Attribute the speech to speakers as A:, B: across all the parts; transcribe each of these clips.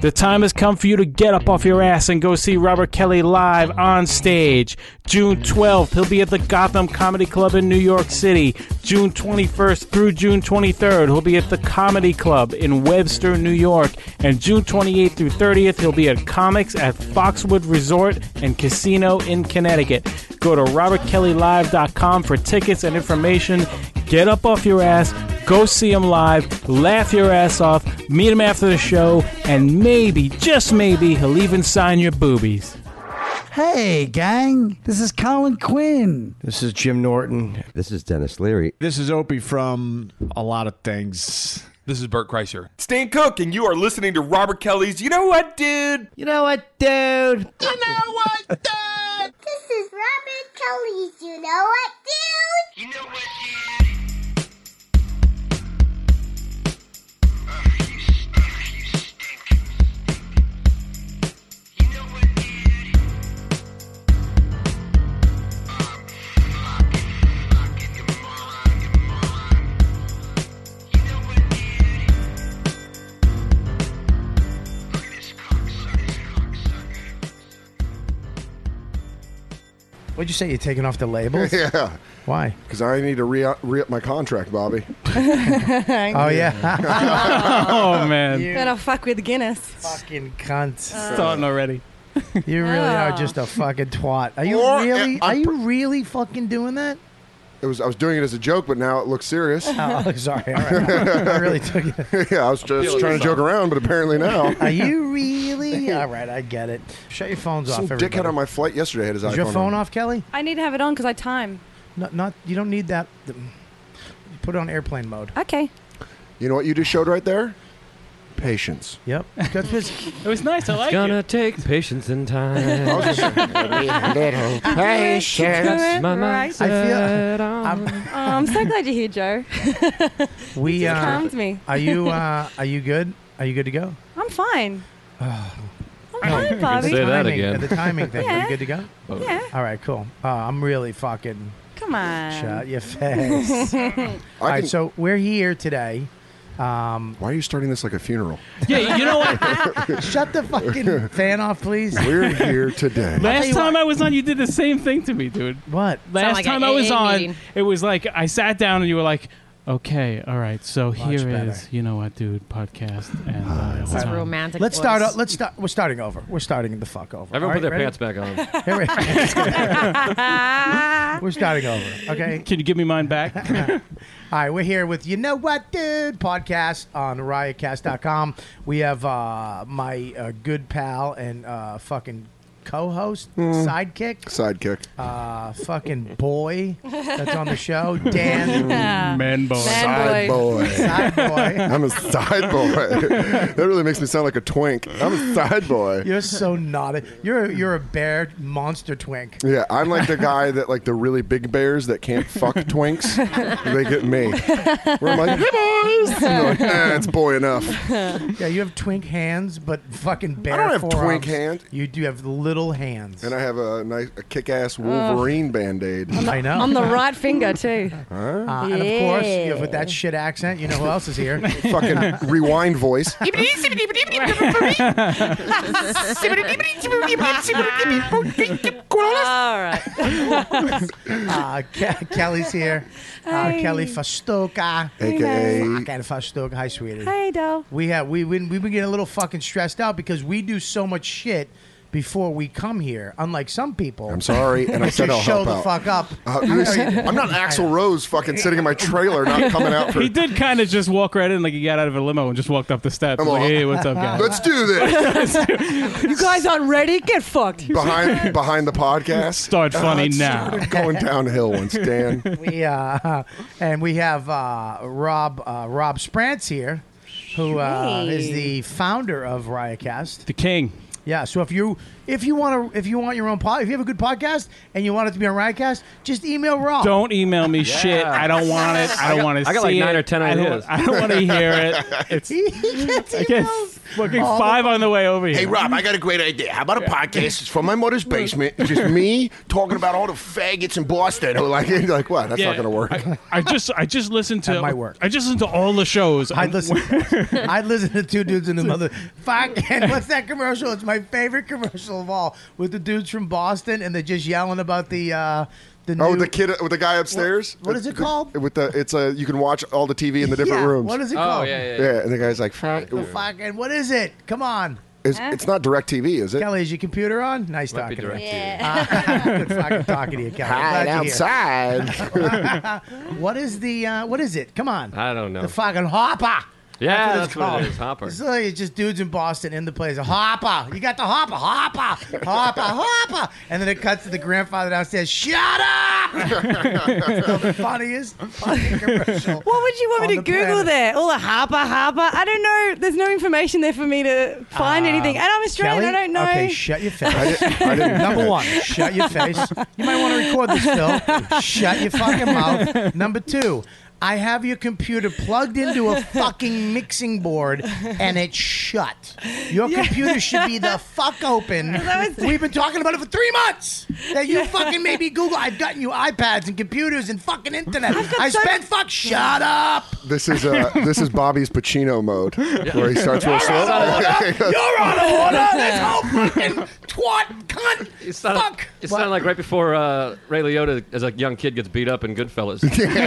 A: The time has come for you to get up off your ass and go see Robert Kelly live on stage. June 12th, he'll be at the Gotham Comedy Club in New York City. June 21st through June 23rd, he'll be at the Comedy Club in Webster, New York. And June 28th through 30th, he'll be at Comics at Foxwood Resort and Casino in Connecticut. Go to robertkellylive.com for tickets and information. Get up off your ass go see him live, laugh your ass off, meet him after the show, and maybe, just maybe, he'll even sign your boobies.
B: Hey, gang, this is Colin Quinn.
C: This is Jim Norton.
D: This is Dennis Leary.
E: This is Opie from a lot of things.
F: This is Bert Kreischer. Stan Cook, and you are listening to Robert Kelly's You Know What, Dude?
D: You know what, dude?
G: This is Robert Kelly's You Know What Dude? You know what,
B: What'd you say? You're taking off the labels?
H: Yeah,
B: Why?
H: because I need to re re up my contract, Bobby.
B: Oh, yeah.
A: Oh, man.
I: Gonna fuck with Guinness. Uh,
B: fucking cunt.
A: Starting already.
B: You really are just a fucking twat. Are you
H: Or-
B: really?
H: I-
B: Are you really fucking doing that?
H: It was I was doing it as a joke, but now it looks serious. yeah,
B: Oh, sorry. All right. I really took it.
H: I was just
F: feeling
H: trying to joke around, but apparently now.
B: Are you really? All right, I get it. Shut your phones
H: Some
B: off, everybody.
H: dickhead on my flight yesterday had his
B: is
H: iPhone.
B: your phone
H: on.
B: off, Kelly?
I: I need to have it on because I time.
B: No, not. You don't need that. The- Put it on airplane mode.
I: Okay.
H: You know what you just showed right there? Patience.
B: Yep. That's what's-
A: It was nice. I like
D: Gonna
A: it.
D: take patience and time.
H: I was just-
D: That's my
B: I
I: Right.
D: mindset.
B: feel.
D: I'm-
B: I'm,
I: Oh, I'm so glad you're here, Joe.
B: we. Uh,
I: Calms me.
B: are you? Uh, are you good? Are you good to go?
I: I'm fine. I'm
B: No,
I: fine,
D: say
I: Bobby.
D: that
B: timing,
D: again.
B: Oh. The timing thing. Are
I: Yeah.
B: you good to go?
I: Yeah. Um,
B: All right, cool. Uh, I'm really fucking
I: Come on.
B: shut your face. All
H: I
B: right,
H: can-
B: so we're here today. Um,
H: why are you starting this like a funeral?
A: Yeah, you know what?
B: shut the fucking fan off, please.
H: We're here today.
A: Last time I was on, you did the same thing to me, dude.
B: What?
A: Last
I: like
A: time
I: a
A: I was
I: AA
A: on,
I: meeting.
A: it was like I sat down and you were like, okay, all right, so here is,
B: better.
A: you know what, dude, podcast. And uh, it's time.
I: romantic.
B: Let's start. o- Let's start. We're starting over. We're starting the fuck over.
D: Everyone
B: All
D: put their
B: right,
D: pants back on.
B: ready? Here we- we're starting over. Okay.
A: Can you give me mine back?
B: All right, we're here with You Know What Dude podcast on riotcast.com. We have uh, my uh, good pal and uh, fucking co host, sidekick,
H: Sidekick.
B: uh, fucking boy that's on the show, Dan.
A: Man, boy.
H: Side boy.
B: Side boy.
H: I'm a side boy. that really makes me sound like a twink. I'm a side boy.
B: You're so naughty. You're you're a bear monster twink.
H: Yeah, I'm like the guy that like the really big bears that can't fuck twinks. They get me. Where I'm like, hey boys, and they're like, nah, it's boy enough.
B: Yeah, you have twink hands, but fucking bear.
H: don't have twink
B: forearms.
H: hand.
B: You do have little hands.
H: And I have a nice, a kick-ass Wolverine band-aid.
B: I know.
I: On the right finger too.
B: Uh, And of course, you
I: Yeah.
B: have, with that shit accent, you know who else is here?
H: Fucking rewind voice.
I: All right.
B: Uh, Ke- Kelly's here. Uh,
I: Hey.
B: Kelly Fastoka.
H: AKA
B: Fucking Fastoka. Hi, sweetie.
I: Hey, doll.
B: We have we we we've been getting a little fucking stressed out because we do so much shit before we come here. Unlike some people,
H: I'm sorry, and I
B: to
H: said I'll
B: show
H: help
B: the
H: out.
B: fuck up.
H: Uh, I'm not Axl Rose fucking sitting in my trailer not coming out for
A: He did kind of just walk right in, like he got out of a limo and just walked up the steps.
H: Come
A: like,
H: on.
A: hey, what's up, guys?
H: Let's do this
I: You guys aren't ready? Get fucked.
H: behind behind the podcast. Uh,
A: Start funny
H: it's
A: now.
H: sort of Going downhill once, Dan.
B: we uh, and we have uh, Rob uh, Rob Sprance here, who uh, is the founder of Riotcast.
A: The king.
B: Yeah. So if you if you want to if you want your own pod if you have a good podcast and you want it to be on Riotcast, just email Rob.
A: Don't email me shit. I don't want it. I don't want to see
D: I got like
A: it.
D: nine or ten
A: I don't-
D: ideas.
A: I don't, want to hear it. It's
B: He gets
A: I guess-
B: emails.
A: Fucking five on the way over here.
J: Hey, Rob, I got a great idea. How about a podcast? It's from my mother's basement. It's just me talking about all the faggots in Boston. Who like, you're like what? That's
A: Yeah,
J: not going to work.
A: I, I just I just listened to
J: That might work.
A: I just listened to all the shows. I
B: listen. I listen to two dudes and a mother. Fuck, and what's that commercial? It's my favorite commercial of all with the dudes from Boston and they're just yelling about the uh, the
H: Oh,
B: new,
H: the kid with the guy upstairs.
B: what is it called?
H: With the it's a you can watch all the TV in the different
B: Yeah,
H: rooms.
B: what is it Oh, called? yeah, yeah, yeah.
H: and the guy's like, "Fuck."
B: the fucking what is it? Come on.
H: It's, it's not direct TV, is it?
B: Kelly, is your computer on? Nice
H: Might be
B: talking to you.
H: direct
B: Uh, good fucking talking to you, Kelly.
H: Hide
B: outside. what is the uh, what is it? Come on.
D: I don't know.
B: The fucking hopper.
D: Yeah,
B: what
D: that's what it is, hopper.
B: It's literally just dudes in Boston in the place. Hopper, you got the hopper, hopper, hopper, hopper, and then it cuts to the grandfather downstairs. Shut up! It's the funniest fucking commercial.
I: What would you want me to
B: on the
I: Google
B: planet.
I: there? All the harper, harper. I don't know. There's no information there for me to find
B: Uh,
I: anything. And I'm Australian.
B: Kelly?
I: I don't know.
B: Okay, shut your face.
H: I didn't- I didn't-
B: Number one, shut your face. You might want to record this still. Shut your fucking mouth. Number two, I have your computer plugged into a fucking mixing board and it's shut. Your computer should be the fuck open. We've been talking about it for three months. That you
I: Yeah.
B: fucking made me Google. I've gotten you iPads and computers and fucking internet.
I: I've got
B: I
I: so-
B: spent fuck. Shut up.
H: This is uh, this is Bobby's Pacino mode, where he starts real
B: You're
H: slow.
B: out of order. You're out of order. This whole fucking twat cunt.
D: It's not, It's not like right before uh, Ray Liotta as a young kid gets beat up in Goodfellas.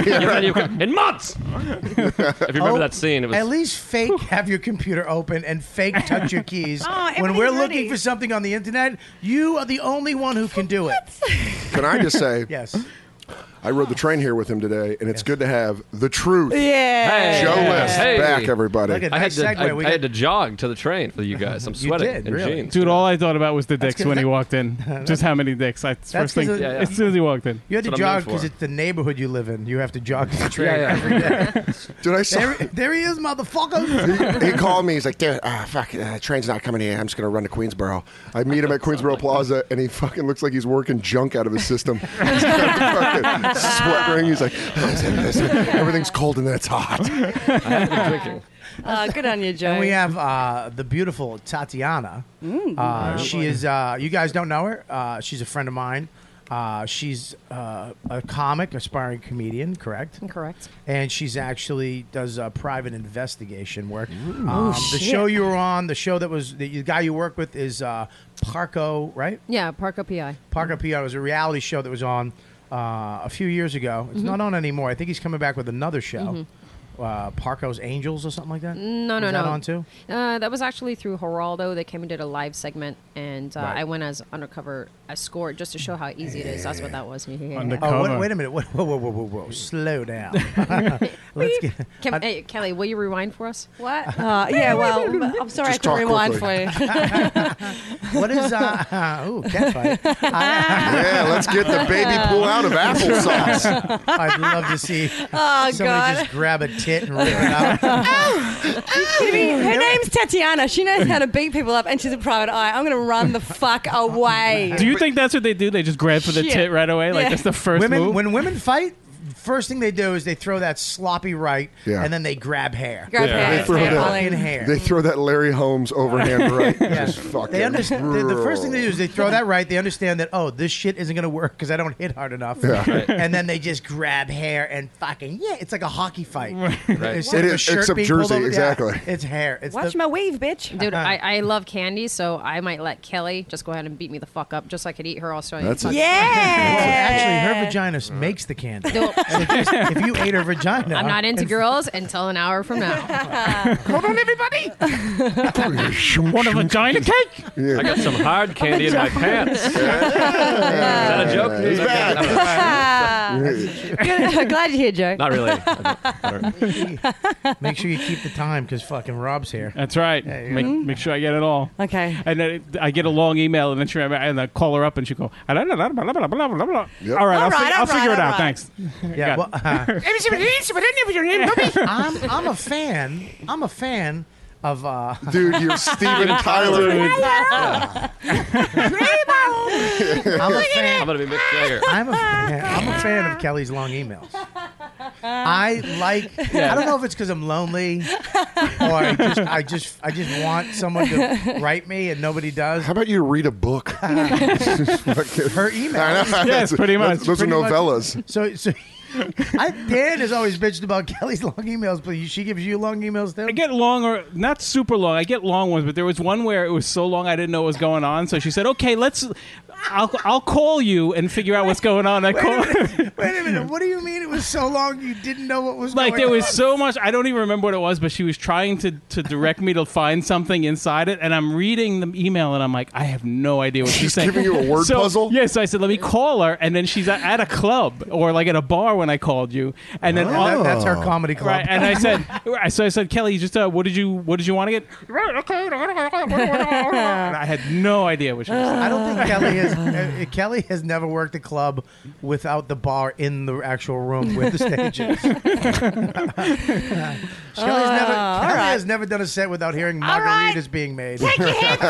D: You know, you can- in months. if you remember
B: Oh,
D: that scene, it was.
B: At least fake have your computer open and fake touch your keys.
I: Oh,
B: when we're
I: everything's
B: looking for something on the internet, you are the only one who can do it.
H: Can I just say?
B: Yes.
H: I rode the train here with him today, and it's good to have the truth.
I: Yeah.
D: Hey.
H: Joe List
D: Hey.
H: back, everybody.
D: I had, to, I, I had to jog to the train for you guys. I'm sweating in jeans.
A: Dude, all I thought about was the
D: That's
A: dicks
D: 'cause
A: when he
D: that-
A: walked in. Just how many dicks. I first
B: 'cause
A: thing
B: of- Yeah, yeah.
A: as soon as he walked in.
B: You had to jog because it's the neighborhood you live in. You have to jog to the train
H: Yeah, yeah.
B: every day.
H: Dude, I saw.
B: There, there he is, motherfucker.
H: he called me. He's like, "Dude, ah, fuck, uh, train's not coming in. I'm just gonna run to Queensboro." I meet him at Queensboro Plaza, and he fucking looks like he's working junk out of his system. He's got the fucking sweat ring. He's like, "Everything's cold and then it's hot."
I: Oh, good on you, Joe.
B: And we have uh, the beautiful Tatiana.
I: Mm.
B: Uh,
I: Oh,
B: she
I: boy.
B: is. Uh, you guys don't know her. Uh, she's a friend of mine. Uh, she's uh, a comic, aspiring comedian, correct?
I: Correct.
B: And she's actually does uh, private investigation work. Um,
K: Oh,
B: the
K: shit.
B: show you were on, the show that was the, the guy you work with is uh, Parco, right?
K: Yeah, Parker PI.
B: Parker PR was a reality show that was on uh, a few years ago. It's
K: Mhm.
B: not on anymore. I think he's coming back with another show,
K: Mhm.
B: uh, Parco's Angels or something like that.
K: No, no,
B: Is
K: no.
B: that on too?
K: Uh, that was actually through Geraldo. They came and did a live segment, and uh,
B: Right.
K: I went as undercover escort just to show how easy it is. That's what that was.
B: Oh, wait, wait a minute. Whoa, whoa, whoa, whoa, whoa, whoa. Slow down. Let's get.
K: Can, hey, Kelly, will you rewind for us?
I: What? Uh, yeah, well, I'm sorry
B: Just
I: I
B: talk
I: can rewind
B: quickly.
I: for you.
B: What is uh, uh ooh, cat fight.
H: yeah, let's get the baby pool out of applesauce.
B: I'd love to see
I: Oh,
B: somebody
I: God. Oh.
B: just grab a tit and rip it out.
I: Her name's Tatiana. She knows how to beat people up, and she's a private eye. I'm going to run the fuck away.
A: Do you think that's what they do? They just grab for the
I: Shit.
A: tit right away? Like
I: Yeah.
A: that's the first
B: women,
A: move?
B: When women fight, first thing they do is they throw that sloppy right,
H: Yeah.
B: and then they grab hair.
H: Grab Yeah. hair, They throw hair that- pulling.
B: Fucking hair.
H: They throw that Larry Holmes overhand right.
B: Yeah.
H: Just fucking.
B: They understand. The, the first thing they do is they throw that right. They understand that oh, this shit isn't gonna work because I don't hit hard enough.
H: Yeah. Right.
B: And then they just grab hair and fucking yeah, it's like a hockey fight.
H: Right.
B: Instead
H: It
B: of a
H: is,
B: shirt
H: except
B: being pulled
H: jersey,
B: over- yeah,
H: exactly.
B: it's hair. It's
I: Watch
B: the, Uh-huh.
I: my weave, bitch.
K: Dude, I, I love candy, so I might let Kelly just go ahead and beat me the fuck up just so I could eat her Australian.
B: That's
K: fuck.
B: it. Actually, her vagina makes the candy.
K: No.
B: So if you- if you ate her vagina,
K: I'm not into girls until an hour from now.
B: Hold on, everybody.
A: Want a vagina cake?
D: I got some hard candy in my pants. Is that a joke?
H: It's
I: Good- Glad you're here, Joe.
D: Not really.
B: Make sure you keep the time because fucking Rob's here.
A: That's right. make, make sure I get it all.
I: Okay.
A: And then it- I get a long email, and then she remember, and I call her up, and she go, "Ah, blah, blah, blah, blah, blah, blah, blah, blah." All right, I'll,
I: All right,
A: fig- I'll
I: all
A: figure it
I: right, all
A: out.
I: right.
A: Thanks.
B: Yeah. Well, uh-huh. I'm, I'm a fan. I'm a fan of. Uh,
H: Dude, you're Steven Tyler.
B: I'm a fan.
D: I'm gonna be Mick Jagger.
B: I'm a fan. I'm a fan of Kelly's long emails. I like.
L: Yeah.
B: I don't know if it's because I'm lonely, or I just, I just, I just want someone to write me, and nobody does. How
H: about you read a book?
B: Her email.
H: I know. Yes, That's- pretty much, those are pretty much. novellas.
B: So, so I, Dan has always bitched about Kelly's long emails, but she gives you long emails too.
A: I get long or not super long. I get long ones, but there was one where it was so long I didn't know what was going on. So she said, "Okay, let's. I'll I'll call you and figure out what's going on." I call.
B: Wait a minute. What do you mean it was so long you didn't know what was
A: like
B: going
A: there was
B: on?
A: so much i don't even remember what it was but she was trying to, to direct me to find something inside it and i'm reading the email and i'm like i have no idea what she's, saying
H: giving you a word
A: So-
H: puzzle?
A: yeah so i said let me call her and then she's at- at a club or like at a bar when i called you and then
B: Yeah,
H: Oh.
B: that- that's her comedy club.
A: right and i said so i said kelly just uh, what did you what did you want to get And i had no idea what she was saying.
B: I don't think Kelly has uh, Kelly has never worked a club without the bar in the actual room with the stages. Kelly has never
L: Uh,
I: all
B: Kelly
I: right.
B: has never done a set without hearing margaritas being made.
I: Take your Take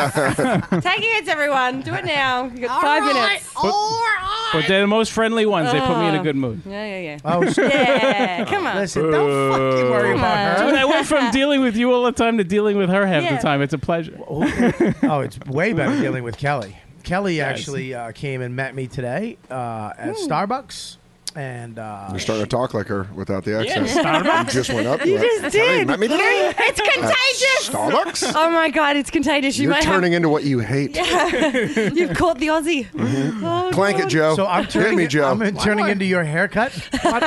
I: your hits, everyone. Do it now. You got five minutes.
A: but they're the most friendly ones they put me in a
I: Oh.
A: good mood
I: Yeah, yeah, yeah.
A: Oh, s-
I: yeah. Come on.
B: Listen, don't fucking worry about
A: Dude, I
B: her.
A: went from dealing with you all the time to dealing with her half
B: Yeah.
A: the time. It's a pleasure.
B: oh, it's way better dealing with Kelly. Kelly actually uh, came and met me today uh, at
H: Hmm.
B: Starbucks, and uh,
H: You're starting to talk like her without the
B: Yeah,
H: accent.
B: Starbucks.
H: You just went up.
B: You
H: to her.
B: just
H: Hey,
B: did.
H: Let me
B: You-
I: it's contagious.
H: Starbucks?
I: Oh my god, it's contagious. You
H: You're
I: might
H: turning
I: have.
H: into what you hate.
I: Yeah. You've caught the Aussie.
B: Mm-hmm.
I: Oh,
H: Clank it,
I: God.
H: Joe.
B: So I'm
H: Hit
B: turning
H: me,
B: it-
H: Joe.
B: I'm in- turning into your haircut.
D: Why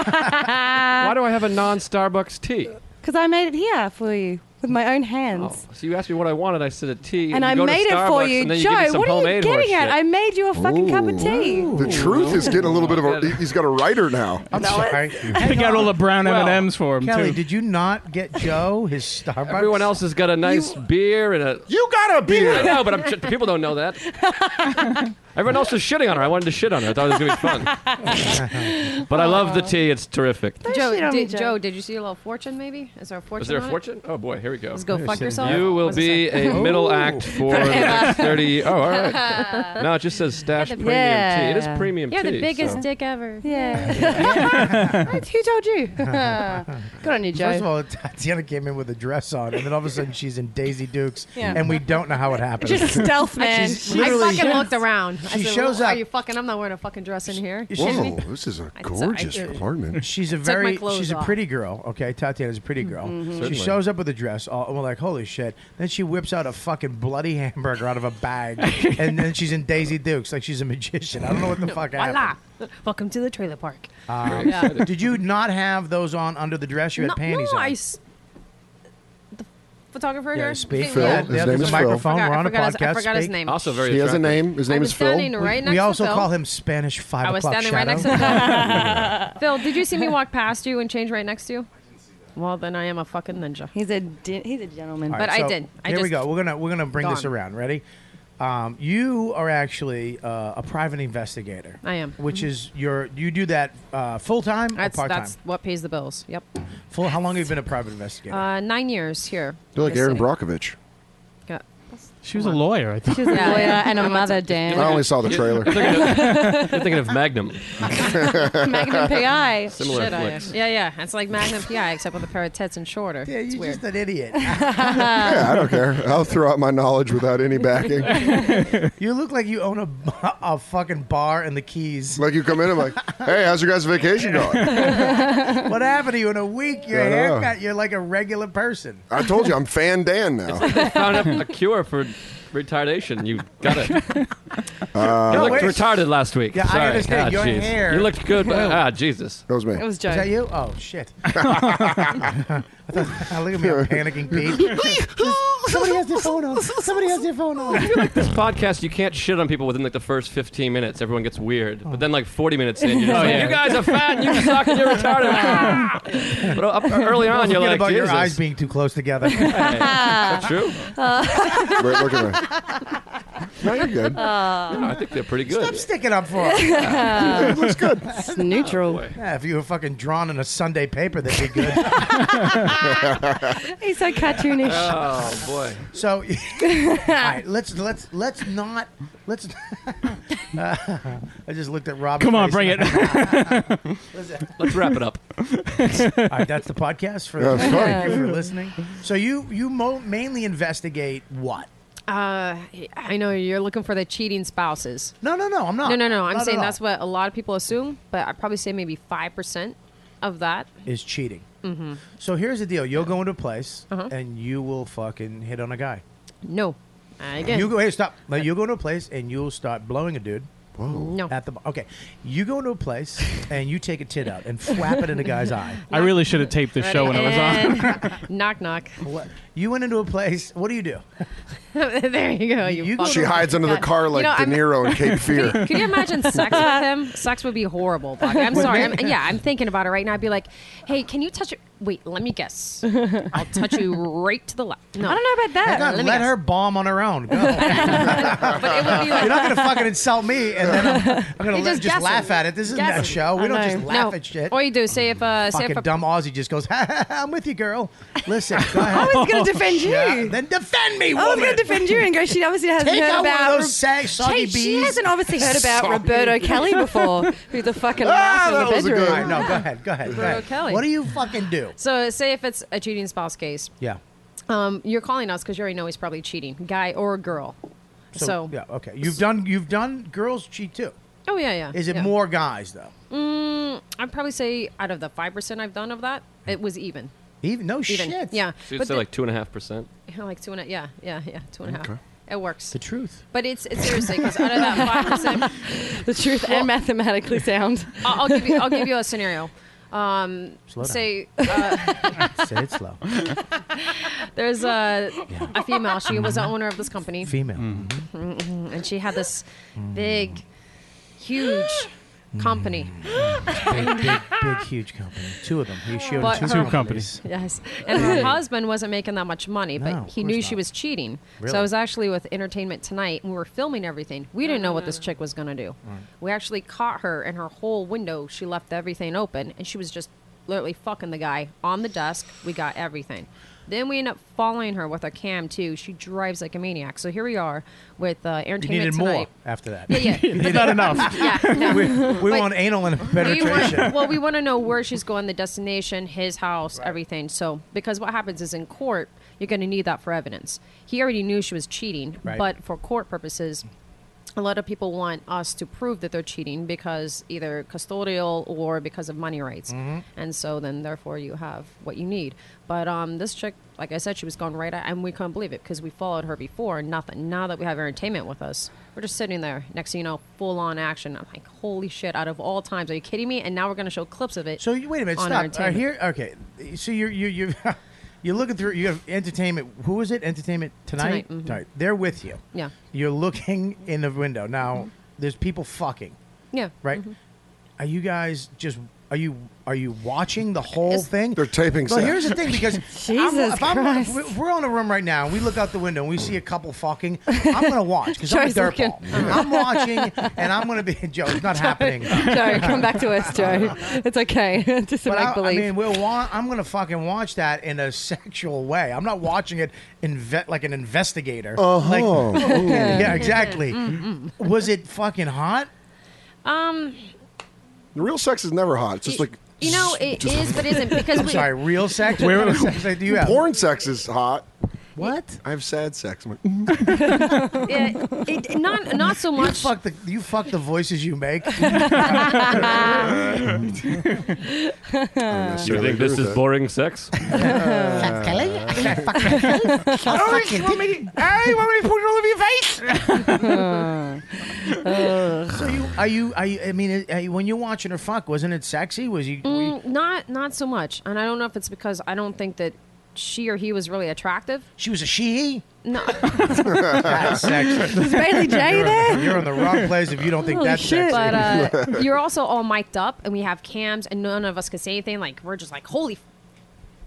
D: do I have a non-Starbucks tea?
I: Because I made it here for you with my own hands.
D: Oh, So you asked me what I wanted. I said a tea,
I: And
D: you
I: I
D: go to
I: made it for
D: Starbucks,
I: you.
D: and then
I: Joe,
D: give me some
I: what are you
D: homemade horse
I: getting at?
D: shit.
I: I made you a fucking cup of tea.
H: The truth is getting a little bit of a. He's got a writer now.
B: I'm sorry.
A: I got all the brown M and M's for him
B: Kelly,
A: too.
B: did you not get Joe his Starbucks?
D: Everyone else has got a nice beer and a.
H: You got a beer.
D: I know, but I'm, people don't know that. Everyone else is shitting on her. I wanted to shit on her. I thought it was Oh, gonna be fun. but I love the tea. It's terrific.
K: Joe,
I: on me,
K: did,
I: Joe.
K: Joe, did you see a little fortune? Maybe is there a fortune?
D: Is there a
K: on it?
D: fortune? Oh boy, here we go.
K: Let's go fuck yourself.
D: You will
K: What's it
D: be
K: say?
D: a
H: Oh.
D: middle act for the next thirty. Oh, all right. No, it just says stash premium tea. It is premium
K: You're
D: tea.
K: Uh, the biggest
D: so-
K: dick ever.
I: Yeah. Who told you? Uh, Good on you, Joe.
B: First of all, Tatiana came in with a dress on, and then all of a sudden she's in Daisy Dukes,
K: Yeah.
B: and we don't know how it happened.
K: Just
B: Oh,
K: stealth, man.
B: She's
K: I
B: literally-
K: fucking looked around. I
B: She
K: said,
B: shows
K: "Well,
B: up.
K: Are you fucking? I'm not wearing a fucking dress in here.
H: Whoa, this is a gorgeous
K: I-
H: apartment.
B: She's a
K: Took my
B: very
K: clothes
B: she's a
K: off.
B: pretty girl. Okay, Tatiana's a pretty girl.
K: Mhm.
B: She
K: Certainly.
B: shows up with a dress, all, and we're like, "Holy shit!" Then she whips out a fucking bloody hamburger out of a bag, and then she's in Daisy Dukes like she's a magician. I don't know what the fuck happened.
K: Voila. Welcome to the trailer park.
B: Um,
K: Very excited.
B: Did you not have those on under the dress? You had
K: no,
B: panties
K: no,
B: on.
K: I s- the photographer
B: Yeah,
K: here.
B: speak.
K: Yeah,
H: Phil.
K: yeah.
H: His name is
B: a
H: Phil.
B: microphone.
K: Forgot-
B: We're on
K: I
B: a
K: forgot his-
B: podcast.
K: I forgot his name.
D: Also very
H: He has a
D: attractive.
H: name. His
K: I
H: name
K: was
H: is Phil.
K: standing right
B: we
K: next to
B: also
K: Phil.
B: call him Spanish five
K: I was
B: o'clock
K: standing right
B: shadow.
K: next to Phil. Did you see me walk past you and change right next to you? Well, then I am a fucking ninja.
I: He's a di- he's a gentleman.
B: All
K: but
B: right,
K: I
B: so
K: did. I
B: here
K: just,
B: we go. We're gonna we're gonna bring this
K: Gone.
B: around. Ready? Um, you are actually uh, a private investigator.
K: I am.
B: Which
K: Mhm.
B: is your you do that uh, full time or
K: That's
B: part time?
K: that's what pays the bills. Yep.
B: Full. How long have you been a private investigator?
K: Uh, nine years here.
H: You're like
K: This
H: Aaron
K: city.
H: Brockovich.
K: Yeah.
A: She was a lawyer, I think.
I: She's a
K: Yeah,
I: lawyer
K: yeah.
I: and a
K: I'm a-
I: mother,
H: I
I: Dan.
H: only saw the trailer.
D: You're thinking of Magnum.
K: Magnum PI.
D: Similar
K: Shit, I am.
D: flicks.
K: Yeah, yeah. It's like Magnum PI, except with a pair of tits and shorter.
B: Yeah,
K: it's
B: you're
K: weird.
B: just an idiot.
H: Yeah, I don't care. I'll throw out my knowledge without any backing.
B: you look like you own a, b- a fucking bar in the Keys.
H: Like you come in, I'm like, hey, how's your guys' vacation going?
B: what happened to you in a week? Your
H: I know.
B: haircut. You're like a regular person.
H: I told you, I'm Fan Dan now.
D: They found a, a cure for retardation. You got it.
H: Uh,
D: you
B: No,
D: looked
B: wait.
D: retarded last week.
B: Yeah, I
D: Sorry.
B: understand.
D: Ah,
B: Your
D: jeez.
B: hair-
D: You looked good, but
B: Well.
D: ah, Jesus.
H: That was me.
B: Is that you? Oh shit! I thought, look at me, I'm panicking, Pete. Somebody has their phone on. Somebody has their phone on.
D: This podcast, you can't shit on people within like the first 15 minutes. Everyone gets weird. But then, like 40 minutes in, you're just
A: Oh,
D: like,
A: yeah.
D: you guys are fat and you suck and you're retarded. but uh, up, early on,
B: Don't
D: you're
B: forget
D: like,
B: about your
D: Jesus.
B: eyes being too close together.
D: Hey, is that true?
H: Wait, look at me. No, you're good.
I: Aw.
D: No, I think they're pretty good.
B: Uh, Stop sticking up for him.
I: Yeah. It looks
H: good.
I: It's neutral.
B: Yeah, if you were fucking drawn in a Sunday paper, that'd be good.
I: He's so cartoonish.
D: Oh boy.
B: So, all right, let's let's let's not let's. I just looked at Rob.
A: Come on, bring it.
D: Let's wrap it up.
B: all right, that's the podcast for.
D: Yeah, that's
B: thank
D: fine.
B: you for listening. So you you mo- mainly investigate what?
K: Uh, I know you're looking for the cheating spouses.
B: No, no, no, I'm not.
K: No, no, no. I'm
B: Not at
K: saying
B: all.
K: that's what a lot of people assume, but I'd probably say maybe five percent of that.
B: Is cheating.
K: Mm-hmm.
B: So here's the deal: you'll go into a place
D: Uh-huh.
B: and you will fucking hit on a guy.
K: No, again.
B: You go. Hey, stop. Now you go to a place and you'll start blowing a dude.
K: No.
B: At the bar. okay, you go into a place and you take a tit out and flap it in a guy's eye.
A: I really should have taped this show when I was on.
K: was on. knock knock.
B: What? You went into a place. What do you do?
K: there you go. You. fuck.
H: She hides under the
K: God.
H: car
K: You
H: like
K: know,
H: De
K: I'm-
H: Niro in Cape Fear.
K: Could you imagine sex with him? Sex would be horrible. Buck. I'm
H: With
K: sorry.
H: me?
K: I'm, yeah, I'm thinking about it right now. I'd be like, hey, can you touch it? Wait, let me guess. I'll touch you right to the left. No.
I: I don't know about that.
B: Hang on, let her bomb on her own. Go. You're not gonna fucking insult me, and then I'm, I'm gonna
K: You're
B: let-
K: just
B: just,
K: guessing.
B: laugh at it. This isn't
K: Guessing.
B: that show. We
K: I
B: don't
K: know.
B: just laugh
K: No.
B: at shit.
K: Or you do say if uh, say
B: fucking
K: if a
B: dumb Aussie just goes, ha, ha, ha, I'm with you, girl. Listen, go ahead.
I: I was gonna defend you.
B: Yeah, then defend me,
I: I
B: woman.
I: was gonna defend you and go, she obviously hasn't
B: Take
I: heard
B: out
I: about
B: One of
I: Re-
B: those sag, soggy
I: Hey,
B: bees.
I: She hasn't obviously heard about
B: Soggy
I: Roberto
B: bees. Ah,
I: Kelly before, who's a fucking mouse in the bedroom.
B: All right, no, go ahead, go ahead. Go
K: Roberto
B: ahead.
K: Kelly.
B: What do you fucking do?
K: So say if it's a cheating spouse case,
B: Yeah.
K: um, you're calling us because you already know he's probably cheating, guy or girl. So,
B: yeah, okay. You've done you've done girls cheat too.
K: oh yeah, yeah.
B: Is it
K: yeah.
B: more guys though?
K: Mm, I'd probably say out of the five percent I've done of that, it was even.
B: Even no
K: Even.
B: shit.
K: Yeah.
D: So you'd
K: But
D: say
K: the-
D: like two and a half percent.
K: like two and a yeah, yeah, yeah, two and a half.
D: Okay.
K: It works.
B: The truth.
K: But it's, it's seriously because out of that five percent,
I: The truth and mathematically sound.
K: I'll, I'll give you I'll give you a scenario. Um,
I: Slow down.
K: say uh,
B: Say it slow.
K: there's a a female. She was the owner of this company.
B: Female.
K: Mhm. and she had this big, huge company.
B: Mm. Big, big, big, huge company. Two of them. You showed
K: But
B: two,
K: her-
B: companies.
K: Yes, and her husband wasn't making that much money, but
B: No, of
K: he
B: course
K: knew
B: not.
K: she was cheating. So I
B: Really?
K: was actually with Entertainment Tonight, and we were filming everything. We didn't know what this chick was gonna do.
L: Right.
K: We actually caught her in her whole window. She left everything open, and she was just literally fucking the guy on the desk. We got everything. Then we end up following her with our cam too. She drives like a maniac. So here we are with uh, Entertainment
B: You needed
K: Tonight.
B: more after that.
K: Yeah, yeah.
B: You needed-
A: Not enough.
K: Yeah, no.
B: we we
K: But-
B: want anal and
K: we want,
B: penetration.
K: well, we want to know where she's going, the destination, his house, everything. So, because what happens is in court, you're going to need that for evidence. He already knew she was cheating,
L: Right.
K: but for court purposes, a lot of people want us to prove that they're cheating because either custodial or because of money
M: Mm.
K: rights.
L: Mhm.
K: And so then, therefore, you have what you need. But um, this chick, like I said, she was going right at, and we couldn't believe it because we followed her before and nothing. Now that we have entertainment with us, we're just sitting there. Next thing you know, full on action. I'm like, holy shit, out of all times, are you kidding me? And now we're going to show clips of it.
B: So you, wait a minute.
K: on
B: Stop. All right,
K: entertainment.
B: here. Okay. So you're you you you're looking through. You have entertainment. Who is it? Entertainment tonight.
K: Tonight, mhm.
B: Tonight. They're with you.
K: Yeah. Mm-hmm.
B: You're looking in the window now. There's people fucking.
K: Yeah.
B: Right.
I: Mm-hmm.
B: Are you guys just? Are you are you watching the whole thing? They're
H: taping
B: Well,
H: sex.
B: here's the thing because I'm-
I: Jesus
B: if I'm,
I: Christ.
B: if we're on a room right now and we look out the window and we see a couple fucking, I'm gonna watch because I'm a
I: Joey's looking.
B: dirtball. I'm watching and I'm gonna be Joe. It's not happening.
I: Joe, come back to us, Joe. It's okay. Just a
B: But I,
I: make believe.
B: I mean, we'll wa- I'm going to fucking watch that in a sexual way. I'm not watching it inve- like an investigator.
H: Uh-huh.
B: Like-
H: Ooh.
B: yeah, exactly. Was it fucking hot?
K: Um,
H: Real sex is never hot. It's just like
K: you know, it is, but isn't because
B: I'm
K: we.
B: sorry, real sex?
H: Where-
B: What kind of sex do you have?
H: porn sex is hot.
B: What?
H: I have sad sex. I'm like,
K: Yeah, it, not, not so
B: You
K: much.
B: fuck the you fuck the voices you make.
A: Uh,
D: You think this is boring sex?
H: uh,
L: Oh, you want me to, oh, you want me to put it all over your face?
B: so you are you are you? I mean, are you- when you're watching her fuck, wasn't it sexy? Was you?
K: Mm, not not so much, and I don't know if it's because I don't think that she or he was really attractive.
B: She was a she.
K: No,
B: That's sexy.
K: Was Bailey J
B: you're
K: there?
B: On, the- you're on the wrong place if you don't think
K: Holy
B: that's
K: shit.
B: sexy.
K: But uh, you're also all mic'd up, and we have cams, and none of us can say anything. Like we're just like, holy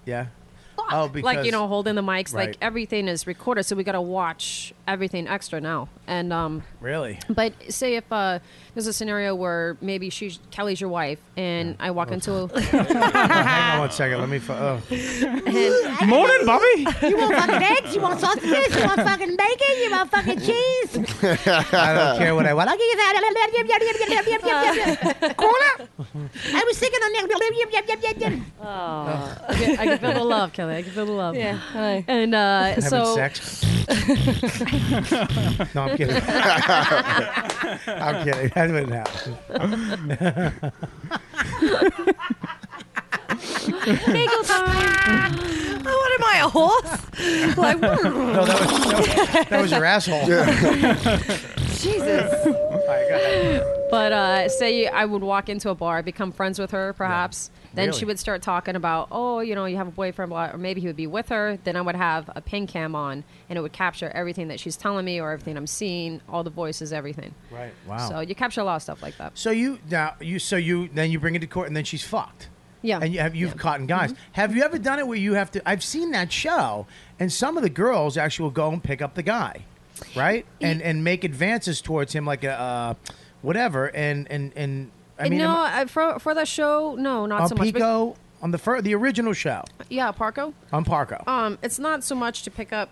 B: yeah.
K: fuck.
B: Oh,
K: like
B: because-
K: you know, holding the mics,
B: Right.
K: like everything is recorded, so we got to watch everything extra now. And um,
B: Really?
K: but say if uh, there's a scenario where maybe she's Kelly's your wife, and I walk
B: Oh.
K: into a
B: Hang on one second. Let me. Fu- oh.
A: Morning, Bobby.
L: You want fucking eggs? You want sausages? You want fucking bacon? You want fucking cheese?
B: I don't care what I want.
L: I'll give you that. Cola? I was thinking on
K: Oh, I can- I can feel the love, Kelly. I can feel the love.
L: Yeah,
K: And uh,
B: Having
K: so
B: sex? No, I'm kidding. I'm kidding. That wouldn't happen.
I: Bagel time. what am I, a horse? Like,
B: no, that was, that was, that was your asshole.
I: Jesus.
K: But uh, say I would walk into a bar, become friends with her, perhaps. Then
I: Really?
K: she would start talking about, oh, you know, you have a boyfriend, blah, or maybe he would be with her. Then I would have a pin cam on, and it would capture everything that she's telling me or everything I'm seeing, all the voices, everything.
B: Right. Wow.
K: So you capture a lot of stuff like that.
B: So you now you so you then you bring it to court and then she's fucked.
K: Yeah. Mm-hmm.
B: And you have you've caught in guys. Have you ever done it where you have to I've seen that show and some of the girls actually will go and pick up the guy. Right? And and make advances towards him like a uh, whatever and and and I
K: And
B: mean
K: no,
B: am-
K: I, for for that show, no, not
B: on
K: so much. but-
B: Pico on the fir- the original show
K: yeah, Parco.
B: on Parco.
K: Um, it's not so much to pick up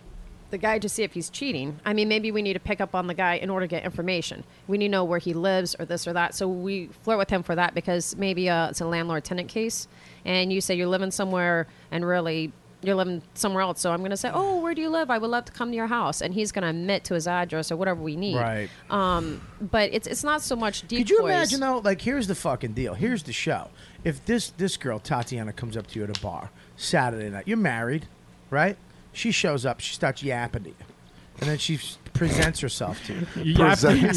K: the guy to see if he's cheating. I mean, maybe we need to pick up on the guy in order to get information. We need to know where he lives or this or that. So we flirt with him for that because maybe uh, it's a landlord tenant case, and you say you're living somewhere and really you're living somewhere else. So I'm going to say, oh, where do you live? I would love to come to your house, and he's going to admit to his address or whatever we need.
B: Right.
K: Um, but it's it's not so much decoys.
B: Could you imagine though? Like, here's the fucking deal. Here's the show. If this this girl Tatiana comes up to you at a bar Saturday night, you're married, right? She shows up. She starts yapping to you, and then she s- presents herself to you.
A: Yapping,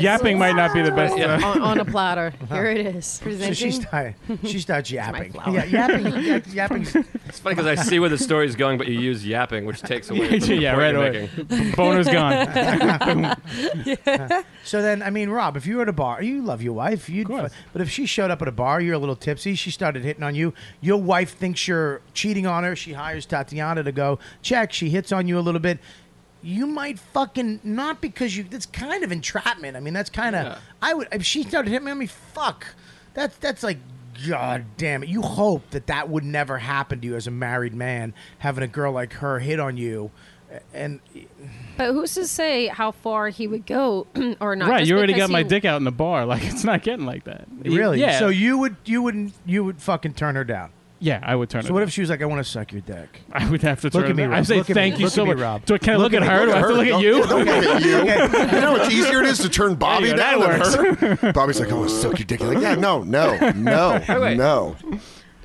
A: yapping might not be the best. uh,
B: Yeah.
K: on, on a platter.
B: Uh-huh.
K: Here it is.
B: uh, So she starts she starts yapping.
K: flower.
B: Yeah, yapping. yap- yapping.
D: It's funny because I see where the story's going, but you use yapping, which takes away. From the
A: Yeah,
D: point
A: right
D: you're
A: away.
D: Making.
A: Boner's gone.
B: So then, I mean, Rob, if you were at a bar, you love your wife, you'd. But if she showed up at a bar, you're a little tipsy. She started hitting on you. Your wife thinks you're cheating on her. She hires Tatiana to go check. She hits on you a little bit. You might fucking not because you. That's kind of entrapment. I mean, that's kind of. I would if she started hitting me. I mean, fuck. That's that's like. God damn it. You hope that that would never happen to you as a married man, having a girl like her hit on you. And
K: But who's to say how far he would go or not?
A: right,
K: Just
A: you already
K: because
A: got my
K: he-
A: dick out in the bar. Like it's not getting like that.
B: Really?
A: Yeah.
B: So you would you wouldn't you would fucking turn her down.
A: yeah, I would turn
B: So
A: it.
B: what if she was like, I want to suck your dick?
A: I would have to
B: Look
A: turn
B: at me,
A: it down.
B: Rob.
A: I say
B: Look at
A: thank
B: me.
A: you
B: Look
A: so
B: at me,
A: much.
B: Rob.
A: Do I, can I look,
B: Look at
A: at
B: me.
A: her? Do
B: Look
A: I
B: at
A: have to
B: her.
A: look at
B: Don't-
A: you?
B: don't look at you. Okay.
H: You know how much easier it is to turn Bobby
A: Hey, that
H: down than
A: works.
H: her? Bobby's like, oh, so ridiculous. Like, yeah, no, no, no,
D: Wait, wait.
H: no.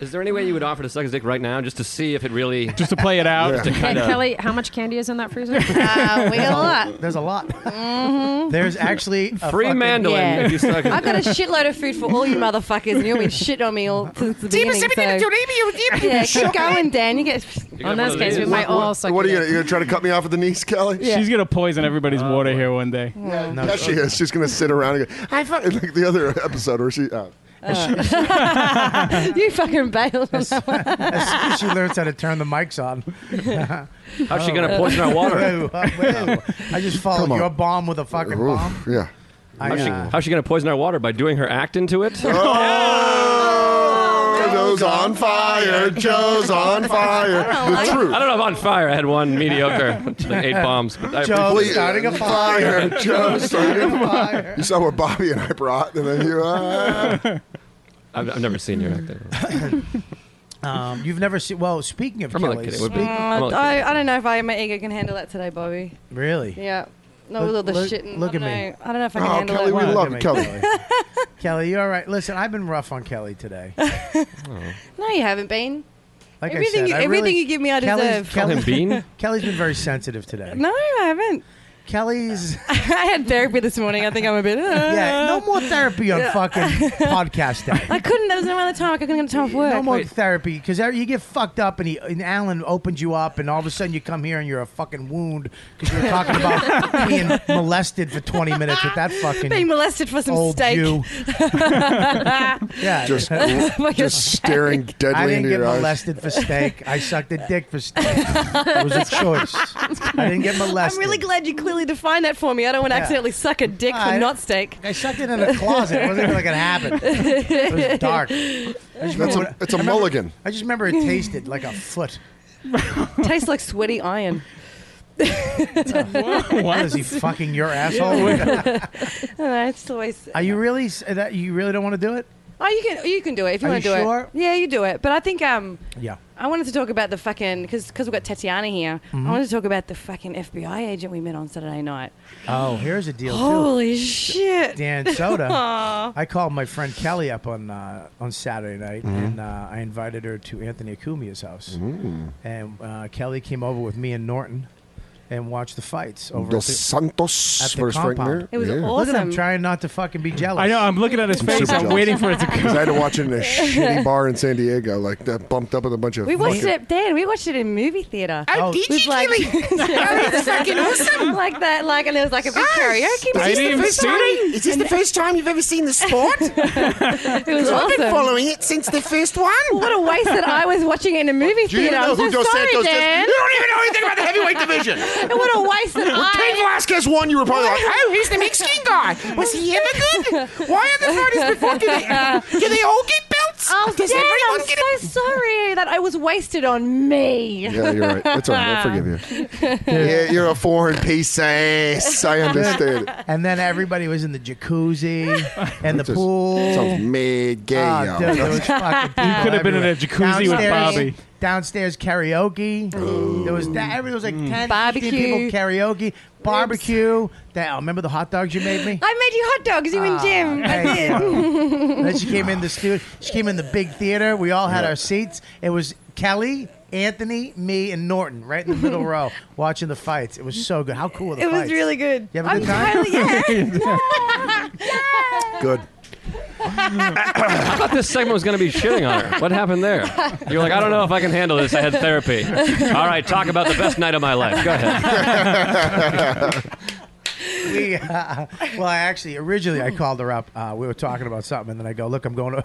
D: Is there any way you would offer to suck his dick right now, just to see if it really,
A: just to play it out?
D: Just to
K: Hey,
D: kind of.
K: Kelly, how much candy is in that freezer? uh, we got a lot.
B: There's a lot.
I: Mm-hmm.
B: There's actually a
D: Free
B: fucking-
D: mandolin if you suck it.
I: I've got a shitload of food for all you motherfuckers, and you've been shitting on me all since the
L: Deep
I: beginning.
L: is everything
I: so-
L: to me, you deep-
I: Yeah,
L: Sure.
I: keep going, Dan. You get.
D: You On got one this of case, we these. might
H: what,
D: all
H: what,
D: suck
H: what are you
D: your
H: gonna, you gonna try to cut me off at the knees, Kelly? Oh,
A: She's gonna poison everybody's water here one day.
H: Yeah, yeah, she is. She's gonna sit around and go, I fucking like the other episode where she. Uh,
I: you fucking bailed on that one. Mm,
B: As soon as she learns how to turn the mics on. Oh.
D: How's she gonna poison our water?
B: Whoa, whoa. I just
D: Come
B: followed
D: on.
B: your bomb with a fucking bomb.
H: yeah.
B: I,
D: How's she,
B: uh,
D: how's she gonna poison our water by doing her act into it?
H: Joe's on fire. Joe's on fire. The truth.
D: I don't know if on fire. I had one mediocre, like eight bombs. But I-
H: Please.
B: starting a fire.
H: Joe's starting a fire. You saw what Bobby and I brought, and then you. Uh,
D: I've, I've never seen your act.
B: um, you've never seen. Well, speaking of
D: I'm not
B: Kelly,
D: kidding. It would be-
B: speak-
I: Uh, I, I don't know if I, my ego can handle that today, Bobby.
B: really.
I: Yeah. No,
B: Look-
I: with all the
B: look-
I: shit. And,
B: look
I: I don't
B: at me.
I: know. I don't know if I can
H: Oh,
I: handle
H: Kelly,
I: that.
H: we
I: one.
H: love Kelly.
B: Kelly, you all right? Listen, I've been rough on Kelly today.
I: No, you haven't been.
B: Like
I: Everything
B: I
I: you-
B: said, I
I: everything
B: really-
I: you give me, I
B: Kelly's-
I: deserve.
B: Kelly's-
I: Call him
B: Kelly's been very sensitive today.
I: No, I haven't.
B: Kelly's.
I: I had therapy this morning. I think I'm a bit. uh,
B: yeah, no more therapy on
I: Yeah.
B: fucking podcast day.
I: I couldn't. There was no other time. I couldn't get time off work.
B: No more therapy because you get fucked up and, he, and Alan opens you up and all of a sudden you come here and you're a fucking wound because you were talking about being molested for 20 minutes with that fucking
I: Being molested for some
B: old
I: steak.
B: Jew. yeah,
H: Just,
I: Like a
H: just staring deadly
B: I didn't
H: into
B: get
H: your eyes.
B: molested for steak. I sucked a dick for steak. It was a choice. I didn't get molested.
I: I'm really glad you clearly defined that for me. I don't want to
B: Yeah.
I: accidentally suck a dick
B: I-
I: for not steak.
B: I sucked it in a closet. It wasn't even like it happened. It was dark. I just
H: That's
B: remember-
H: a, it's a
B: I remember-
H: mulligan.
B: I just remember it tasted like a foot.
I: Tastes like sweaty iron.
B: What is he fucking your asshole?
I: Yeah. no, Oh, it's always.
B: Are you really s- that you really don't want to do it?
I: Oh, you can you can do it if you
B: Are
I: want to
B: you
I: do
B: sure?
I: it. Yeah, you do it. But I think um,
B: Yeah.
I: I wanted to talk about the fucking because because we've got Tatiana here.
H: Mm-hmm.
B: Mhm.
I: I wanted to talk about the fucking FBI agent we met on Saturday night.
B: Oh, here's a deal.
I: Holy
B: too.
I: shit.
B: Dan Soda.
I: Aw.
B: I called my friend Kelly up on uh, on Saturday night,
H: Mm-hmm.
B: and uh, I invited her to Anthony Acumia's house.
H: Mm.
B: And uh, Kelly came over with me and Norton, and watched the fights over
H: Dos
B: at the,
H: Santos
B: at the
H: versus Frank
B: compound.
H: Mir- It was
B: Look at him
H: awesome.
B: trying not to fucking be jealous.
A: I know. I'm looking at his
H: I'm
A: face.
H: super
A: I'm
H: jealous.
A: waiting for it to come.
H: 'Cause I had to watch it in a shitty bar in San Diego, like that bumped up with a bunch of.
I: We watched
H: fucking-
I: it, Dan. We watched it in movie theater.
H: Oh,
I: We've,
H: did you
I: like,
L: That was fucking awesome.
I: Like that, like, and there was like a big karaoke.
L: Is this, the first time, is this the first time you've ever seen the sport?
I: It was
L: I've been
I: awesome.
L: following it since the first one.
I: What a waste that I was watching it in a movie
L: Do you
I: theater.
L: know
I: I'm
L: who
I: so
L: Dos
I: sorry,
L: Santos is?
I: Dan.
L: You don't even know anything about the heavyweight division.
I: And what a waste that
L: When
I: I.
L: Ted Velasquez won, you were probably like, oh, he's the Mexican guy. Was he ever good? Why are the fighters before? Do they, do they all get belts?
I: Oh,
L: Does
I: Dan,
L: everyone
I: I'm
L: get
I: so sorry that I was wasted on me.
H: Yeah, you're right. That's all right. I forgive you. yeah, you're a foreign piece of ass. I understand. it.
B: And then everybody was in the jacuzzi and the
H: Just
B: pool.
L: Oh,
H: Sounds mad gay.
B: Oh,
H: yo.
B: dude, there was fucking people
A: You could have been in a
B: everywhere.
A: jacuzzi with
B: Downstairs-
A: Bobby.
B: Downstairs karaoke. There was that. Every, there was like
A: Mm.
B: 10, 15 people
I: Barbecue.
B: karaoke, barbecue. That, oh, remember the hot dogs you made me? Ah,
I: I made you hot dogs, you
L: Ah,
I: and Jim. That's
B: Hey,
I: it.
B: yo. then she came in the studio. She came in the big theater. We all had our seats. It was Kelly. Anthony, me, and Norton, right in the middle row, watching the fights. It was so good. How cool were the
I: It was
B: fights?
I: really good.
B: You have a good
I: I'm
B: time?
H: Good.
D: I thought this segment was going to be shitting on her. What happened there? You're like, I don't know if I can handle this. I had therapy. All right, talk about the best night of my life. Go ahead.
B: we, uh, well, I actually originally I called her up. Uh, we were talking about something, and then I go, "Look, I'm going to."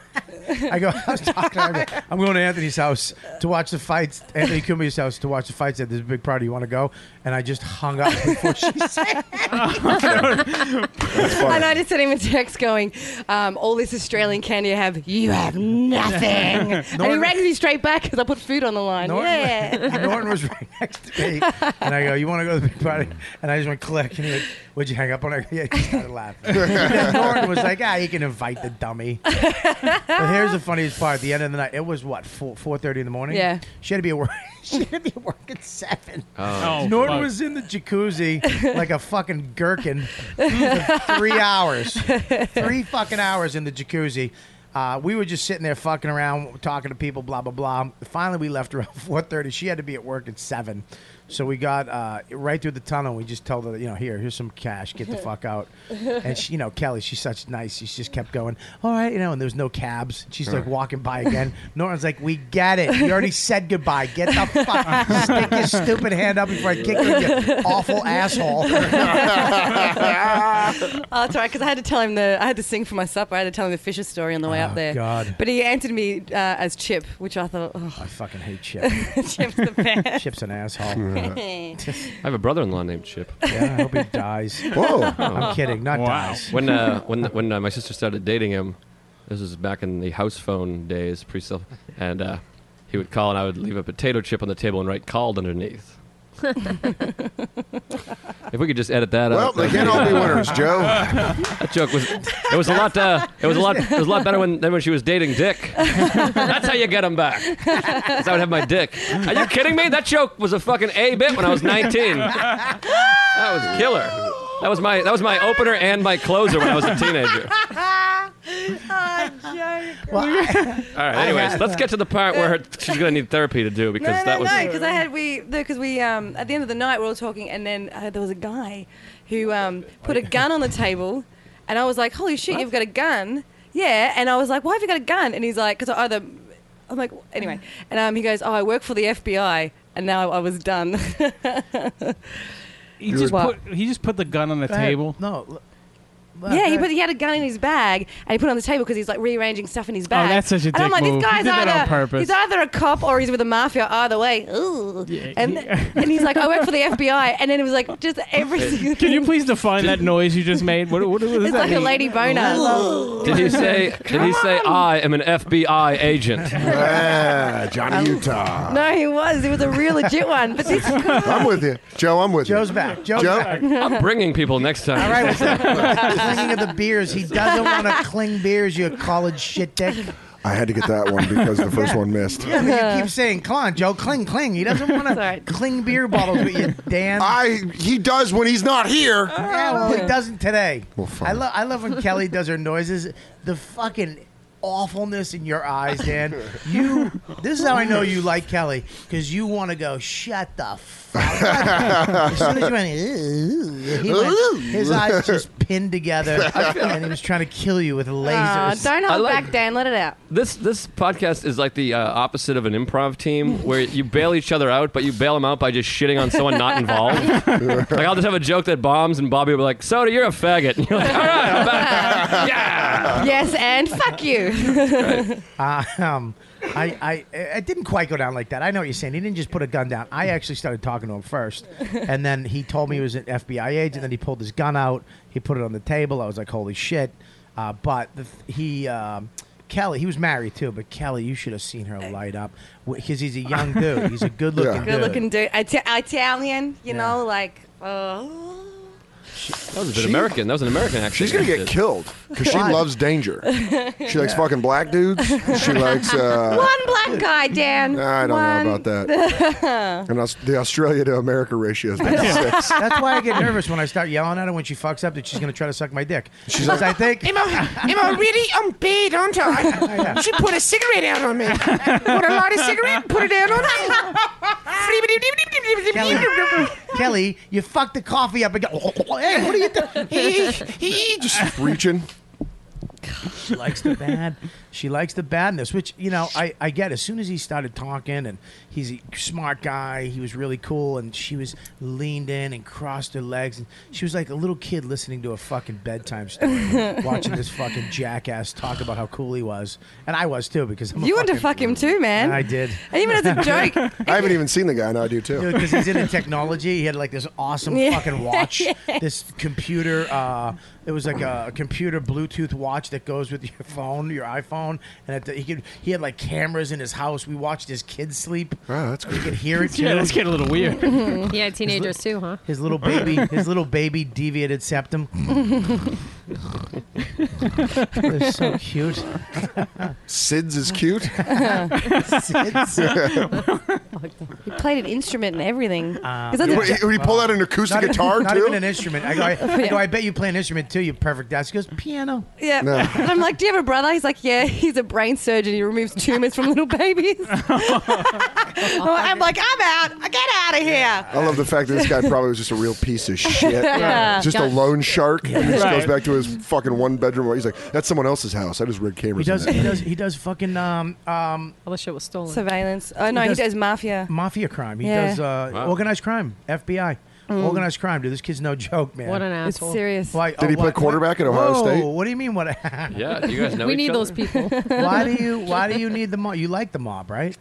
B: I go, I was talking. To her, I go, I'm going to Anthony's house to watch the fights. Anthony Kumi's house to watch the fights. At this big party, you want to go? And I just hung up before she said.
I: And I just sent him a text going, um, all this Australian candy I have, you have nothing. and he
B: Norton-
I: rang me straight back because I put food on the line.
B: Norton,
I: Yeah.
B: Norton was right next to me, and I go, "You want to go to the big party?" And I just went click, and he went, "Would you hang up on?" it?" Yeah, he started laughing. then Norton was like, "Ah, you can invite the dummy." but here's the funniest part: at the end of the night, it was what four four thirty in the morning.
I: Yeah.
B: she had to be at work. she had to be at work at seven.
D: Oh.
B: Norton
D: fuck.
B: was in the jacuzzi like a fucking gherkin for three hours. Three fucking hours in the jacuzzi. Uh, we were just sitting there fucking around, talking to people, blah blah blah. Finally, we left around four thirty. She had to be at work at seven, so we got uh, right through the tunnel. We just told her, you know, here, here's some cash, get the fuck out. And she, you know, Kelly, she's such nice. She just kept going, all right, you know. And there was no cabs. She's like walking by again. Norton's like, we get it. You already said goodbye. Get the fuck, stick your stupid hand up before I kick you, in, you awful asshole.
I: oh, that's all right, because I had to tell him the, I had to sing for my supper. I had to tell him the Fisher story on the way up there.
B: Oh, God.
I: But he answered me uh, as Chip, which I thought, oh,
B: I fucking hate Chip.
I: Chip's the best.
B: Chip's an asshole.
D: I have a brother-in-law named Chip.
B: Yeah, I hope he dies.
H: Whoa.
B: I'm kidding, not dies.
D: When uh, when when uh, my sister started dating him, this is back in the house phone days, pre-cell, and uh, he would call, and I would leave a potato chip on the table and write "called" underneath. if we could just edit that
H: Well,
D: out.
H: they
D: that'd be,
H: can't all be
D: uh,
H: winners, Joe.
D: That joke was it was a lot uh, it was a lot it was a lot better when, than when she was dating Dick. That's how you get him back. 'Cause I would have my dick. Are you kidding me? That joke was a fucking a bit when I was 19. That was killer. That was my that was my opener and my closer when I was a teenager.
I: oh, yeah.
D: All right. Anyways, let's get to the part where her, she's gonna need therapy to do because
I: no, no,
D: that was
I: no, because I had we because we um at the end of the night we we're all talking and then uh, there was a guy who um put a gun on the table, and I was like, holy shit, you've got a gun, yeah, and I was like, why have you got a gun? And he's like, because I either I'm like anyway, and um he goes, oh, I work for the FBI, and now I was done.
A: He just,
I: What?
A: put, he just put the gun on the
I: Go ahead.
A: table.
B: No.
I: Yeah, he put he had a gun in his bag and he put it on the table because he's like rearranging stuff in his bag.
A: Oh, that's such a
I: And I'm
A: dick
I: like,
A: move.
I: this
A: He
I: guy's
A: did that
I: either
A: on purpose.
I: he's either a cop or he's with the mafia. Either way, ooh. and and he's like, I work for the FBI, and then it was like just everything.
A: Can you please define that noise you just made? What, what, what does
I: It's
A: that
I: like a
A: mean?
I: lady boner.
D: Did he say? Did he say I am an FBI agent?
H: Yeah,
I: Um,
H: Johnny Utah.
I: No, he was. It was a real legit one. But this
H: I'm with you, Joe. I'm with you. Joe's
B: back.
H: Joe's Joe? back.
D: I'm bringing people next time. All right.
B: clinging of the beers. He doesn't want to cling beers. You college shit dick.
H: I had to get that one because the first one missed.
B: Yeah, but you keep saying, "Come on, Joe, cling, cling." He doesn't want to cling beer bottles with you, Dan.
H: I he does when he's not here.
B: Yeah, well, he doesn't today.
H: Well, fine.
B: I love I love when Kelly does her noises. The fucking awfulness in your eyes, Dan. You. This is how I know you like Kelly because you want to go shut the. Fuck up." as soon as you went, "Ooh," he went-
I: Ooh.
B: his eyes just pinned together, and he was trying to kill you with
I: Aw,
B: lasers.
I: don't
D: I
I: hold
D: like-
I: back, Dan. Let it out.
D: This this podcast is like the uh, opposite of an improv team where you bail each other out, but you bail them out by just shitting on someone not involved. like I'll just have a joke that bombs, and Bobby will be like, "Soda, you're a faggot." And you're like, "All right, I'm back." yeah.
I: Yes, and fuck you.
B: Uh, um, I, I, it didn't quite go down like that. I know what you're saying. He didn't just put a gun down. I actually started talking to him first, and then he told me he was an FBI agent. then he pulled his gun out. He put it on the table. I was like, "Holy shit!" Uh, but the, he, um, Kelly, he was married too. But Kelly, you should have seen her light up because he's a young dude. He's a good-looking, dude.
I: Good looking dude. Ita- Italian, you know, like. Oh.
D: That was an American. That was an American accent.
H: She's gonna
D: you
H: get
D: did.
H: killed because she
I: Why?
H: loves danger. She likes
I: Yeah.
H: fucking black dudes. She likes. Uh,
I: One black guy, Dan.
H: I don't
I: One.
H: know about that. and Aus- the Australia to America ratio is about six.
B: That's why I get nervous when I start yelling at her when she fucks up that she's gonna try to suck my dick.
H: She's
B: Because
H: like-
B: I think
L: Am I, am I really? I'm bad, aren't I? She put a cigarette out on me. Put a light a cigarette, put it out on me.
B: Kelly, you fucked the coffee up and go. Hey, what are you doing?
H: Just reaching.
B: She likes the bad. She likes the badness, which you know I, I get. As soon as he started talking, and he's a smart guy, he was really cool, and she was leaned in and crossed her legs, and she was like a little kid listening to a fucking bedtime story, watching this fucking jackass talk about how cool he was, and I was too because I'm a
I: You want to fuck him too, man.
B: I did.
I: And even as a joke,
H: I haven't even seen the guy. No, I do too.
B: because he's into technology. He had like this awesome
I: Yeah.
B: fucking watch, this computer. Uh, it was like a computer Bluetooth watch that goes with your phone, your iPhone, and at the, he could he had like cameras in his house. We watched his kids sleep. Wow, that's cool. You could hear it. Too.
A: Yeah, that's getting a little weird.
K: yeah, teenagers too, huh?
B: His little baby, his little baby deviated septum. They're so cute.
H: Sids is cute.
I: he played an instrument and everything.
B: Uh,
I: 'Cause that's a
H: Would he- would he pull out an acoustic
B: Not even-
H: guitar,
B: not
H: too?
B: even an instrument. I go, I, I go, I bet you play an instrument too. You perfect ass. He goes, piano.
I: jo- yeah.
B: No.
I: And I'm like, do you have a brother? He's like, yeah, he's a brain surgeon. He removes tumors from little babies. I'm like, I'm out. Get out of here.
H: I love the fact that this guy probably was just a real piece of shit.
I: Right.
H: Just a
I: Got-
H: lone shark. And he just
B: Right.
H: goes back to his fucking one bedroom. He's like, that's someone else's house. I just read
B: He
H: cameras.
B: does.
H: in
B: He does. He does fucking um um.
K: All the shit was stolen.
I: Surveillance. Oh no, he does, mafia.
B: Mafia crime. He
I: Yeah. Mm.
B: does uh,
I: Wow.
B: organized crime. FBI. Organized crime, dude. This kid's no joke, man.
K: What an It's asshole. serious.
B: Why,
H: Did he play quarterback at Ohio
B: Whoa,
H: State?
B: What do you mean? What?
D: Yeah, Uh, you guys know
K: we
D: each
K: need
D: other?
K: those people.
B: why do you? Why do you need the mob? You like the mob, right?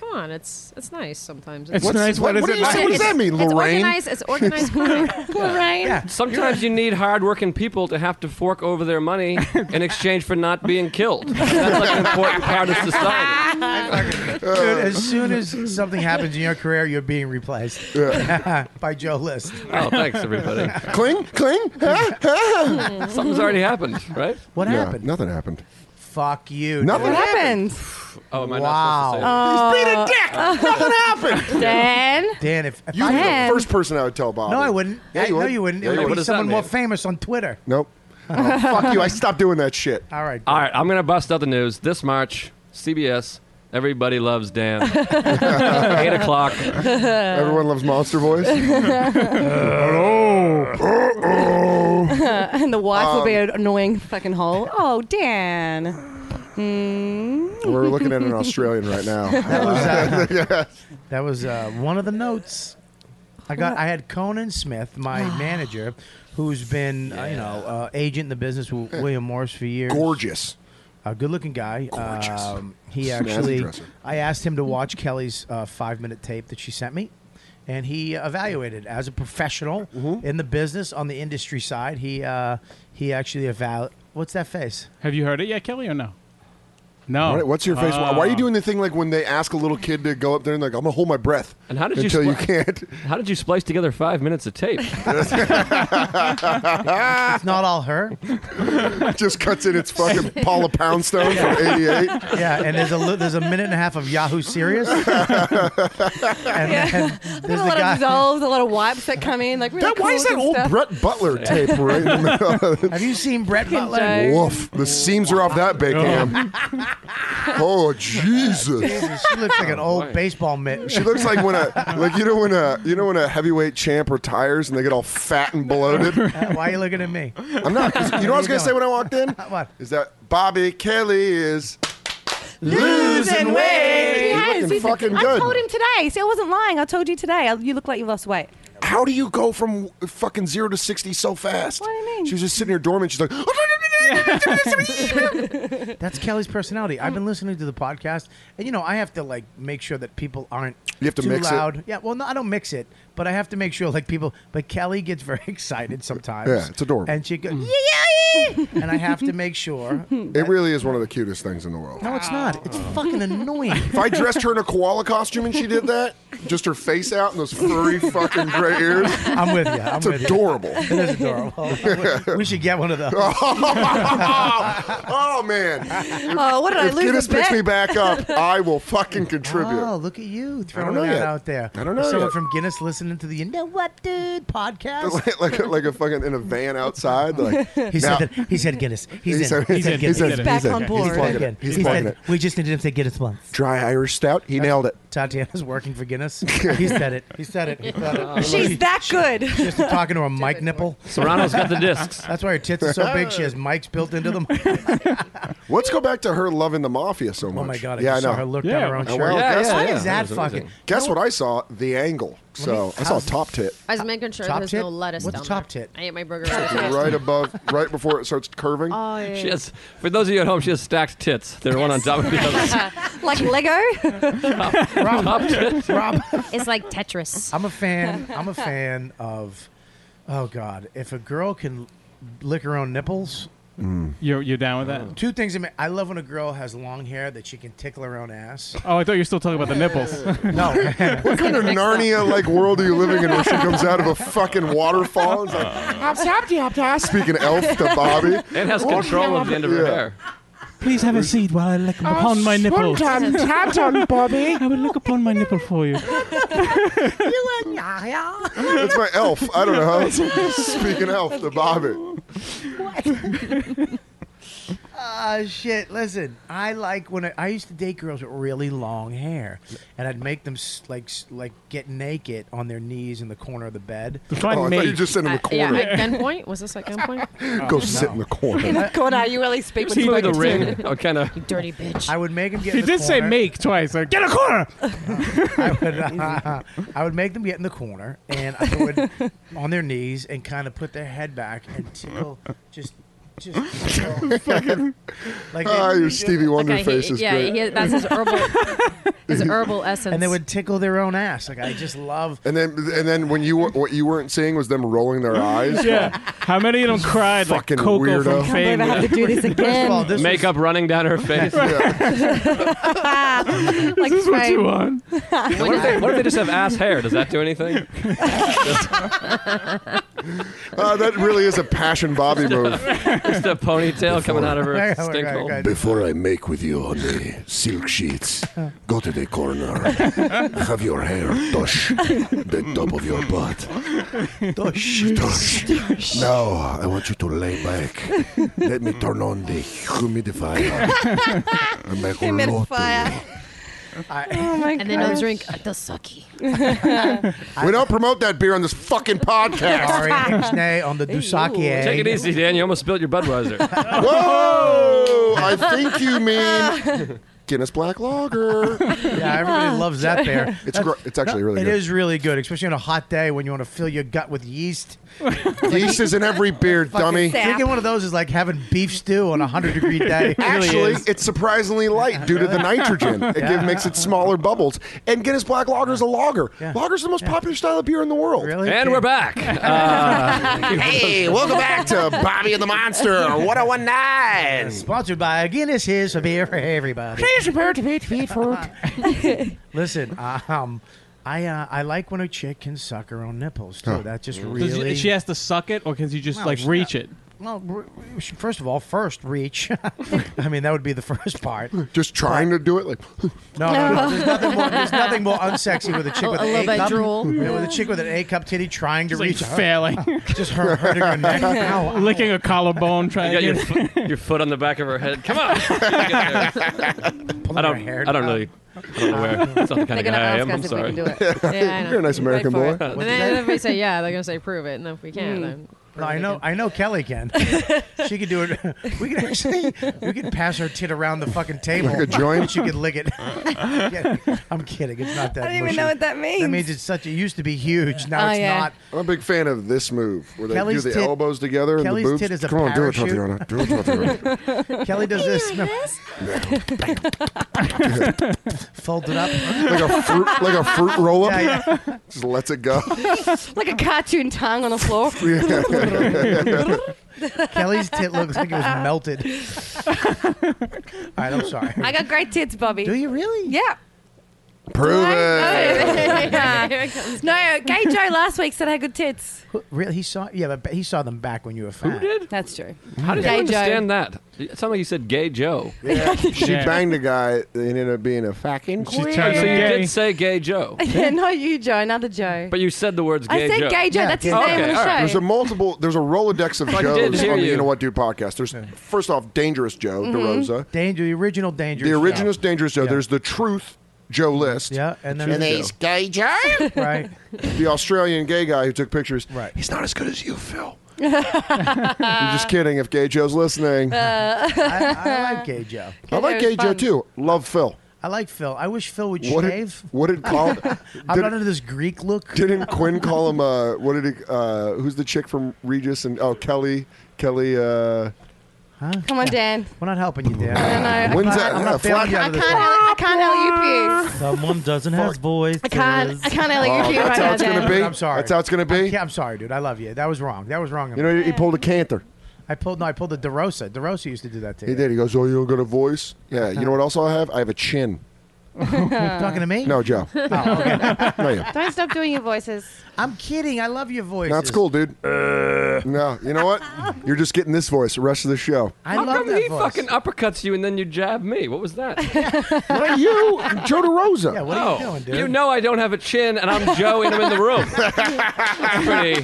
K: Come on, it's it's nice sometimes.
B: It's What's- nice, what- but what is do it you- nice? what does that mean,
K: It's
B: Lorraine?
K: organized. It's organized crime.
I: Lorraine.
D: Sometimes you need hardworking people to have to fork over their money in exchange for not being killed. That's like an important part of society.
B: Dude, as soon as something happens in your career, you're being replaced by Joe List.
D: Oh, thanks, everybody.
H: Cling, cling. huh? Huh?
D: Something's already happened, right?
B: What
H: Yeah,
B: happened?
H: Nothing happened.
B: Fuck you.
H: Nothing
B: dude.
H: What
I: happened?
D: Oh, am I
B: Wow.
D: not supposed to say
I: uh,
D: that?
B: Nothing happened.
I: Dan.
B: Dan, if, if
H: You'd
B: I
H: be
B: had
H: the first person I would tell Bob.
B: No, I wouldn't.
H: Yeah,
B: I,
H: you
B: no,
H: would.
B: you wouldn't.
H: Yeah,
B: it
H: you
B: would
H: would.
B: be someone more famous on Twitter.
H: Nope. Oh, fuck you. I stopped doing that shit.
B: All right.
D: All right, I'm gonna bust out the news this March. CBS. Everybody loves Dan. Eight o'clock.
H: Everyone loves Monster Voice.
I: and the wife will
B: Um,
I: be an annoying fucking hole. Oh, Dan. Mm.
H: We're looking at an Australian right now.
B: That was, uh, that was uh, one of the notes. I got. I had Conan Smith, my manager, who's been uh, you know uh, agent in the business with William Morris for years.
H: Gorgeous.
B: A good-looking guy.
H: Gorgeous.
B: Um, he
H: Snazzy
B: actually.
H: dresser.
B: I asked him to watch Kelly's uh, five-minute tape that she sent me, and he evaluated as a professional
H: Mm-hmm.
B: in the business on the industry side. He uh, he actually eval. What's that face?
A: Have you heard it yet, Kelly, or no? No.
H: What- what's your face? Why-
B: Uh,
H: Why are you doing the thing like when they ask a little kid to go up there and like I'm gonna hold my breath?
D: And how did you
H: until you
D: spli-
H: can't?
D: How did you splice together five minutes of tape?
B: It's not all her.
H: Just cuts in its fucking Paula Poundstone from '88.
B: Yeah, and there's a li- there's a minute and a half of Yahoo Serious. and then there's
I: There's a
B: the
I: lot
B: guy.
I: of dissolves, a lot of wipes that come in. Like really
H: That- why is that
I: cool-looking
H: old
I: stuff.
H: Brett Butler tape right in the middle? of it?
B: Have you seen Brett
I: Fucking
B: Butler?
I: joke.
H: Woof! The seams are off that bacon. oh Jesus!
B: Jesus, she looks like an old baseball mitt.
H: She looks like when a like you know when a you know when a heavyweight champ retires and they get all fat and bloated.
B: Uh, Why are you looking at me?
H: I'm not. 'cause You know what I
B: Where you
H: was gonna say
B: going?
H: when I walked in?
B: What?
H: Is that Bobby Kelly is
B: Losing
H: weight.
I: Yes,
H: looking
I: he's-
H: fucking
I: I
H: good.
I: told him today. See, I wasn't lying. I told you today. I, you look like you lost weight.
H: How do you go from fucking zero to sixty so fast?
I: What do you mean?
H: She was just sitting here dormant. She's like,
B: That's Kelly's personality. I've been listening to the podcast, and you know I have to like make sure that people aren't
H: You have to
B: too
H: mix it?
B: loud. Yeah, well, no, I don't mix it, but I have to make sure like people. But Kelly gets very excited sometimes.
H: Yeah, it's adorable. Mm.
B: And she goes, yeah, yeah, yeah," and I have to make sure. No,
H: it really is one of the cutest things in the world.
B: it's not. It's fucking annoying.
H: If I dressed her in a koala costume and she did that, just her face out and those furry fucking gray ears,
B: I'm with you. I'm
H: it's
B: with
H: adorable.
B: you. It is adorable. we should get one of those.
H: oh man!
I: Oh, what did
H: If
I: I lose?
H: Guinness
I: a bet?
H: picks me back up, I will fucking contribute.
B: Oh, look at you
H: don't
B: throwing
H: know
B: that
H: yet.
B: out there.
H: I don't know
B: Someone
H: yet.
B: from Guinness listening to the You Know What Dude podcast.
H: like, like, a, like a fucking in a van outside. Like
B: He
H: now-
B: said that, he said Guinness. He's,
H: He
B: in.
H: said-
B: He's
H: he
B: in
H: said-
B: Guinness.
H: he said-
I: He's back
H: he said-
I: on
H: he's
I: board.
H: plugging
B: Again,
H: it. He's
B: he
H: plugging
B: said,
H: it.
B: we just needed him to Guinness once.
H: Dry Irish stout. He nailed it.
B: Tatiana's working for Guinness. he said it. He said it. He said it.
I: She's that good.
B: Just talking to her mic nipple.
D: Serrano's got the discs.
B: That's why her tits are so big. She has mics built into them. Oh
H: Let's go back to her loving the mafia so much.
B: my god! I
H: yeah,
B: just
H: I know.
B: saw her look
A: Yeah.
B: down her own
H: Oh,
B: shirt.
H: well, Yeah, guess yeah,
B: Why
H: what? yeah.
B: is that fucking?
H: Guess what I saw? The angle. So I saw top tit
K: I was making sure
B: Top
K: there's
B: tip?
K: no lettuce
B: What's
K: down
B: top
K: there.
B: tip?
K: I ate my burger right away.
H: right above, right before it starts curving.
K: Oh, yeah.
D: She has, for those of you at home, she has stacked tits. They're one on top of the other.
I: like Lego.
D: Top tits.
B: Rob,
K: It's like Tetris.
B: I'm a fan. I'm a fan of. Oh god! If a girl can lick her own nipples,
A: You're, you're down with that?
B: two things. ama- I love when a girl has long hair that she can tickle her own ass.
A: Oh, I thought you were still talking about the nipples.
B: No,
H: What kind of Narnia like world are you living in where she comes out of a fucking waterfall? It's like
L: Hop, hop, hop, hop.
H: speaking elf to Bobby.
D: It has control of the end of her
H: Yeah.
D: hair.
A: Please have a seat while I look upon my nipples.
L: Tom, Tom, Tom, Bobby.
A: I will look upon my nipple for you.
H: That's my elf. I don't know. Speaking elf to Bobby.
B: Ah, shit. Listen, I like when I, I used to date girls with really long hair, and I'd make them s- like s- like get naked on their knees in the corner of the bed.
A: Define
H: Oh, I thought
A: me.
H: you just said in the
K: Uh, yeah,
H: corner.
K: at gunpoint? Was this at gunpoint?
H: Go sit in the corner.
I: In the corner, you really speak with
D: See through the
I: fucking
D: ring. Oh, kind of.
K: Dirty bitch.
B: I would make them get.
A: He
B: in the
A: did say
B: corner.
A: make twice. Like, get a corner.
B: I would, uh, I would make them get in the corner and I would on their knees and kind of put their head back and tickle, just, just tickle. like they-
H: Ah, your Stevie Wonder
K: Okay, he-
H: face is
K: yeah,
H: great.
K: he- that's his herbal, his herbal essence.
B: and they would tickle their own ass. Like I just love.
H: And then, and then when you were, what you weren't seeing was them rolling their eyes.
A: Yeah. How many of them cried like
H: Fucking
A: Coco
H: weirdo.
A: from
I: I can't believe I have
A: Fame?
I: to do this
B: First of all,
I: again.
B: this was-
D: Makeup running down her face.
I: like
A: Is this what you
I: Fame.
A: want?
D: What if, they, what if they just have ass hair? Does that do anything?
H: Uh, Ah, that really is a passion Bobby move.
D: Just a ponytail coming out of her stink hole.
J: Before I make with you on the silk sheets, go to the corner. Have your hair touch the top of your butt. Touch, touch. Now I want you to lay back. Let me turn on the humidifier. and make a lot
I: fire.
K: oh
I: my
K: And then I'll
I: gosh.
K: drink the sucky.
H: we don't promote that beer on this fucking podcast.
B: Ari Nixnay on the Dusaki.
D: Take it easy, Dan. You almost spilled your Budweiser.
H: Whoa! I think you mean Guinness Black Lager.
B: Yeah, everybody loves that beer.
H: It's gr- it's actually really
B: It
H: good.
B: is really good, especially on a hot day when you want to fill your gut with yeast.
H: Yeast is in every beer,
B: Fucking
H: dummy.
B: Drinking one of those is like having beef stew on a hundred degree day.
H: Actually, it's surprisingly light due to the nitrogen. It
B: Yeah.
H: give, makes it smaller bubbles. And Guinness Black Lager is a lager. Lager's the most popular style of beer in the world. Really?
D: And we're back. Uh,
L: Hey, welcome back to Bobby and the Monster 1019.
B: Sponsored by Guinness is a beer for everybody.
L: Please prepare to meet me for
B: Listen, um, I uh, I like when a chick can suck her own nipples too. That just
A: Does-
B: really.
A: she has to suck it, or can she just
B: Well,
A: like
B: she-
A: reach it?
B: well, r- r- she- first of all, first reach. I mean, that would be the first part.
H: Just trying to do it like.
B: No, no, no. There's nothing more. There's nothing more unsexy with a
H: Oh,
B: chick
K: A-
B: with
K: a
B: an
K: little
B: A
K: bit
B: cup.
K: drool.
B: Yeah, with a chick with an A cup titty trying to
A: Just, like,
B: reach her.
A: failing.
B: just her hurting her neck. Ow, ow.
A: Licking a collarbone, trying
D: you got
A: to
D: your
A: get
D: foot, your foot on the back of her head. Come on. I don't.
B: hair
D: I don't really. I don't know where. That's not the kind
K: They're
D: of
K: gonna
D: guy I
K: ask
D: am.
K: us
D: I'm
K: if
D: sorry.
K: we can do it. Yeah, I know.
H: You're a nice American boy.
K: And then if we say yeah, they're gonna say prove it, and if we can, then
B: No, I know. I know Kelly can. she could do it. We could actually. We could pass her tit around the fucking table.
H: Like a joint?
B: And she could lick it. Yeah, I'm kidding. It's not that.
I: I don't even
B: mushy.
I: know what that means.
B: That means it's such. It used to be huge. Now
I: Oh,
B: it's
I: yeah.
B: not.
H: I'm a big fan of this move where they
B: Kelly's
H: do the
B: tit-
H: elbows together and
B: Kelly's
H: the boobs.
B: tit is a
H: Come on, do it,
B: parachute.
H: Tatiana. Do it, Tatiana.
B: Kelly does this. No. Fold it up.
H: like a fruit, like a fruit roll up.
B: Yeah,
H: Just lets it go.
I: like a cartoon tongue on the floor.
B: Kelly's tit looks like it was melted. All right, I'm sorry.
I: I got great tits, Bobby. Do
B: you really?
I: Yeah.
H: Prove
I: Here it comes. no, Gay Joe last week said I had good tits.
B: Really, he saw. Yeah, but he saw them back when you were fat.
I: That's true.
D: How did
I: Gay
D: you
I: Joe.
D: understand that? It sounded like you said gay Joe.
H: Yeah. She
D: Yeah.
H: banged a guy that ended up being a fucking
D: So
H: queen.
D: you did say gay Joe,
I: yeah, not you, Joe. Another Joe.
D: but you said the words
I: I
D: gay
I: said
D: Joe.
I: gay Joe. that's his
D: Okay,
I: name on the
D: all
I: show.
D: right.
H: There's a multiple. There's a Rolodex of
D: I did
H: Joes
D: hear
H: on the
D: you.
H: You Know What Dude podcast. There's first off, Dangerous Joe
I: Mm-hmm.
B: Mhm.
H: DeRosa,
B: Danger, the original danger.
H: the original Dangerous Joe. There's the Truth Joe list.
B: Yeah, and then
H: Truth
B: there's-
L: Gay Joe.
B: Right.
H: Joe. the Australian gay guy who took pictures. Right. He's not as good as you, Phil. I'm
I: Uh,
H: just kidding. If Gay Joe's listening,
B: I, I like Gay Joe.
H: I like Gay Joe too. Love Phil.
B: I like Phil. I wish Phil would
H: What did,
B: shave.
H: what did Colin?
B: I'm
H: did-
B: not into this Greek look.
H: Didn't Quinn call him? Uh, what did he? Uh, who's the chick from Regis and oh Kelly? Kelly. Uh,
I: Come on, Dan.
B: We're not helping you, Dan.
I: I don't know.
H: when's
B: I'm
H: that?
B: not- I'm
H: uh,
B: not
H: flat-
B: failing you out
I: I
B: of
I: can't.
B: this.
I: I can't help you, Pierce.
C: Someone doesn't have voice.
I: I can't. I can't help
H: Oh,
I: you, Pierce, right
H: that's how
I: now,
H: it's gonna
I: Dan.
H: be.
B: I'm sorry.
H: That's how it's gonna be.
B: Yeah, I'm sorry, dude. I love you. That was wrong. That was wrong. of
H: You
B: me.
H: know, he pulled a canter.
B: I pulled. No, I pulled the DeRosa. DeRosa used to do that to
H: He
B: you.
H: did. He goes, "Oh, you don't got a voice." Yeah. You know what else I have? I have a chin.
B: Talking to me?
H: No, Joe.
B: Oh,
H: No, you.
I: Don't stop doing your voices.
B: I'm kidding. I love your voice.
H: That's cool, dude.
D: Uh.
H: No, you know what? You're just getting this voice the rest of the show.
B: I
D: How
B: love
D: come
B: that
D: he
B: voice.
D: fucking uppercuts you and then you jab me? What was that?
H: Not you, Joe DeRosa.
B: Yeah, what are you doing, dude?
D: Oh, You know I don't have a chin, and I'm Joe, and I'm in the room. That's pretty.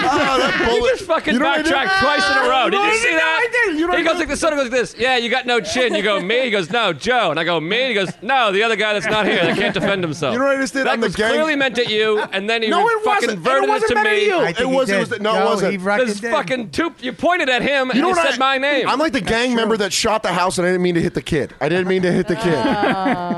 D: He just fucking
H: Oh, You know what I did?
D: backtracked twice in a row. Did
H: No, I
D: you see that?
H: didn't. No, I didn't. You know
D: he
H: what I
D: goes like this. Son goes like this. Yeah, you got no chin. You go me. He goes no, Joe, and I go me. He goes no, the other guy that's not here that can't defend himself.
H: You know what I just did?
D: That
H: I'm the
D: was
H: gang-
D: clearly meant at you, and then he
H: No, it
D: fucking
H: wasn't. It
D: verted
H: wasn't
D: to
H: meant at
D: me.
H: you.
B: I think
H: It
B: he
H: wasn't- it
B: did.
H: was- no, it wasn't.
B: He fucking
D: This
B: did.
D: fucking two. You pointed at him, and
H: You know
D: you
H: what
D: said my
H: I-
D: name.
H: I'm like the gang member that shot the house, and I didn't mean to hit the kid. I didn't mean to hit the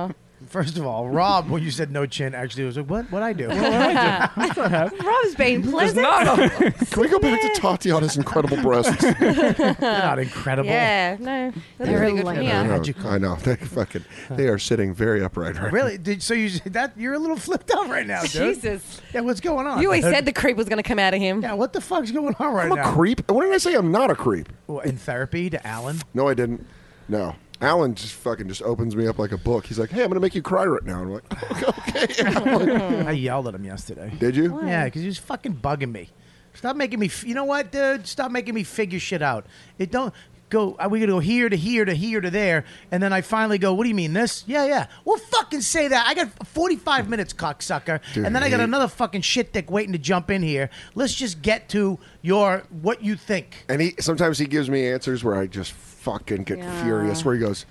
H: kid.
B: First of all, Rob, when you said no chin, actually was like, "What? What I do?"
I: Rob's been
D: There's
I: pleasant.
D: not a-
H: Can we go back to Tatiana's incredible breasts?
B: They're not incredible.
I: Yeah, no. That's
K: They're
I: pretty good for
K: lame.
I: me.
H: I
I: huh?
H: know, I know. They fucking they are sitting very upright right
B: Really? Did, so you that you're a little flipped out right now, dude.
I: Jesus.
B: Yeah, what's going on?
I: You always said the creep was going to come out of him.
B: Yeah, what the fuck's going on right
H: now. I'm a
B: now?
H: creep. What did I say? I'm not a creep.
B: Well, in therapy to Alan.
H: No, I didn't. No. Alan just fucking just opens me up like a book. He's like, "Hey, I'm gonna make you cry right now." And I'm like, "Okay."
B: I yelled at him yesterday.
H: Did you?
B: Yeah, because he was fucking bugging me. Stop making me. F- you know what, dude? Stop making me figure shit out. It don't go. Are we gonna go here to here to here to there? And then I finally go. What do you mean this? Yeah, yeah. Well, fucking say that. I got 45 minutes, cocksucker.
H: Dude,
B: and then I got
H: he-
B: another fucking shit dick waiting to jump in here. Let's just get to your what you think.
H: And he sometimes he gives me answers where I just fucking get
B: Yeah.
H: furious. Where he goes,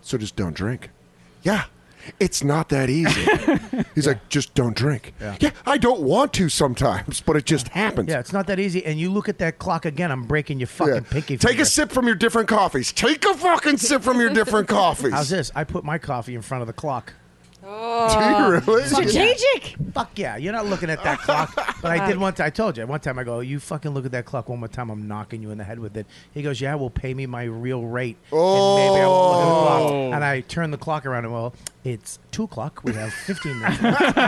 H: so just don't drink. Yeah, it's not that easy. He's like, just don't drink. Yeah. I don't want to sometimes, but it just happens.
B: Yeah, it's not that easy. And you look at that clock again. I'm breaking your fucking pinky.
H: Take
B: finger.
H: a sip from your different coffees. Take a fucking sip from your different coffees.
B: How's this? I put my coffee in front of the clock.
H: Do you really?
B: Strategic. Fuck yeah! You're not looking at that clock. But I did one time. I told you one time. I go, you fucking look at that clock one more time. I'm knocking you in the head with it. He goes, yeah, well, pay me my real rate. Oh. And maybe I won't look at the
H: Oh.
B: clock. And I turn the clock around and well, it's two o'clock. We have 15 minutes.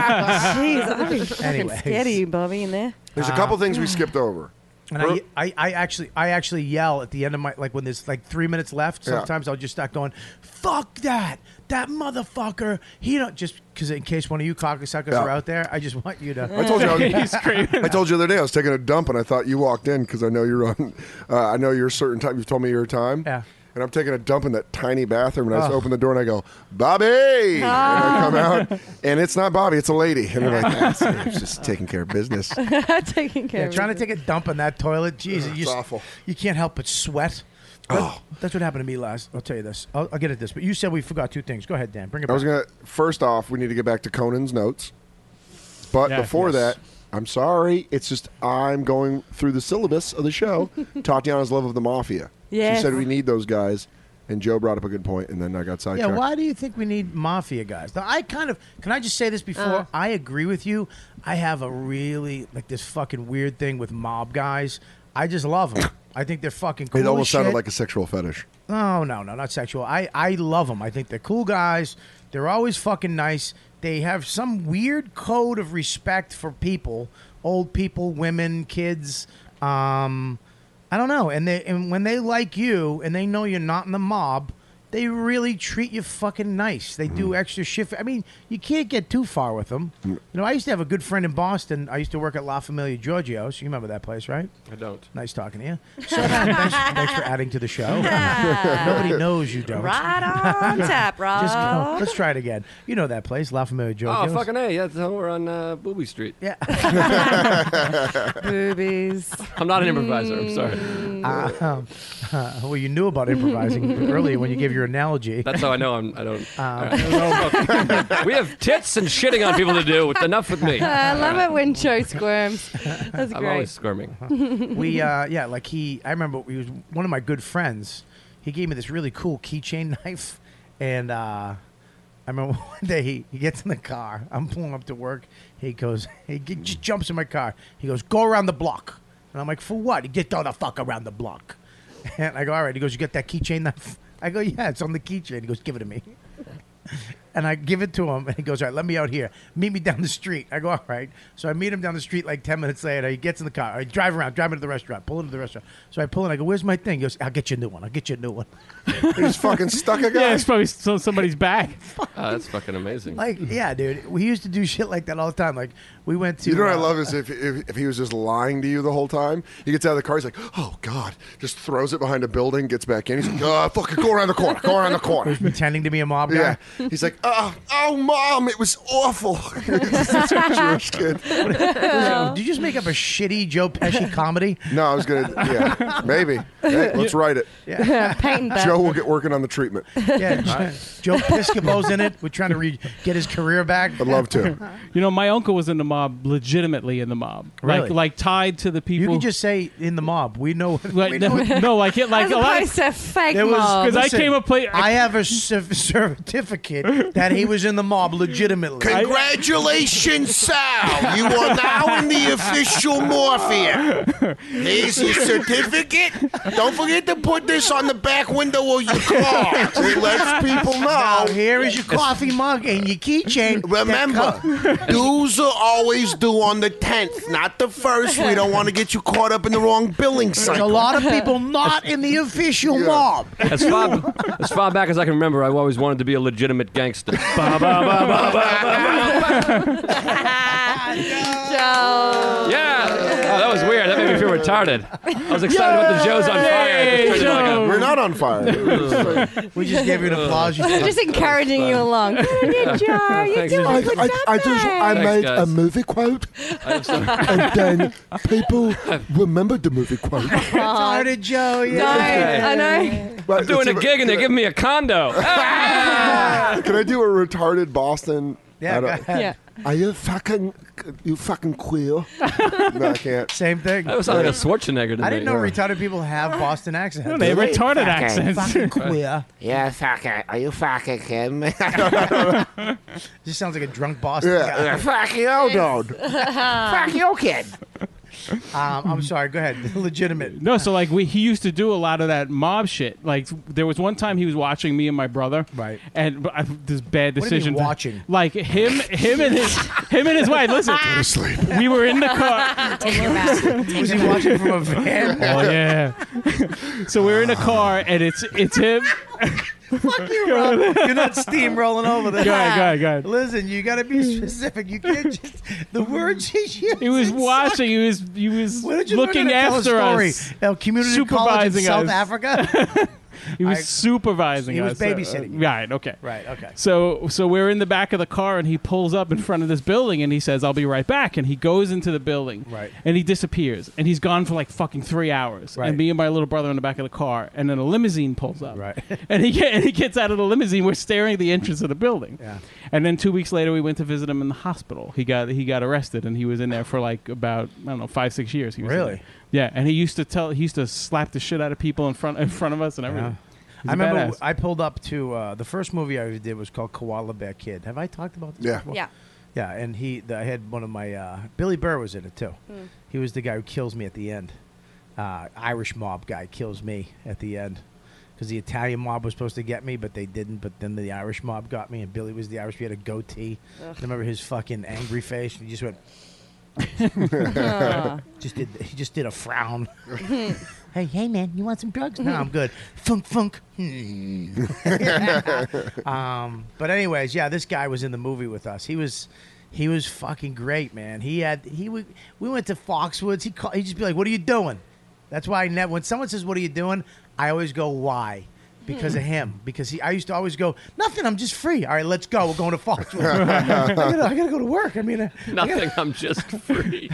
I: Jeez, I'd be fucking
B: Anyways.
I: scared of you, Bobby, in there.
H: There's a couple
B: Ah.
H: things we skipped over.
B: And I, I, I actually, I actually yell at the end of my like when there's like three minutes left.
H: Yeah.
B: Sometimes I'll just start going, "Fuck that, that motherfucker." He don't just because in case one of you cocksuckers
H: Yeah.
B: are out there, I just want you to.
H: I told you. I, was, I told you the other day I was taking a dump and I thought you walked in because I know you're on. Uh, I know you're a certain time. You've told me your time. Yeah. And I'm taking a dump in that tiny bathroom, and I just
B: Oh.
H: open the door and I go, Bobby! And I come out, and it's not Bobby, it's a lady. And I'm like, "That's it. it's just taking care of business.
I: Taking care
B: Yeah,
I: of
B: trying to
I: business.
B: take a dump in that toilet. Jesus, you, s- you can't help but sweat. That-
H: Oh.
B: That's what happened to me last. I'll tell you this. I'll, I'll get at this. But you said we forgot two things. Go ahead, Dan. Bring it back.
H: I was gonna. First off, we need to get back to Conan's notes, but
B: Yeah,
H: before
B: yes.
H: that, I'm sorry. It's just I'm going through the syllabus of the show. Tatiana's love of the mafia.
B: Yes.
H: She said we need those guys, and Joe brought up a good point, and then I got
B: yeah,
H: sidetracked.
B: why do you think we need mafia guys? Now, I kind of can I just say this before
H: Uh.
B: I agree with you. I have a really like this fucking weird thing with mob guys. I just love them. I think they're fucking cool.
H: it almost
B: as
H: sounded
B: shit.
H: like a sexual fetish.
B: No, no, no, not sexual. I, I love them. I think they're cool guys. They're always fucking nice. They have some weird code of respect for people, old people, women, kids. Um, I don't know. And they and when they like you and they know you're not in the mob, they really treat you fucking nice. They do extra shift. I mean, you can't get too far with them. You know, I used to have a good friend in Boston. I used to work at La Familia Giorgio's. You remember that place, right?
D: I don't.
B: Nice talking to you. So thanks, thanks for adding to the show. Nobody knows you don't.
I: Oh. Right on tap, Rob.
B: Just go. Let's try it again. You know that place, La Familia
D: Oh,
B: Giorgio's.
D: fucking A. Yeah, that's how we're on uh, Booby Street.
B: Yeah.
I: Boobies. Mm.
D: I'm not an improviser. I'm sorry.
H: Ah.
B: Uh, well, you knew about improvising earlier when you gave your analogy.
D: That's how I know I'm, I don't.
H: Ah.
B: Um,
D: all right. we have tits and shitting on people to do. Enough with me.
I: I love it when Joe squirms. That's
D: I'm
I: great.
D: always squirming.
B: we uh yeah like he i remember he was one of my good friends he gave me this really cool keychain knife and uh I remember one day he, he gets in the car. I'm pulling up to work. He goes, he g- just jumps in my car. He goes, go around the block. And I'm like, for what? He get the other fuck around the block. And I go, all right. He goes, you got that keychain knife? I go, yeah, it's on the keychain. He goes, give it to me. And I give it to him, and he goes, "All right, let me out here. Meet me down the street." I go, "All right." So I meet him down the street. Like ten minutes later, he gets in the car. I drive around, drive him to the restaurant, pull him to the restaurant. So I pull in. I go, "Where's my thing?" He goes, "I'll get you a new one. I'll get you a new one."
H: He's fucking stuck a
A: Yeah, it's probably so somebody's back.
D: Uh, that's fucking amazing.
B: Like, yeah, dude. We used to do shit like that all the time. Like, we went to.
H: you know what I
B: uh,
H: love is if, if if he was just lying to you the whole time. He gets out of the car, he's like, "Oh God!" Just throws it behind a building, gets back in. He's like, "Oh, fucking go around the corner, go around the corner."
B: He's pretending to be a mob guy.
H: Yeah. He's like, "Oh, oh, mom, it was awful." It's such a Jewish kid.
B: Did you just make up a shitty Joe Pesci comedy?
H: No, I was gonna. Yeah, maybe. Hey, let's write it.
B: Yeah. Paint that.
H: Joe will get working on the treatment.
B: Yeah, Joe Piscopo's in it. We're trying to re- get his career back.
H: I'd love to.
A: You know, my uncle was in the mob, legitimately in the mob,
B: Really?
A: like like tied to the people.
B: You can just say in the mob. We know.
A: Like, no, no, like it, like
I: As
A: a lot.
I: opposed
A: Of,
I: to fake
B: There was-
I: mob.
A: Because I came up play.
B: I have a cer- certificate that he was in the mob legitimately.
L: Congratulations, Sal. You are now in the official Morphia. Here's your certificate. Don't forget to put this on the back window of your car.
H: He lets people know.
B: Now, here is your coffee mug and your keychain.
L: Remember, dues are always due on the 10th, not the 1st. We don't want to get you caught up in the wrong billing
B: There's
L: cycle.
B: a lot of people not in the official mob.
D: As far, as far back as I can remember, I always wanted to be a legitimate gangster. Ba, ba, ba, ba, ba.
I: Joe.
D: Yeah. that was weird. That made me feel retarded. I was excited about the Joe's on fire. It just turned into like a-
H: We're not on fire.
B: we just gave you an applause.
I: I'm just encouraging you along. Good job. You're
D: Thanks,
I: doing
D: guys.
I: good.
D: I-
I: job,
J: I just I
D: Thanks,
J: made a
D: guys.
J: movie quote,
D: I'm sorry.
J: and then people remembered the movie quote.
B: Retarded Joe. Yeah.
I: I know.
D: I'm doing a gig and they're giving me a condo.
H: Can I do a retarded Boston?
B: Yeah,
H: I
B: go
H: don't-
B: ahead. Yeah.
J: Are you fucking you fucking queer?
H: no, I can't.
B: Same thing.
D: That was like a Schwarzenegger. To
B: I didn't know
D: me.
B: retarded people have Boston accents.
A: No, they have
B: Really?
A: retarded
B: Fucking-
A: accents.
B: Fucking queer.
L: Yeah, fucking. Are you fucking him?
B: Just sounds like a drunk Boston guy.
L: yeah. Fuck you, dude. Fuck you, kid.
B: Um, I'm sorry. Go ahead. Legitimate.
A: No, so like we, he used to do a lot of that mob shit. Like there was one time he was watching me and my brother, right? And b- I, this bad
B: What do you mean
A: decision.
B: watching?
A: like him, him and his, him and his wife. Listen,
J: Go to sleep.
A: we were in the car.
K: Take your back.
B: Was he watching from a van?
A: Oh yeah. so we were in the car, and it's it's him.
B: You're not steamrolling over this.
A: Go ahead, go ahead, go ahead.
B: Listen, you got to be specific. You can't just the words you use.
A: He was watching. He was he was
B: Where did you learn
A: looking
B: how to
A: after
B: tell a
A: us.
B: story? Now, community college in
A: Supervising
B: South
A: us.
B: Africa.
A: He was
B: I-
A: supervising
B: He was
A: us, so-
B: babysitting.
A: right. Okay.
B: right. Okay.
A: So so we're in the back of the car and he pulls up in front of this building and he says, I'll be right back and he goes into the building.
B: Right.
A: And he disappears. And he's gone for like fucking three hours.
B: Right.
A: And me and my little brother in the back of the car. And then a limousine pulls up.
B: Right.
A: And he get, and he gets out of the limousine. We're staring at the entrance of the building.
B: Yeah.
A: And then two weeks later we went to visit him in the hospital. He got he got arrested and he was in there for like about I don't know, five, six years. He was in
B: Really?
A: there. Yeah. And he used to tell he used to slap the shit out of people in front in front of us and everything. He's
B: I
A: a
B: remember
A: badass.
B: I pulled up to uh, the first movie I did was called Koala Bear Kid. Have I talked about this?
H: Yeah.
B: before?
I: Yeah.
B: Yeah, and he, the, I had one of my uh, Billy Burr was in it too.
L: Mm.
B: He was the guy who kills me at the end. Uh, Irish mob guy kills me at the end because the Italian mob was supposed to get me, but they didn't. But then the Irish mob got me, and Billy was the Irish. He had a goatee. I remember his fucking angry face. He just went. just did. He just did a frown. hey, hey, man, you want some drugs? no, I'm good. Funk, funk. Hmm. um, but anyways, yeah, this guy was in the movie with us. He was, he was fucking great, man. He had he would we went to Foxwoods. He call, he'd just be like, "What are you doing?" That's why I never when someone says, "What are you doing?" I always go, "Why." Because of him, because he, I used to always go nothing. I'm just free. All right, let's go. We're going to Foxwoods. I, gotta, I gotta go to work. I mean, uh, I, I gotta-
D: Nothing. I'm just free.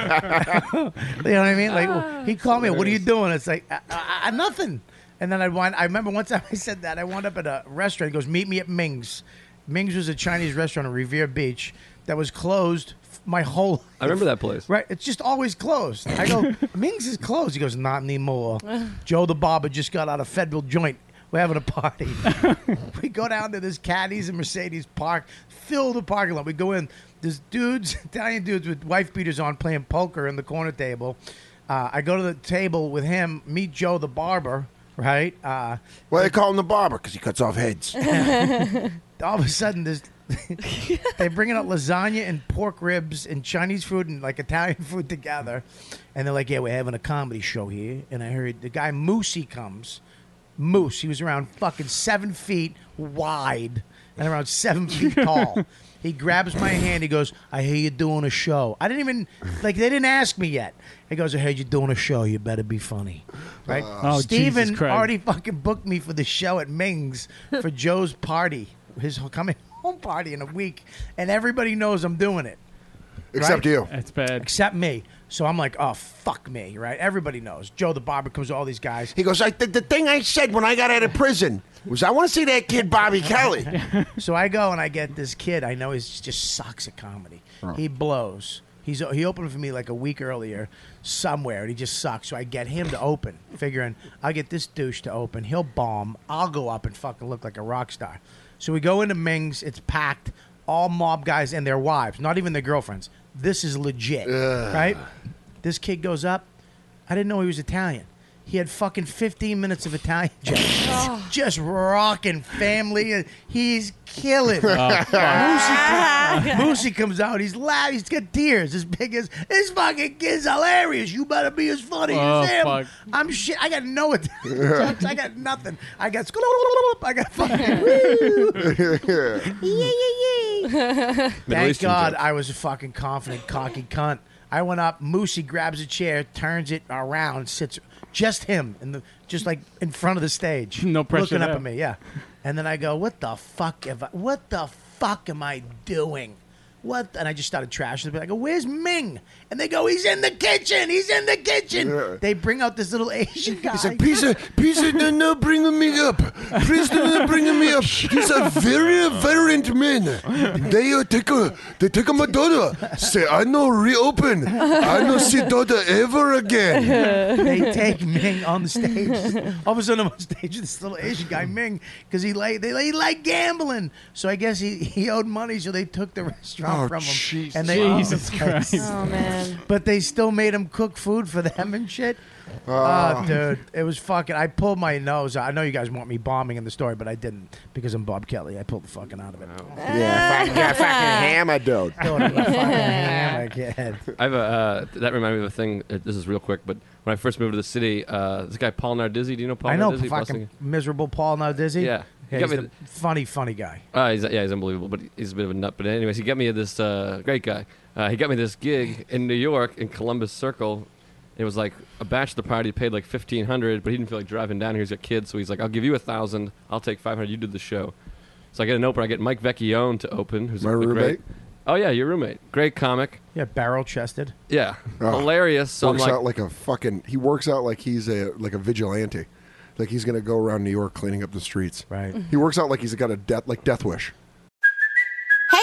B: You know what I mean? Like he called me, "What are you doing?" It's like I, I, I, nothing. And then I wind. I remember one time I said that I wound up at a restaurant. He goes, "Meet me at Ming's." Ming's was a Chinese restaurant in Revere Beach that was closed f- my whole. life.
D: I remember that place.
B: Right, it's just always closed. I go, Ming's is closed. He goes, not anymore. Joe the barber just got out of federal joint. We're having a party. we go down to this Caddies and Mercedes Park, fill the parking lot. We go in. There's dudes, Italian dudes with wife beaters on, playing poker in the corner table. Uh, I go to the table with him, meet Joe the barber. Right. Uh,
L: Well, they call him the barber because he cuts off heads.
B: all of a sudden there's they're bringing out lasagna and pork ribs and Chinese food and like Italian food together, and they're like, "Yeah, we're having a comedy show here." And I heard the guy Moosey comes, Moose. He was around fucking seven feet wide and around seven feet tall. He grabs my hand. He goes, "I hear you doing a show." I didn't even like they didn't ask me yet. He goes, "I heard you doing a show. You better be funny." Right?
A: Oh, Jesus
B: Steven
A: Christ.
B: already fucking booked me for the show at Ming's for Joe's party, his ho- coming home party in a week, and everybody knows I'm doing it
H: Except
B: Right?
H: you.
A: That's bad.
B: except me. So I'm like, oh fuck me, right? Everybody knows. Joe the barber comes, all these guys.
L: He goes, I, the, the thing I said when I got out of prison was I want to see that kid Bobby Kelly.
B: So I go and I get this kid. I know he just sucks at comedy. He blows. He's he opened for me like a week earlier somewhere, and he just sucks. So I get him to open, figuring I'll get this douche to open. He'll bomb. I'll go up and fucking look like a rock star. So we go into Ming's. It's packed. All mob guys and their wives, not even their girlfriends. This is legit, right? This kid goes up. I didn't know he was Italian. He had fucking 15 minutes of Italian jokes. Just rocking family. He's killing. it.
A: Oh,
B: Moosey, comes, Moosey comes out. He's loud. He's got tears as big as this fucking kid's hilarious. You better be as funny
A: Oh,
B: as him.
A: fuck.
B: I'm shit. I got no Italian jokes. I got nothing. I got. I got fucking. woo. Yeah, yeah, yeah.
D: Middle
B: Thank
D: Eastern
B: God
D: jokes.
B: I was a fucking confident, cocky cunt. I went up. Moosey grabs a chair, turns it around, sits just him in the just like in front of the stage. No
A: pressure
B: Looking up
A: there.
B: at me, yeah. And then I go, "What the fuck? Have I, what the fuck am I doing?" What? And I just started trashing them. I go, "Where's Ming?" And they go, "He's in the kitchen. He's in the kitchen." They bring out this little Asian guy.
L: He's like, Pisa, Pisa, no, no, bring me up. Please do not bring me up. These are very violent men. They uh, take a, they take my daughter. Say, I no reopen. I no see daughter ever again.
B: they take Ming on the stage. All of a sudden, I'm on stage with this little Asian guy, Ming, because he like they he like gambling. So I guess he, he owed money, so they took the restaurant
L: Oh,
B: from him.
L: Jesus.
B: And they
L: Jesus Christ. Oh, man.
B: But they still made him cook food for them and shit. Oh,
L: Ah.
B: dude, it was fucking. I pulled my nose. out. I know you guys want me bombing in the story, but I didn't because I'm Bob Kelly. I pulled the fucking out of it.
H: Yeah, fucking, fucking hammer, dude.
B: Dude, I'm a fucking hammer kid.
D: I have a uh, that reminded me of a thing. Uh, this is real quick, but when I first moved to the city, uh, this guy Paul Nardizzi. Do you know Paul
B: I know
D: Nardizzi?
B: fucking miserable Paul now, Dizzy.
D: Yeah.
B: yeah
D: You got
B: he's
D: me
B: the funny, funny guy.
D: Uh, he's, yeah, he's unbelievable, but he's a bit of a nut. But anyways, he got me this uh, great guy. Uh, he got me this gig in New York in Columbus Circle. It was like a bachelor party. Paid like fifteen hundred, but he didn't feel like driving down here. He's got kids, so he's like, "I'll give you a thousand. I'll take five hundred. You do the show." So I get an opener. I get Mike Vecchione to open, who's
H: My
D: a
H: roommate?
D: Great, oh yeah, your roommate, great comic.
B: Yeah, barrel chested.
D: Yeah,
H: Ugh.
D: hilarious. So I'm
H: Oh. works
D: like,
H: out like a fucking. He works out like he's a like a vigilante, like he's gonna go around New York cleaning up the streets.
B: Right.
H: He works out like he's got a death like death wish.
N: Hey,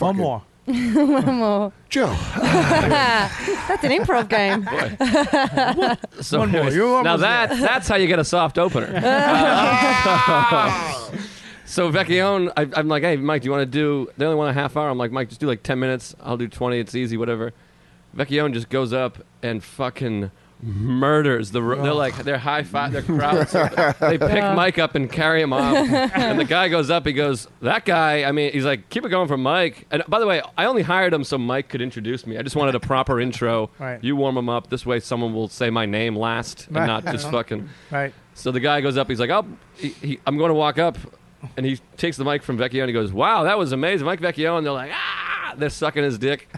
B: One more.
I: One more.
H: Joe.
I: That's an improv game.
D: so
B: One more.
D: anyways,
B: You're
D: now
B: almost
D: that
B: there.
D: that's how you get a soft opener. Uh, so Vecchione, I, I'm like, hey Mike, do you want to do? They only want a half hour. I'm like, Mike, just do like ten minutes. I'll do twenty. It's easy, whatever. Vecchione just goes up and fucking murders the. ro- They're like they're high five. They're crowds. they pick
I: Uh,
O: Yeah.
D: Mike up and carry him off. and the guy goes up. He goes, that guy. I mean, he's like, keep it going for Mike. And by the way, I only hired him so Mike could introduce me. I just wanted a proper intro.
B: Right.
D: You warm him up. This way, someone will say my name last and
B: Right. Uh-huh.
D: not just fucking.
B: Right.
D: So the guy goes up. He's like, "Oh, he, he, I'm going to walk up," and he takes the mic from Vecchio and he goes, "Wow, that was amazing, Mike Vecchio." And they're like, "Ah!" They're sucking his dick.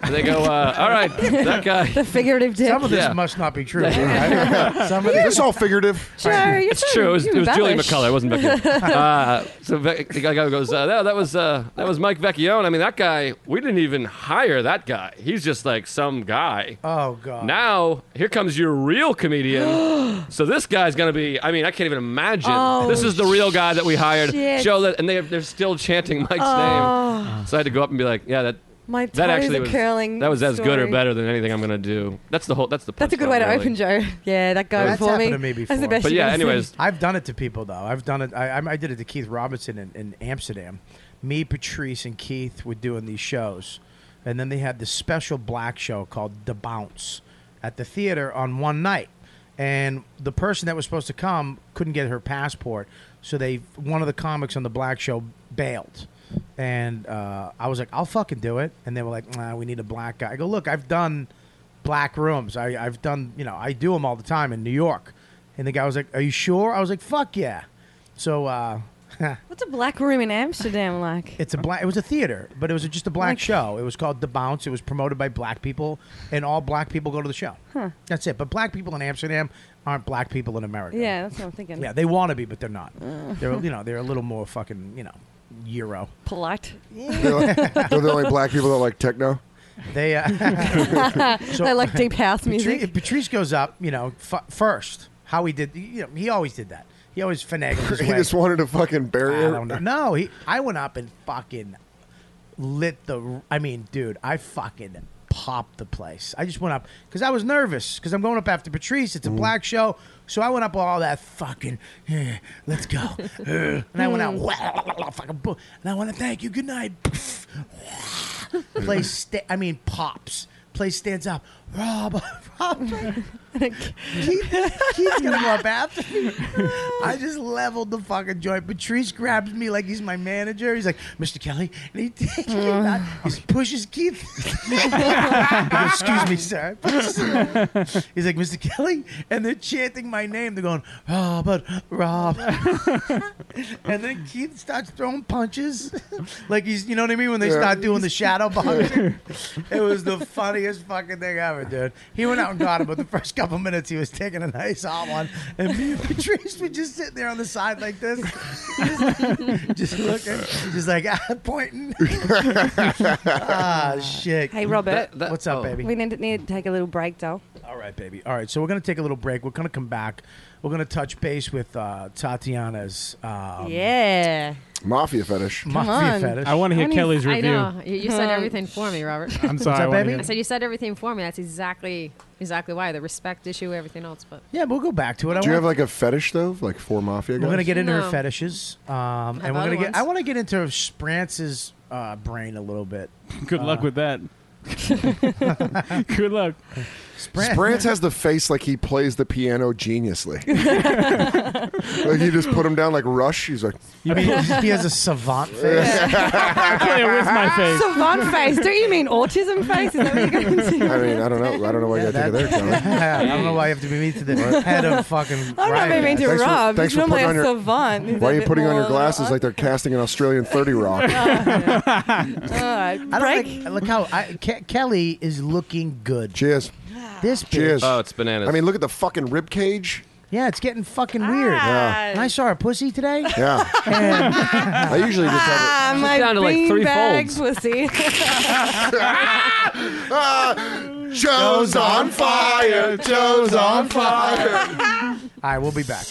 D: And they go, uh, "All right, that guy."
I: the figurative dick.
B: Some of this
D: Yeah.
B: must not be true. right? Some of this
H: all figurative.
I: Joe, you're
D: it's
I: so-
D: true. It was,
I: you
D: it was Julie
I: embellish.
D: McCullough. It wasn't Vecchio. uh, so Ve- the guy goes, uh, "No, that was uh, that was Mike Vecchione. I mean, that guy. We didn't even hire that guy. He's just like some guy."
B: Oh god.
D: Now here comes your real comedian. so this guy's gonna be. I mean, I can't even imagine.
O: Oh,
D: this is the real guy that we hired.
O: shit.
D: Joe, that, and they they're still chanting Mike's
I: Oh.
D: name. So I had to go up and be like, yeah, that.
I: My
D: that
I: toes
D: actually
I: are
D: was
I: curling
D: that was as good or
I: story.
D: better than anything I'm gonna do. That's the whole. That's the.
I: That's a good
D: punchline,
I: way to
D: really.
I: open, Joe. Yeah, that guy
B: That's
I: before
B: happened
I: me.
B: to me before.
I: That's the best. you can see.
B: I've done it to people though. I've done it. I, I, I did it to Keith Robinson in, in Amsterdam. Me, Patrice, and Keith were doing these shows, and then they had this special black show called The Bounce at the theater on one night. And the person that was supposed to come couldn't get her passport, so they one of the comics on the black show bailed. And uh, I was like, I'll fucking do it. And they were like, nah, we need a black guy. I go, look, I've done black rooms. I, I've done, you know, I do them all the time in New York. And the guy was like, "Are you sure?" I was like, "Fuck yeah!" So uh,
I: What's a black room in Amsterdam like?
B: it's a black. It was a theater, but it was just a black show. It was called The Bounce. It was promoted by black people, and all black people go to the show.
I: Huh.
B: That's it. But black people in Amsterdam aren't black people in America.
I: Yeah, that's what I'm thinking.
B: Yeah, they want to be, but they're not.
I: Mm.
B: They're you know they're a little more fucking you know Euro.
I: polite.
H: They're, like, they're the only black people that like techno.
B: They uh,
I: They like deep house music.
B: Patrice, Patrice goes up, you know, f- first. How he did, you know, he always did that. He always finagled his
H: He
B: way.
H: just wanted to fucking bury
B: I
H: her.
B: don't know. No, he, I went up and fucking lit the. I mean, dude, I fucking popped the place. I just went up because I was nervous because I'm going up after Patrice. It's a black show, so I went up all that fucking. "Eh, let's go, Eh," and I went out. fucking boom, and I want to thank you. Good night. place. Sta- I mean, pops. Place stands up. Rob, Rob, Keith, Keith's gonna go up after me. I just leveled the fucking joint. Patrice grabs me like he's my manager. He's like, Mr. Kelly, and he takes me back. He just pushes Keith. He goes, Excuse me, sir. Pushes him. He's like, Mr. Kelly, and they're chanting my name. They're going, Rob, Rob, and then Keith starts throwing punches, like he's, you know what I mean, when they
H: Yeah.
B: start doing the shadow boxing. it was the funniest fucking thing ever, dude. He went out and got him, but the first couple minutes he was taking a nice hot one, and me and Patrice were just sitting there on the side like this, just, just looking, just like pointing. ah, shit.
I: Hey, Robert.
B: what's
I: Oh.
B: up, baby?
I: We need to, need to take a little break, doll.
B: All right, baby. All right, so we're gonna take a little break. We're gonna come back. We're gonna touch base with uh, Tatiana's. Um,
I: yeah.
H: Mafia fetish.
B: Mafia fetish.
K: I know. You, you said everything for me, Robert.
B: I'm sorry, What's up, I wanna baby? hear
K: I
B: it.
K: said you said everything for me. That's exactly exactly why the respect issue, everything else. But
B: Yeah, we'll go back to it. I
H: Do you
B: want-
H: have like a fetish though? Like four mafia guys?
B: We're gonna get into
K: No.
B: her fetishes, um, and we're
K: other
B: gonna get.
K: ones.
B: I want to get into Sprance's uh, brain a little bit. Uh,
A: Good luck with that. Good luck.
H: Sprance has the face like he plays the piano geniusly. like you just put him down like Rush. He's like,
B: I mean, he has a savant face.
A: with my face.
I: Savant face. Don't you mean autism face? Is that what you're going to
H: I mean, I don't know. I don't know why you got to take it there, Kelly.
B: I don't know why you have to be mean to the
H: What?
B: head of
K: Oh,
B: fucking.
I: I'm not
B: Riot.
I: being mean to
H: Thanks for-
I: Rob.
H: thanks
I: He's
H: for
I: normally
H: putting
I: a
H: on your-
I: savant. He's
H: Why are
I: a
H: you
I: bit
H: putting on your
I: more-
H: glasses like they're casting an Australian 30 rock?
K: Uh,
I: All right.
B: I don't think, look how I, Ke- Kelly is looking good.
H: Cheers.
I: Ah.
B: This bitch.
H: Cheers.
D: Oh, it's bananas.
H: I mean, look at the fucking rib cage.
B: Yeah, it's getting fucking weird.
I: Ah.
H: Yeah.
B: And I saw her pussy today.
H: Yeah. I usually just have
I: Ah,
H: it.
I: my
H: down to, like,
I: bean
H: three
I: bag
H: folds.
I: pussy.
H: Ah, Joe's on fire. Joe's on fire.
B: All right, we'll be back.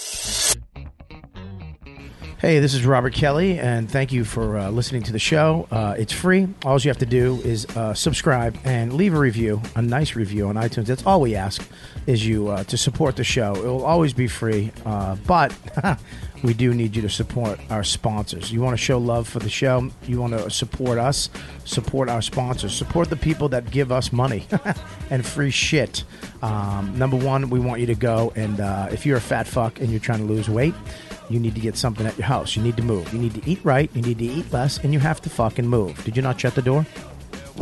B: Hey, this is Robert Kelly, and thank you for uh, listening to the show. Uh, it's free. All you have to do is uh, subscribe and leave a review, a nice review on iTunes. That's all we ask is you uh, to support the show. It will always be free, uh, but we do need you to support our sponsors. You want to show love for the show. You want to support us. Support our sponsors. Support the people that give us money and free shit. Um, number one, we want you to go and uh, if you're a fat fuck and you're trying to lose weight you need to get something at your house. You need to move. You need to eat right. You need to eat less, and you have to fucking move. Did you not shut the door?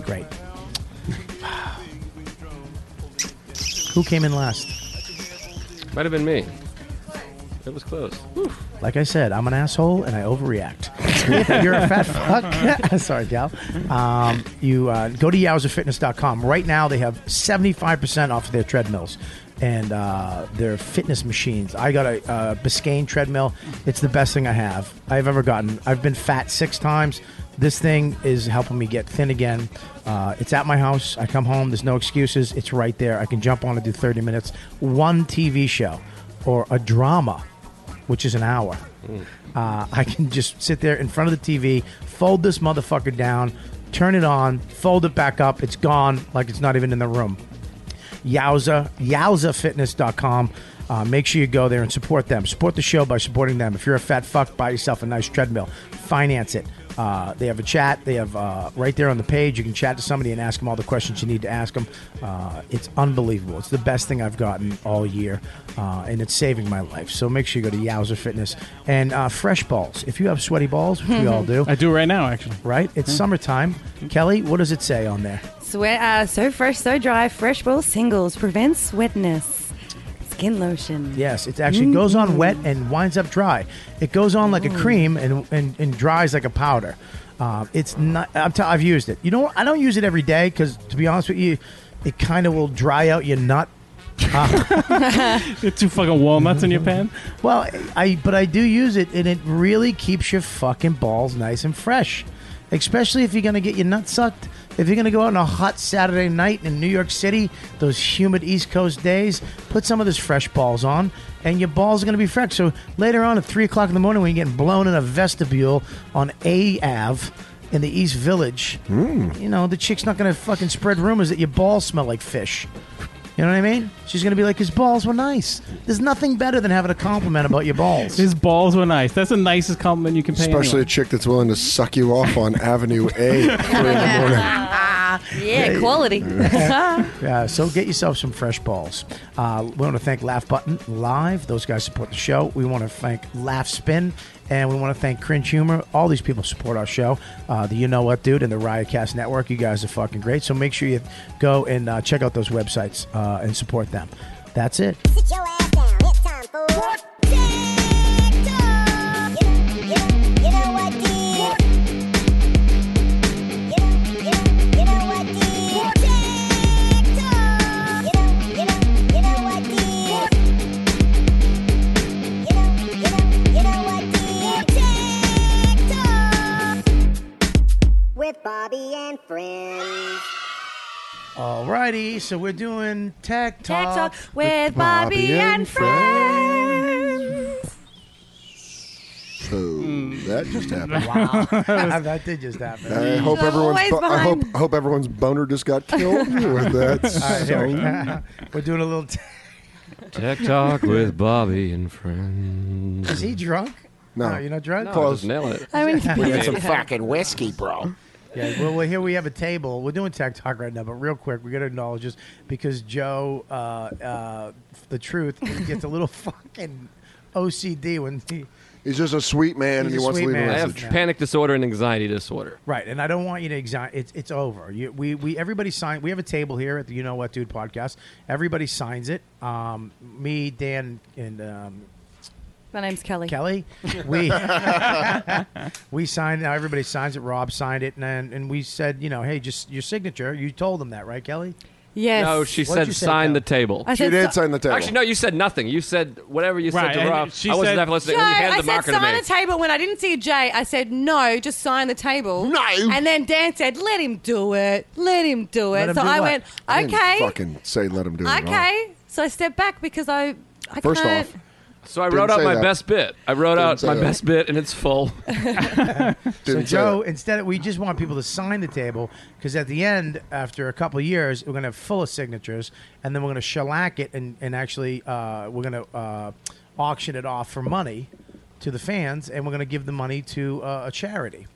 B: Great. Who came in last?
D: Might have been me. It was close.
B: Like I said, I'm an asshole and I overreact. If You're a fat fuck. Sorry, gal. Um, you uh, go to yowzerfitness.com. Right now, they have 75% off their treadmills and uh, their fitness machines. I got a uh, Biscayne treadmill. It's the best thing I have I've ever gotten. I've been fat six times. This thing is helping me get thin again. Uh, it's at my house. I come home. There's no excuses. It's right there. I can jump on and do 30 minutes. One TV show or a drama, which is an hour.
D: Mm.
B: Uh, I can just sit there in front of the TV, fold this motherfucker down, turn it on, fold it back up. It's gone like it's not even in the room. Yowza, yowzafitness.com. Uh, make sure you go there and support them. Support the show by supporting them. If you're a fat fuck, buy yourself a nice treadmill. Finance it. Uh, they have a chat. They have uh, right there on the page. You can chat to somebody and ask them all the questions you need to ask them. Uh, it's unbelievable. It's the best thing I've gotten all year, uh, and it's saving my life. So make sure you go to Yowza Fitness and uh, fresh balls. If you have sweaty balls, which we all do,
A: I do right now actually. Mm-hmm.
B: Right? It's summertime. Kelly, what does it say on there?
I: Sweat, uh, so fresh, so dry. Fresh Ball Singles prevents wetness. Skin lotion.
B: Yes, it Mm-hmm. actually goes on wet and winds up dry. It goes on like a cream and, and, and dries like a powder. Um, it's not. I'm t- I've used it. You know, what? I don't use it every day because, to be honest with you, it kind of will dry out your nut. Uh,
A: You're two fucking walnuts in your pan.
B: Well, I but I do use it, and it really keeps your fucking balls nice and fresh. Especially if you're gonna get your nut sucked. If you're gonna go out on a hot Saturday night in New York City, those humid East Coast days, put some of this fresh balls on, and your balls are gonna be fresh. So later on at three o'clock in the morning, when you're getting blown in a vestibule on A Ave in the East Village, you know the chick's not gonna fucking spread rumors that your balls smell like fish. You know what I mean? She's gonna be like, his balls were nice. There's nothing better than having a compliment about your balls.
A: His balls were nice. That's the nicest compliment you can pay.
H: Especially
A: anyone.
H: a chick that's willing to suck you off on Avenue A. three in the morning.
B: Ah,
I: Yeah, quality.
B: Yeah, so get yourself some fresh balls. Uh, we want to thank Laugh Button Live. Those guys support the show. We want to thank Laugh Spin. And we want to thank Cringe Humor. All these people support our show. Uh, the You Know What Dude and the Riotcast Network. You guys are fucking great. So make sure you go and uh, check out those websites uh, and support them. That's it.
G: Sit your ass down. It's time for what? With Bobby and friends.
B: Alrighty, so we're doing Tech Talk,
I: Tech Talk with Bobby and friends.
H: So that just happened.
B: Wow, that did just happen.
H: Hmm. I hope everyone's. bo- I hope I hope everyone's boner just got killed with that.
B: All right, here we go.
H: song.
B: We're doing a little. T-
D: Tech talk with Bobby and friends.
B: Is he drunk?
D: No.
B: you're not drunk.
D: No, Close. just nail it.
O: I mean-
D: We need some
O: fucking whiskey, bro.
B: Yeah, well, well, here we have a table. We're doing tech talk right now, but real quick, we got to acknowledge this because Joe, uh, uh, the truth, gets a little fucking OCD when he.
H: He's just a sweet man, and
B: He's a
H: he wants to
B: sweet
H: leave a
B: man.
D: I have
H: message.
D: panic disorder and anxiety disorder.
B: Right, and I don't want you to exi- It's it's over. You, we we everybody sign. We have a table here at the You Know What Dude podcast. Everybody signs it. Um, me, Dan, and um,
I: My name's Kelly.
B: Kelly, we we signed. Now everybody signs it. Rob signed it, and then, and we said, you know, hey, just your signature. You told them that, right, Kelly?
I: Yes.
D: No, she
B: What'd you
D: said
B: say,
D: sign
B: Kelly?
D: the table.
I: I She said did si-
H: sign the table.
D: Actually, no, you said nothing. You said whatever you
A: Right,
D: said to
A: and
D: Rob.
A: she
D: I wasn't
A: said-
D: that listening.
I: No,
D: when you handed
I: I
D: the
I: said
D: marker to
I: sign
D: me.
I: the table when I didn't see a J. I said no, just sign the table. No. And then Dan said, "Let him do it. Let him do it."
H: Let him
I: so
H: do
I: I
H: what?
I: went,
H: I didn't
I: "Okay,
H: fucking say let him do it. at all.
I: okay." So I stepped back because I, I
H: First
I: can't.
H: off,
D: So I
H: Didn't
D: wrote out
H: say
D: my
H: that.
D: best bit. I wrote
H: Didn't
D: out
H: say
D: my
H: that.
D: best bit, and it's full.
B: So
D: Didn't say
B: Joe, instead, we just want people to sign the table because at the end, after a couple of years, we're gonna have full of signatures, and then we're gonna shellac it, and and actually, uh, we're gonna uh, auction it off for money to the fans, and we're gonna give the money to uh, a charity.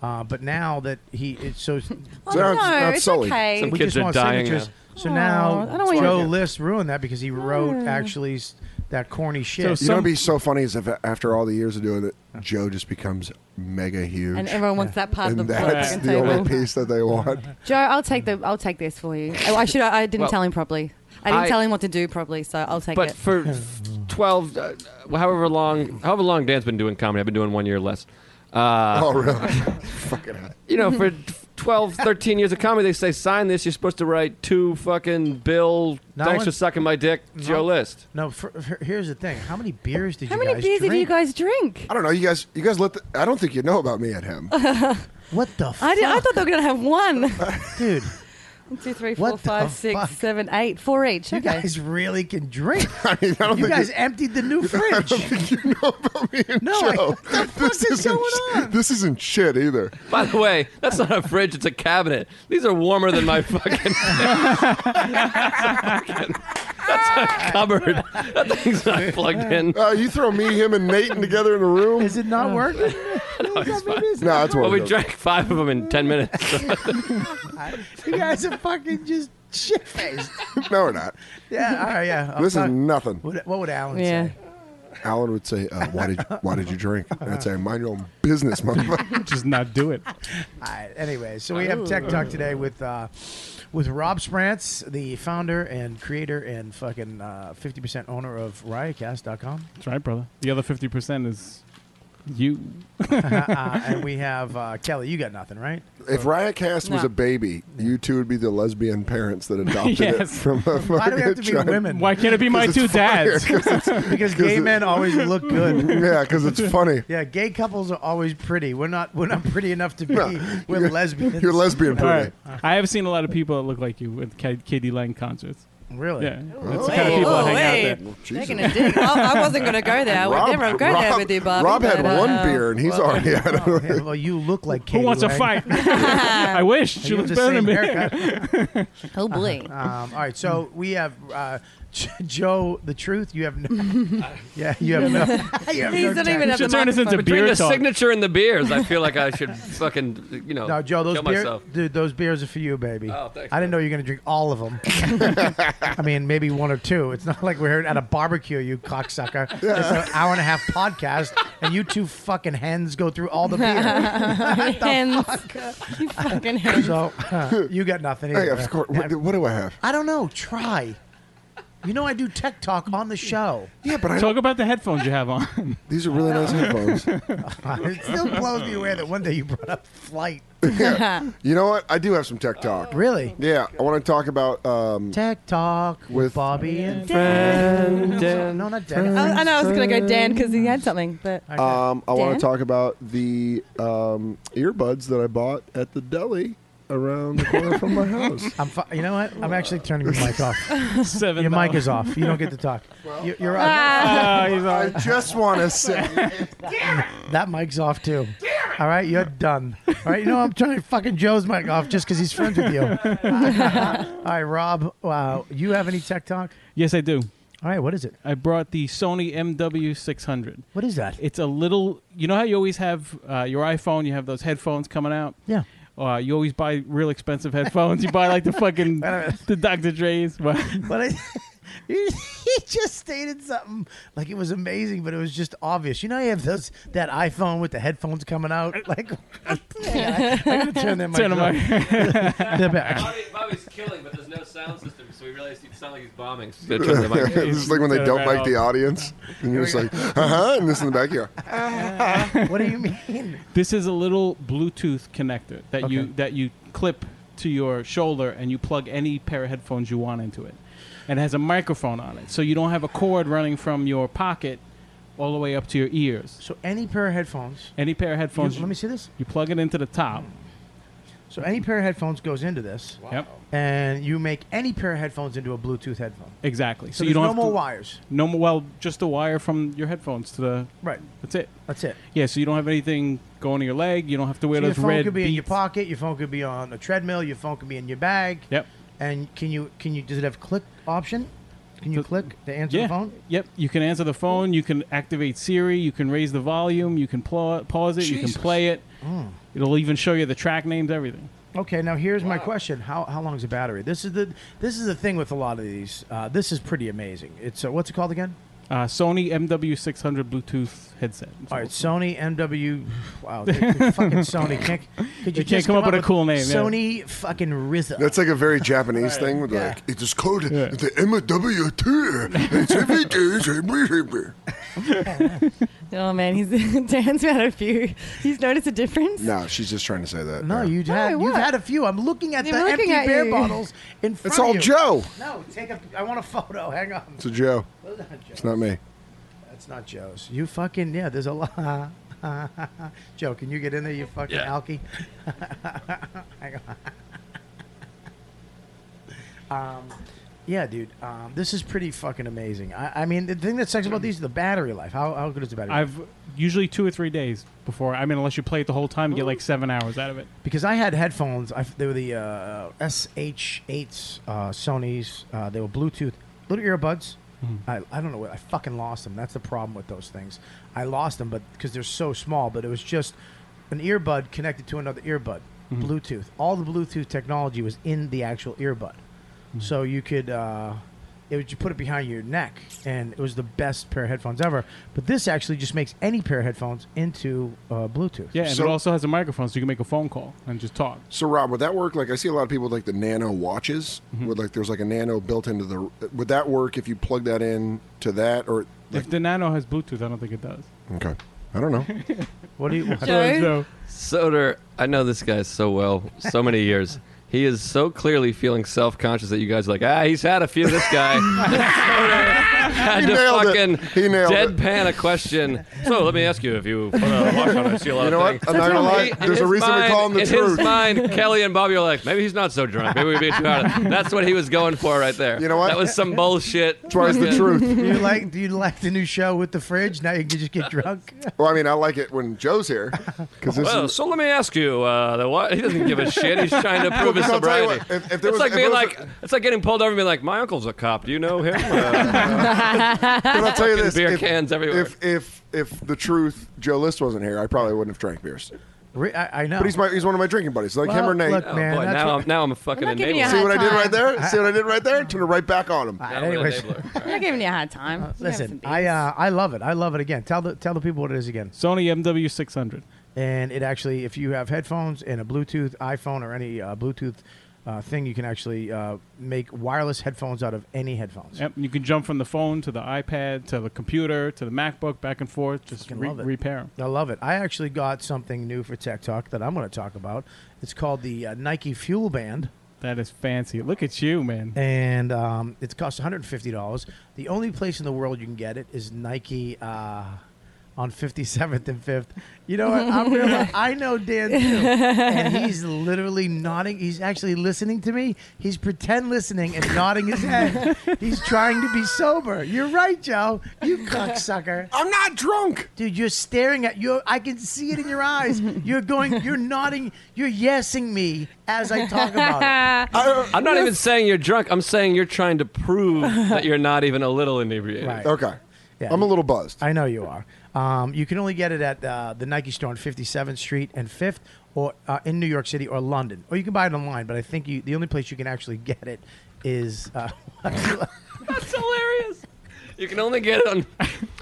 B: Uh, but now that he, it's so
I: Oh, no, Not it's Sully. okay. Some
B: we
I: kids
B: just
I: are
B: want
I: dying
B: signatures.
I: now.
B: So
I: Aw, I don't
B: now
I: want
B: Joe
I: you-
B: List ruined that because he wrote
I: No.
B: actually s- that corny shit.
H: you know, it'd be so funny is if after all the years of doing it, Joe just becomes mega huge,
I: And everyone wants that part of
H: and
I: the
H: that's
I: fucking
H: the only
I: table.
H: piece that they want.
I: Joe, I'll take the, I'll take this for you. Oh, I should, I didn't
D: Well,
I: tell him properly. I didn't
D: I-
I: tell him what to do properly, so I'll take
D: but
I: it.
D: for f- twelve, uh, uh, however long, however long Dan's been doing comedy, I've been doing one year less. Uh,
H: oh really? Fucking hell.
D: You know, for 12, 13 years of comedy, they say sign this. You're supposed to write two fucking Bill.
B: No
D: thanks
B: one-
D: for sucking my dick, Joe List.
B: No, for, for- here's the thing: how many beers did
I: How
B: you
I: many
B: guys
I: beers
B: drink?
I: did you guys drink?
H: I don't know. You guys, you guys let. The, I don't think you know about me and him.
B: what the? Fuck?
I: I, did, I thought they were gonna have one.
B: Dude.
I: One, two, three, four, five, six, seven, eight, four each.
B: You
I: Okay.
B: guys really can drink.
H: don't
B: you
H: think
B: guys
H: it-
B: emptied the new fridge.
H: no, this is going on? This isn't shit either.
D: By the way, that's not a fridge; it's a cabinet. These are warmer than my fucking. that's a cupboard. That thing's not plugged in.
H: Uh, you throw me, him, and Nathan together in a room.
B: Is it not working?
H: no,
D: it's fine.
H: No, it's
D: Well,
H: working.
D: we drank five of them in ten minutes.
B: you guys are fucking just shit faced.
H: no, we're not.
B: Yeah, all right, yeah. I'll
H: This
B: talk-
H: is nothing.
B: What, what would Alan say?
H: Alan would say, uh, "Why did why did you drink?" And I'd say, "Mind your own business, motherfucker.
A: Just not do it."
B: All right. Anyway, so we have Tech Talk today with uh, with Rob Sprance, the founder and creator and fucking uh, 50% owner of Riotcast.com.
A: That's right, brother. The other fifty percent is you.
B: uh, and we have uh, Kelly. You got nothing, right?
H: If Riotcast was
B: No.
H: a baby, you two would be the lesbian parents that adopted it
A: Yes.
H: from a
B: Why do we have to be
H: giant-
B: women?
A: Why can't it be my
H: Because
A: two
H: it's funnier,
A: dads?
H: 'cause it's-
B: Because gay
H: 'cause it-
B: men always look good.
H: Yeah, because it's funny.
B: Yeah, gay couples are always pretty. We're not. We're not pretty enough to be. we're lesbians.
A: All right. I have seen a lot of people that look like you at K- KD Lang concerts.
B: Really?
A: Yeah. That's
I: Oh,
A: the kind of
I: hey,
A: people
I: oh,
A: that hang
I: hey.
A: out there.
I: They're gonna dig. I, I wasn't gonna go there. I would never go there with you, Bobby.
H: Rob had
I: but, uh,
H: one beer and he's already out of it.
B: Well, Oh, you look like
A: Who
B: Katie
A: wants a
B: Lang.
A: fight? I wish.
B: And
A: She
B: you have
A: looks
B: the
A: better than
B: same
A: me.
B: haircut.
I: Oh boy.
B: Um, all right, so we have uh, Joe, the truth, you have no. yeah, you have no. you have no time.
D: Between the signature and the beers, I feel like I should fucking, you know,
B: No, Joe, those
D: Oh, kill
B: beers,
D: myself.
B: dude, those beers are for you, baby.
D: Oh, thanks,
B: I didn't know you were gonna drink all of them. I mean, maybe one or two. It's not like we're here at a barbecue, you cocksucker. It's an hour and a half podcast, and you two fucking hens go through all the beer. What the
P: Hens.
B: fuck?
P: You fucking hens.
B: So uh, you got nothing.
H: Hey,
B: either.
H: of course. What, what do I have?
B: I don't know. Try. You know, I do tech talk on the show.
H: Yeah, but I
A: Talk about the headphones you have on.
H: These are really nice headphones.
B: it still blows me away that one day you brought up flight.
H: Yeah. You know what? I do have some tech talk.
B: Really?
H: Yeah. I want to talk about um,
B: tech talk
H: with
B: Bobby and
H: friend.
B: No, not
I: Oh,
B: Dan.
I: I know I was going to go Dan because he had something, but
H: Um, I want
I: Dan?
H: to talk about the um, earbuds that I bought at the deli around the corner from my house.
B: I'm fi- you know what? I'm actually turning your mic off.
A: Seven.
B: Your mic is off. You don't get to talk. You- You're on.
A: Ah. Ah, he's
H: I just want to say.
B: That mic's off too. All right, you're done. All right, you know I'm turning fucking Joe's mic off just because he's friends with you. All right, Rob. Wow, you have any tech talk?
A: Yes, I do.
B: All right, what is it?
A: I brought the Sony MW600.
B: What is that?
A: It's a little. You know how you always have uh, your iPhone. You have those headphones coming out.
B: Yeah.
A: Uh, you always buy real expensive headphones. You buy like the fucking the Dr. Dre's. What?
B: But I, he just stated something like it was amazing, but it was just obvious. You know, you have those that iPhone with the headphones coming out. Like, I, I gotta turn that mic.
A: Turn the
B: off.
A: mic.
B: They're back.
D: Bobby, Bobby's killing, but there's no sound system, so we realized he'd sound like he's bombing. So they turned the mic-
H: it's just like when they don't like the audience, and you're just like, uh huh, and this in the back, you're
B: what do you mean?
A: This is a little Bluetooth connector that you that you clip to your shoulder and you plug any pair of headphones you want into it. And it has a microphone on it. So you don't have a cord running from your pocket all the way up to your ears.
B: So any pair of headphones.
A: Any pair of headphones.
B: let me see this. Hmm.
A: You plug it into the top.
B: So any pair of headphones goes into this.
A: Yep.
B: And you make any pair of headphones into a Bluetooth headphone.
A: Exactly.
B: So
A: So, you
B: there's
A: don't
B: no
A: have
B: more
A: to-
B: wires.
A: No more. Well, just the wire from your headphones to the
B: Right.
A: That's it.
B: That's it.
A: Yeah. So you don't have anything going to your leg. You don't have to wear
B: So your
A: those
B: phone
A: red.
B: could be in your
A: beads.
B: pocket. Your phone could be on a treadmill. Your phone could be in your bag.
A: Yep.
B: And can you can you does it have click option? Can you click to answer
A: yeah.
B: the phone?
A: Yep. You can answer the phone. You can activate Siri. You can raise the volume. You can pla- pause it. You can
B: Jesus.
A: play it.
B: Mm.
A: It'll even show you the track names. Everything.
B: Okay, now here's my question: How how long is the battery? This is the this is the thing with a lot of these. Uh, this is pretty amazing. It's uh, what's it called again?
A: Uh, Sony MW600 Bluetooth headset.
B: All right, Sony MW. Wow, dude, dude, fucking Sony. Can't, could
A: They
B: you
A: can't
B: just
A: come up with a cool name, yeah.
B: Sony fucking Rizza.
H: That's like a very Japanese thing. With like, it is called the MWT. It's every day.
I: oh man, he's Dan's had a few. He's noticed a difference.
H: No, she's just trying to say that.
B: No, you'd had you've had a few. I'm looking at
I: I'm
B: the empty
I: looking at
B: beer
I: you.
B: bottles in front.
H: all
B: of you.
H: Joe.
B: No, take a. I want a photo. Hang on.
H: It's a Joe.
B: Those aren't Joe.
H: It's not me.
B: That's not Joe's. You fucking yeah. There's a lot. Joe, can you get in there? You fucking
P: Yeah.
B: alky. Hang on. um, yeah, dude. Um, this is pretty fucking amazing. I, I mean, the thing that sucks about these is the battery life. How how good is the battery? life?
A: I've usually two or three days before. I mean, unless you play it the whole time, you get like seven hours out of it.
B: because I had headphones. I, they were the uh, SH8s, uh, Sony's. Uh, they were Bluetooth little earbuds.
A: Mm-hmm.
B: I, I don't know what I fucking lost them. That's the problem with those things. I lost them, but because they're so small. But it was just an earbud connected to another earbud,
A: Mm-hmm.
O: Mhm.
B: Bluetooth. All the Bluetooth technology was in the actual earbud,
A: Mm-hmm.
B: so you could. Uh, it would you put it behind your neck, and it was the best pair of headphones ever. But this actually just makes any pair of headphones into uh, Bluetooth.
A: Yeah, and it also has a microphone, so you can make a phone call and just talk.
H: So Rob, would that work? Like I see a lot of people with like the nano watches.
A: Mm-hmm.
H: With like there's like a nano built into the. Would that work if you plug that in to that or?
A: if the Nano has Bluetooth, I don't think it does.
H: Okay, I don't know.
B: What do you?
A: I don't know.
D: Soder, I know this guy so well, so many years. He is so clearly feeling self-conscious that you guys are like, ah, he's had a few. This guy, had to
H: nailed it.
D: fucking
H: He nailed it.
D: deadpan a question. So let me ask you if you put on a watch on, I see a lot
H: You know
D: of
H: what?
D: things.
H: I'm not gonna lie.
D: In
H: There's
D: his
H: a reason we
D: mind-
H: call him the
D: in
H: truth.
D: his mind, Kelly and Bobby are like, maybe he's not so drunk. Maybe we beat you out. That's what he was going for right there. You know what? That was some bullshit. Yeah.
B: Do you like? Do you like the new show with the fridge? Now you can just get drunk.
H: Well, I mean, I like it when Joe's here because this
D: Well,
H: is.
D: so let me ask you, uh, the what? He doesn't give a shit. He's trying to
H: Well,
D: prove his
H: because I'll tell you
D: sobriety.
H: what, if- if
D: it's
H: there was-
D: like
H: if
D: being
H: there was
D: like, it's like getting pulled over and being like, my uncle's a cop. Do you know him? Uh,
H: But I'll tell you
D: fucking
H: this:
D: beer
H: if,
D: cans everywhere.
H: If if if the truth, Joe List wasn't here, I probably wouldn't have drank beers.
B: I, I know.
H: But he's my he's one of my drinking buddies, like him
D: Well,
H: or Nate.
D: look, Oh, man, boy, that's now what- I'm- now I'm a fucking I'm not giving you a enabler.
H: See what
D: hard
H: I did right
D: time.
H: there? See what I did right there? Turn it right back on him.
B: anyways.
O: I'm not giving you a hard time. You have
B: Listen, I uh, I love it. I love it again. Tell the tell the people what it is again.
A: Sony MW600.
B: And it actually, if you have headphones and a Bluetooth iPhone or any uh, Bluetooth uh, thing, you can actually uh, make wireless headphones out of any headphones.
A: Yep, you can jump from the phone to the iPad to the computer to the MacBook back and forth. Just
B: Fucking
A: re-
B: love it.
A: repair 'em.
B: I love it. I actually got something new for Tech Talk that I'm going to talk about. It's called the uh, Nike Fuel Band.
A: That is fancy. Look at you, man.
B: And um, it costs $150. The only place in the world you can get it is Nike uh, on 57th and 5th. You know what? I'm real, I know Dan too. And he's literally nodding. He's actually listening to me. He's pretend listening and nodding his head. He's trying to be sober. You're right, Joe. You cocksucker.
H: I'm not drunk.
B: Dude, you're staring at you. I can see it in your eyes. You're going, you're nodding, you're yesing me as I talk about it.
D: I'm not even saying you're drunk. I'm saying you're trying to prove that you're not even a little inebriated.
B: Right.
H: Okay.
B: Yeah.
H: I'm a little buzzed.
B: I know you are. Um, you can only get it at uh, the Nike store on 57th Street and 5th, or uh, in New York City or London, or you can buy it online. But I think you, the only place you can actually get it is uh,
D: That's hilarious. You can only get it on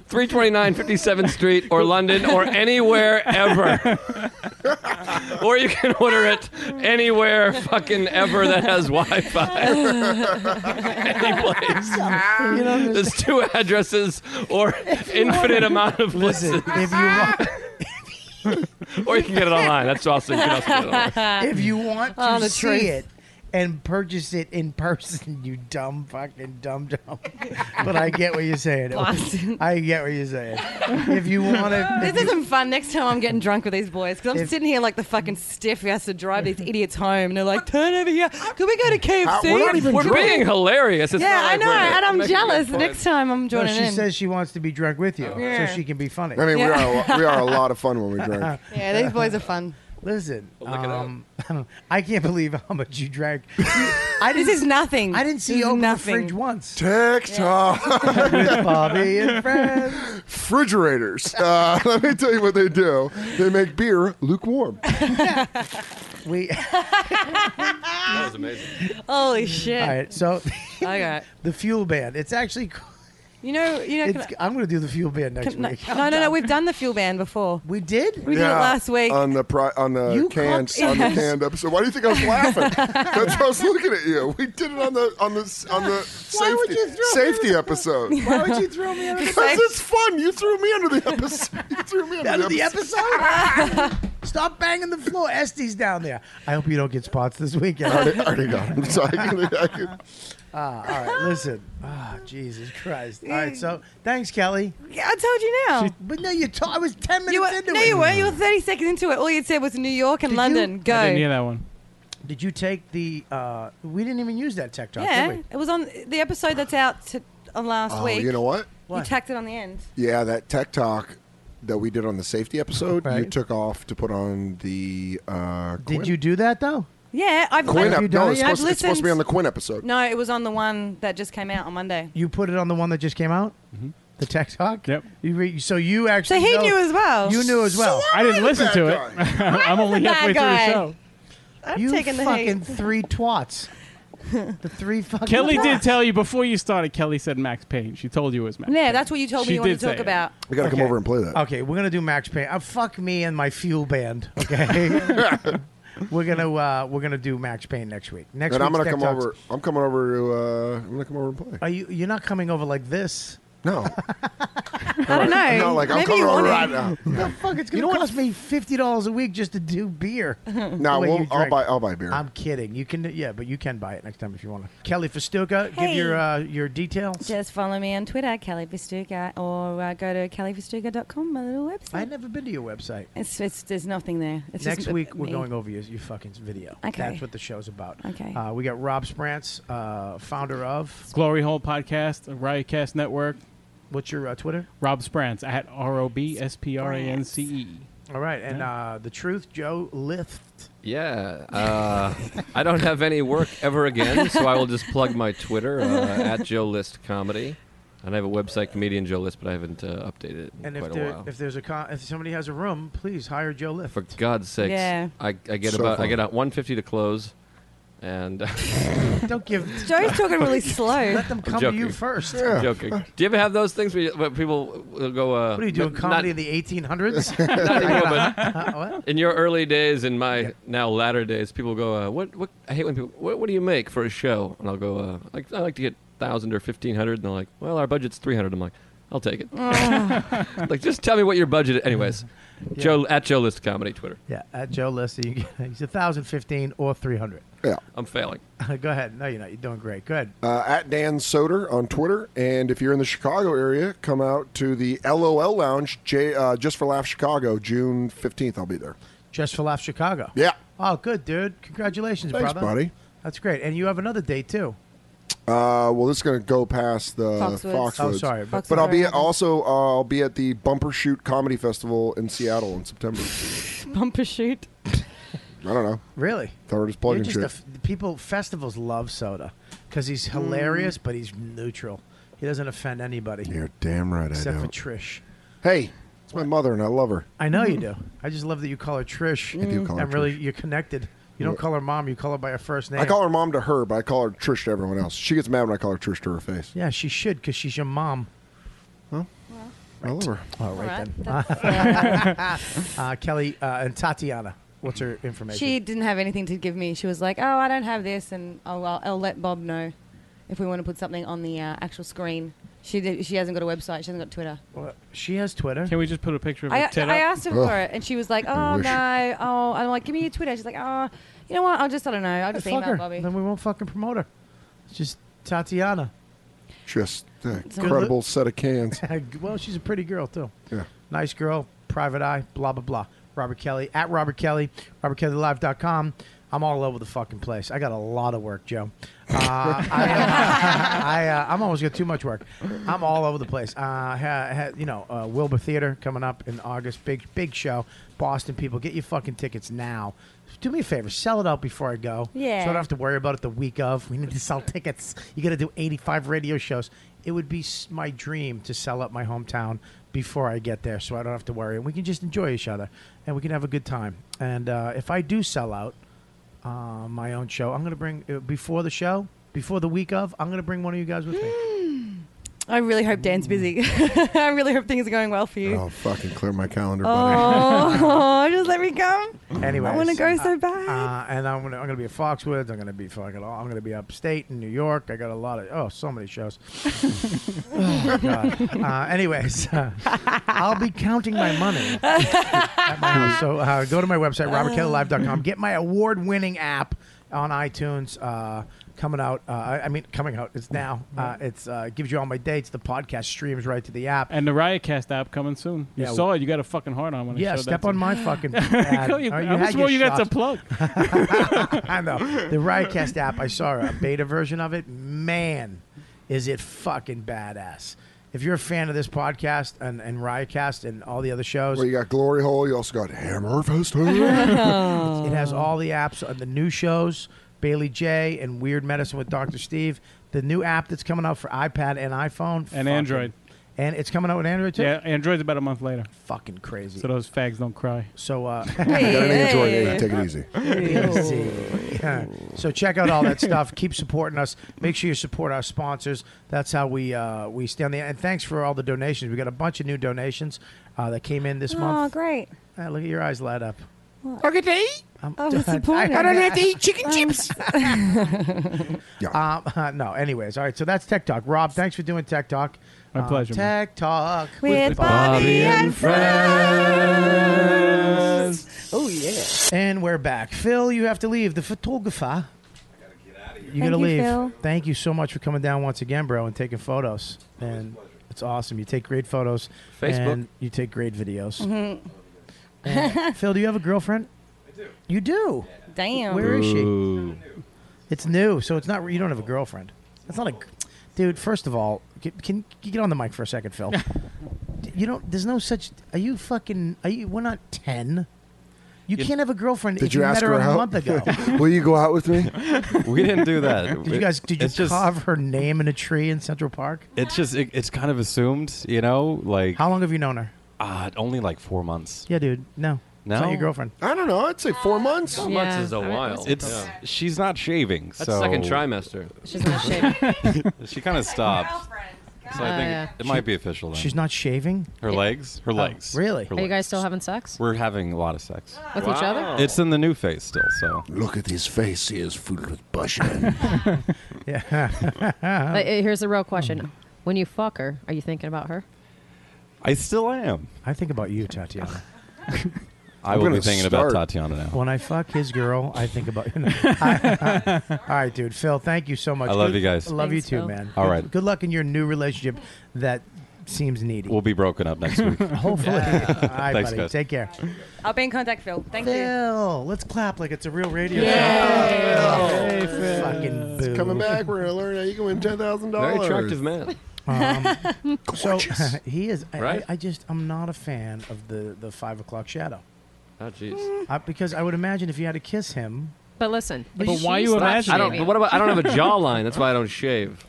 D: 329 57th Street or London or anywhere ever. or you can order it anywhere fucking ever that has Wi Fi. Any place. There's two addresses or infinite amount of places.
B: If you want,
D: or you can get it online. That's awesome. You can also get it online.
B: if you want to
O: Oh, the
B: see
O: truth.
B: it and purchase it in person, you dumb fucking dumb dumb. but I get what you're saying.
O: Boston.
B: I get what you're saying. If you want to,
O: This isn't fun. Next time I'm getting drunk with these boys because I'm
B: If-
O: sitting here like the fucking stiff who has to drive these idiots home. And they're like, turn over here. Can
B: Uh,
O: we go to KFC?
D: We're
O: drunk.
D: being hilarious. It's
O: yeah,
D: not like
O: I know.
D: we're
O: And I'm
D: making a
O: jealous.
D: point.
O: Next time I'm
B: no,
O: joining
B: she
O: in.
B: says she wants to be drunk with you,
O: Yeah.
B: so she can be funny.
H: I mean, we are we are a lot of fun when we drink.
O: yeah, these boys are fun.
B: Listen,
H: look it up.
B: um, I can't believe how much you drank. I
O: this is nothing. I didn't
B: see you open the fridge once.
H: TikTok.
B: With Bobby and friends.
H: Refrigerators. Uh, let me tell you what they do. They make beer lukewarm.
B: We
D: That was amazing.
O: Holy shit.
B: All right, so
O: I got
B: the fuel band. It's actually
O: You know, you know.
B: it's,
O: can I-
B: I'm going to do the fuel band next
O: can- no,
B: week.
O: no, no, no, We've done the fuel band before.
B: We did.
O: We did it last week.
H: on the pri- on the
O: You
H: canned
O: cocksucker.
H: on the canned episode. Why do you think I was laughing? That's why I was looking at you. We did it on the on the on the uh,
B: Why would
H: safety
B: you throw
H: safety
B: me under-
H: episode.
B: Why would you throw me under the
H: Because it's fun. You threw me under the episode. You threw me under
B: Out of the
H: the
B: episode? Stop banging the floor. Esty's down there. I hope you don't get spots this weekend.
H: I already, I already got him. So I can, I can-
B: Ah, all right, listen. Ah, Jesus Christ. All right, so thanks, Kelly.
O: Yeah, I told you now.
B: but no, you. Ta- I was ten minutes
O: You were,
B: into
O: no,
B: it.
O: you weren't. You were 30 seconds into it. All you said was New York and
B: Did you-
O: London. Go.
A: that one.
B: Did you take the? Uh, we didn't even use that tech talk,
O: yeah,
B: did
O: it was on the episode that's out to, on last
H: Oh,
O: week.
H: you know what?
O: You tacked it on the end.
H: Yeah, that tech talk that we did on the safety episode, you
B: Right.
H: took off to put on the uh,
B: we?
H: Quinn,
B: Did you do that though?
O: Yeah, I've
H: Quinn
O: I've-
H: ep- no, it's
O: I've
H: supposed, it's supposed to be on the
O: listened-
H: Quinn episode.
O: No, it was on the one that just came out on Monday.
B: You put it on the one that just came out,
A: Mm-hmm.
B: the tech talk. Yep. You re- so you actually.
O: So he
B: know-
O: knew as well.
B: You knew as well.
A: I didn't listen to it. I'm only
O: bad
A: halfway
O: guy.
A: through the show.
O: I'm
B: you
O: taking the hate.
B: fucking three twats. The three fucking.
A: Kelly did
B: twats.
A: tell you before you started. Kelly said Max Payne. She told you it was Max.
O: Yeah, that's what you told me
A: She
O: you wanted
A: did
O: to talk
A: say it.
O: about.
H: We got to come over and play that.
B: Okay, we're gonna do Max Payne. Uh, fuck me and my fuel band. Okay. we're gonna uh, we're gonna do Max Payne next week. Next
H: and
B: week
H: I'm gonna come over. I'm coming over to. Uh, I'm gonna come over and play.
B: Are you? You're not coming over like this.
H: No.
I: I don't know.
H: No, like I'm
I: Maybe
H: coming
I: you
H: on
I: want
H: right
I: it.
H: now.
B: the fuck? It's gonna cost me fifty dollars a week just to do beer.
H: No, we'll- I'll buy- I'll buy beer.
B: I'm kidding. You can, yeah, but you can buy it next time if you want to. Kelly Festuca,
I: Hey.
B: give your uh, your details.
O: Just follow me on Twitter, Kelly Vistuka, or uh, go to kellyvistuka.com, my little website.
B: I've never been to your website.
O: It's, it's there's nothing there. It's just
B: Next
O: m-
B: week we're
O: me.
B: going over your, your fucking video.
O: Okay.
B: That's what the show's about.
O: Okay.
B: Uh, we got Rob Sprance, uh, founder of
A: Glory Hole Podcast, Riotcast Network.
B: What's your uh, Twitter?
A: Rob Sprance at R O B S P R A N C E.
B: All right, and uh, the truth, Joe Lift.
D: Yeah. Uh, I don't have any work ever again, so I will just plug my Twitter uh, at Joe List Comedy. And I have a website, Comedian Joe List, but I haven't uh, updated it in
B: And if
D: quite a
B: there,
D: while.
B: if there's a con- if somebody has a room, please hire Joe Lift.
D: For God's sakes,
B: Yeah.
D: I, I get
B: So
D: about I
B: fun.
D: get out 150 to close, and
B: Don't give.
I: Joe's talking really slow.
B: Let them
D: I'm
B: come to
D: joking.
B: you first.
D: I'm joking. Do you ever have those things where, you, where people will go? Uh,
B: What are you doing?
D: not-
B: Comedy in the 1800s?
D: Not anymore,
B: Uh, what?
D: but in your early days, in my now latter days, people go, uh, "What? What? I hate when people. What, what do you make for a show?" And I'll go, uh, "Like I like to get thousand or fifteen hundred, and they're like, "Well, our budget's 300 I'm like, "I'll take it."
O: Ah.
D: like, just tell me what your budget. Anyways,
B: Yeah.
D: Joe at Joe List Comedy Twitter.
B: Yeah, at Joe List, you can- he's 1,015 or 300.
H: Yeah.
D: I'm failing.
B: Go ahead. No, you're not. You're doing great. Go ahead.
H: Uh, at Dan Soder on Twitter, and if you're in the Chicago area, come out to the LOL Lounge, J, uh, just for Laugh Chicago, June 15th. I'll be there.
B: Just for Laugh Chicago.
H: Yeah.
B: Oh, good, dude. Congratulations,
H: Thanks,
B: brother.
H: buddy.
B: That's great. And you have another date, too.
H: Uh, well, this is going to go past the
B: Foxwoods.
H: Foxwoods.
B: Oh, sorry,
H: but,
B: but-
H: I'll be
B: Foxwoods.
H: also uh, I'll be at the Bumper Shoot Comedy Festival in Seattle in September.
O: Bumper shoot.
H: I don't know.
B: Really?
H: Thought we were just
B: You're
H: plugging
B: just
H: shit.
B: a f- people, festivals love soda because
O: Mm.
B: he's hilarious, but he's neutral. He doesn't offend anybody.
H: You're damn right I
B: Except
H: don't.
B: for Trish.
H: hey, it's my mother, and I love her.
B: I know
D: Hmm.
O: Mm.
B: you do. I just love that you call her Trish.
H: I do call her
B: And really, you're connected. You don't
H: Yeah.
B: call her mom, you call her by her first name.
H: I call her mom to her, but I call her Trish to everyone else. She gets mad when I call her Trish to her face.
B: Yeah, she should because she's your mom.
H: Well, I love her.
B: All right, then. uh, Kelly uh, and Tatiana, what's her information?
O: She didn't have anything to give me. She was like, "Oh, I don't have this," and I'll, I'll, I'll let Bob know if we want to put something on the uh, actual screen. She did, she hasn't got a website. She hasn't got Twitter.
B: She has Twitter.
A: Can we just put a picture of
O: I,
A: her tit
O: I
A: up?
O: asked her for it, and she was like, "Oh
A: wish.
O: no, oh." I'm like, "Give me your Twitter." She's like, "Oh, you know what? I'll just I don't know. I'll just
B: Fuck
O: email
B: her.
O: Bobby."
B: Then we won't fucking promote her. It's just Tatiana.
H: Just an
B: It's a-
H: incredible set of cans.
B: well, she's a pretty girl, too.
H: Yeah.
B: Nice girl, private eye, blah, blah, blah. Robert Kelly, at Robert Kelly, robertkellylive.com. I'm all over the fucking place. I got a lot of work, Joe. Uh, I, I, uh, I'm always got too much work. I'm all over the place. Uh, ha, ha, you know, uh, Wilbur Theater coming up in August. Big, big show. Boston people, get your fucking tickets now. Do me a favor, sell it out before I go.
O: Yeah.
B: So I don't have to worry about it the week of. We need to sell tickets. You got to do 85 radio shows. It would be s- my dream to sell up my hometown before I get there so I don't have to worry. And we can just enjoy each other and we can have a good time. And uh, if I do sell out uh, my own show, I'm going to bring, uh, before the show, before the week of, I'm going to bring one of you guys with me.
O: I really hope Dan's busy. I really hope things are going well for you.
B: Oh,
I: Oh,
H: I'll fucking clear my calendar, buddy.
O: Oh, just let me come.
B: Anyway,
O: I want to go so bad.
B: Uh, and I'm gonna I'm gonna be at Foxwoods. I'm gonna be fucking. all- I'm gonna be upstate in New York. I got a lot of oh so many shows. Oh, God. Uh, anyways, uh, I'll be counting my money. at my house. So uh, go to my website robertkellylive.com. Get my award winning app on iTunes. Uh, coming out. Uh, I I mean, coming out. It's now. Uh, it's uh, gives you all my dates. The podcast streams right to the app.
A: And the Riotcast app coming soon. You
B: Yeah,
A: saw it. You got a fucking heart on when I
B: Yeah,
A: showed that
B: step
A: to
B: on
A: you.
B: my fucking. pad.
A: Cool, you-
B: Oh,
A: I
B: had
A: wish
B: your
A: more you got to
B: shots.
A: plug.
B: I know the Riotcast app. I saw a beta version of it. Man, is it fucking badass! If you're a fan of this podcast and, and Riotcast and all the other shows,
H: Well, you got Glory Hole. You also got Hammerfest.
B: it has all the apps on the new shows Bailey J and Weird Medicine with Dr. Steve. The new app that's coming out for iPad and iPhone and
A: Android.
B: And it's coming out with Android too?
A: Yeah, Android's about a month later.
B: Fucking crazy.
A: So those fags don't cry.
B: So, uh,
H: Android eight, take it easy.
B: Easy. Yeah. So check out all that stuff. Keep supporting us. Make sure you support our sponsors. That's how we uh, we stand there. And thanks for all the donations. We got a bunch of new donations uh, that came in this
O: oh,
B: month.
O: great.
B: Ah, look at your eyes light up.
P: I get to eat.
B: I
P: was
B: I
P: disappointed.
B: don't have to eat chicken
P: Um,
B: chips. Um, uh, no, anyways. All right. So that's Tech Talk. Rob, thanks for doing Tech Talk. My
A: pleasure,
B: Tech Talk.
P: With With Bobby Bobby and and friends.
B: Oh, yeah. And we're back. Phil, you have to leave. The photographer. You
P: Thank
B: gotta
P: you,
B: leave.
P: Phil.
B: Thank you so much for coming down once again, bro, and taking photos. And it's awesome. You take great photos.
D: Facebook.
B: And you take great videos.
P: Mm-hmm.
O: Mhm.
B: And- Uh, Phil, do you have a girlfriend? I do. You do.
O: Damn.
B: Where is she? It's new, so it's not. You don't have a girlfriend. That's not a. Dude, first of all, can, can you get on the mic for a second, Phil? D- you don't. There's no such. Are you fucking? Are you? We're not ten. You, can't have a girlfriend
H: Did
B: if
H: you
B: you,
H: ask
B: met her,
H: her
B: a
H: out?
B: month ago.
H: Will you go out with me?
Q: We didn't do that.
B: Did you guys? Did you
Q: It's just-
B: carve her name in a tree in Central Park?
Q: It's just it, it's kind of assumed, you know, like
B: how long have you known her?
Q: Uh, only like four months.
B: Yeah, dude. No.
Q: No,
B: It's not your girlfriend.
H: I don't know. I'd say four months.
Q: Four
D: Yeah. Uh, months is a I mean, while. it's-
Q: It's
D: Yeah.
Q: she's not shaving.
D: That's
Q: so
D: second trimester.
K: She's not shaving.
Q: she kind of stopped. So I
K: Oh,
Q: think
K: yeah.
Q: it might be official. Then.
B: She's not shaving.
Q: Her legs. Her legs.
B: really?
Q: Her
K: Are you
Q: legs.
K: guys still having sex?
Q: We're having a lot of sex
K: With each Wow. other?
Q: It's in the new phase still. So
J: Look at his face. He is filled with passion.
B: yeah.
K: Like, eh, here's the real question: When you fuck her, are you thinking about her?
Q: I still am.
B: I think about you, Tatiana.
Q: I
B: I'm
Q: will
B: gonna
Q: be thinking about
B: start.
Q: Tatiana now.
B: When I fuck his girl, I think about you. know, I- I- all right, dude. Phil, thank you so much.
Q: I love
B: Good-
Q: you guys.
B: I love
Q: Thanks,
B: you too,
Q: Phil.
B: man.
Q: All
B: Good-
Q: right.
B: Good luck in your new relationship that seems needy.
Q: We'll be broken up next week.
B: Hopefully. All right,
Q: Thanks,
B: buddy.
Q: guys.
B: Take care.
O: I'll be in contact, Phil. Thank you.
B: Phil, let's clap like it's a real radio.
O: Yeah.
B: show.
H: Hey, Phil.
B: Fucking boo.
H: Coming back, we're gonna learn how you can win ten thousand dollars.
D: Very attractive man.
B: Um, so
H: Gorgeous.
B: he is. I,
D: Right?
B: I, I just I'm not a fan of the the five o'clock shadow
D: Oh, jeez.
B: I, because I would imagine if you had to kiss him.
K: But listen,
B: But
K: if
B: why
K: she's
B: you
K: not
B: imagine
D: I don't.
K: shaving-
D: What about? I don't have a jawline. That's why I don't shave.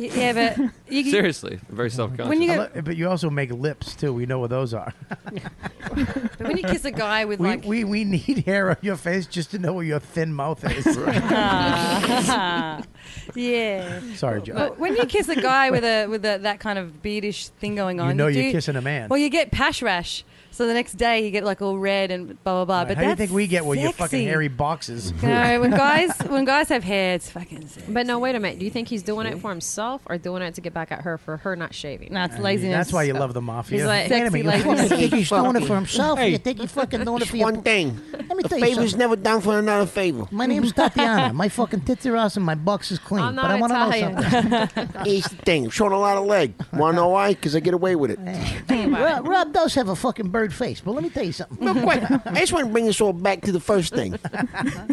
O: Y- Yeah, but you,
D: Seriously, I'm very self-conscious.
O: When you
B: I
O: go-
B: lo- but you also make lips too. We know what those are.
O: when you kiss a guy with
B: we,
O: like,
B: we we need hair on your face just to know where your thin mouth is.
O: Ah. yeah.
B: Sorry, Joe.
O: But when you kiss a guy with a with a, that kind of beardish thing going
B: You
O: on,
B: know
O: do
B: you're kissing a man.
O: Well, you get pash rash, so the next day you get like all red and blah blah blah. But
B: How do you
O: that's
B: think we get with your
O: sexy.
B: fucking hairy boxes?
O: No, when guys when guys have hair, it's fucking. Sick.
K: But no, wait a minute. Do you think he's doing it for himself or doing it to get back at her for her not shaving?
O: Nah, it's laziness.
B: That's why you love the mafia.
K: He's like,
B: Wait a minute, you fucking think he's doing it for himself?
K: Hey.
B: You think he's fucking doing it for
C: One thing.
B: Let me
C: a
B: tell you
C: favor's
B: something.
C: never done for another favor.
B: My name's Tatiana. My fucking tits are awesome. My box is clean.
C: I'm
B: but I
C: not
B: want to know
C: Italian.
B: something.
C: Here's the thing. I'm showing a lot of leg. Want to know why? Because I get away with it.
B: Rob, Rob does have a fucking bird face, but let me tell you something.
C: No, quite. I just want to bring this all back to the first thing.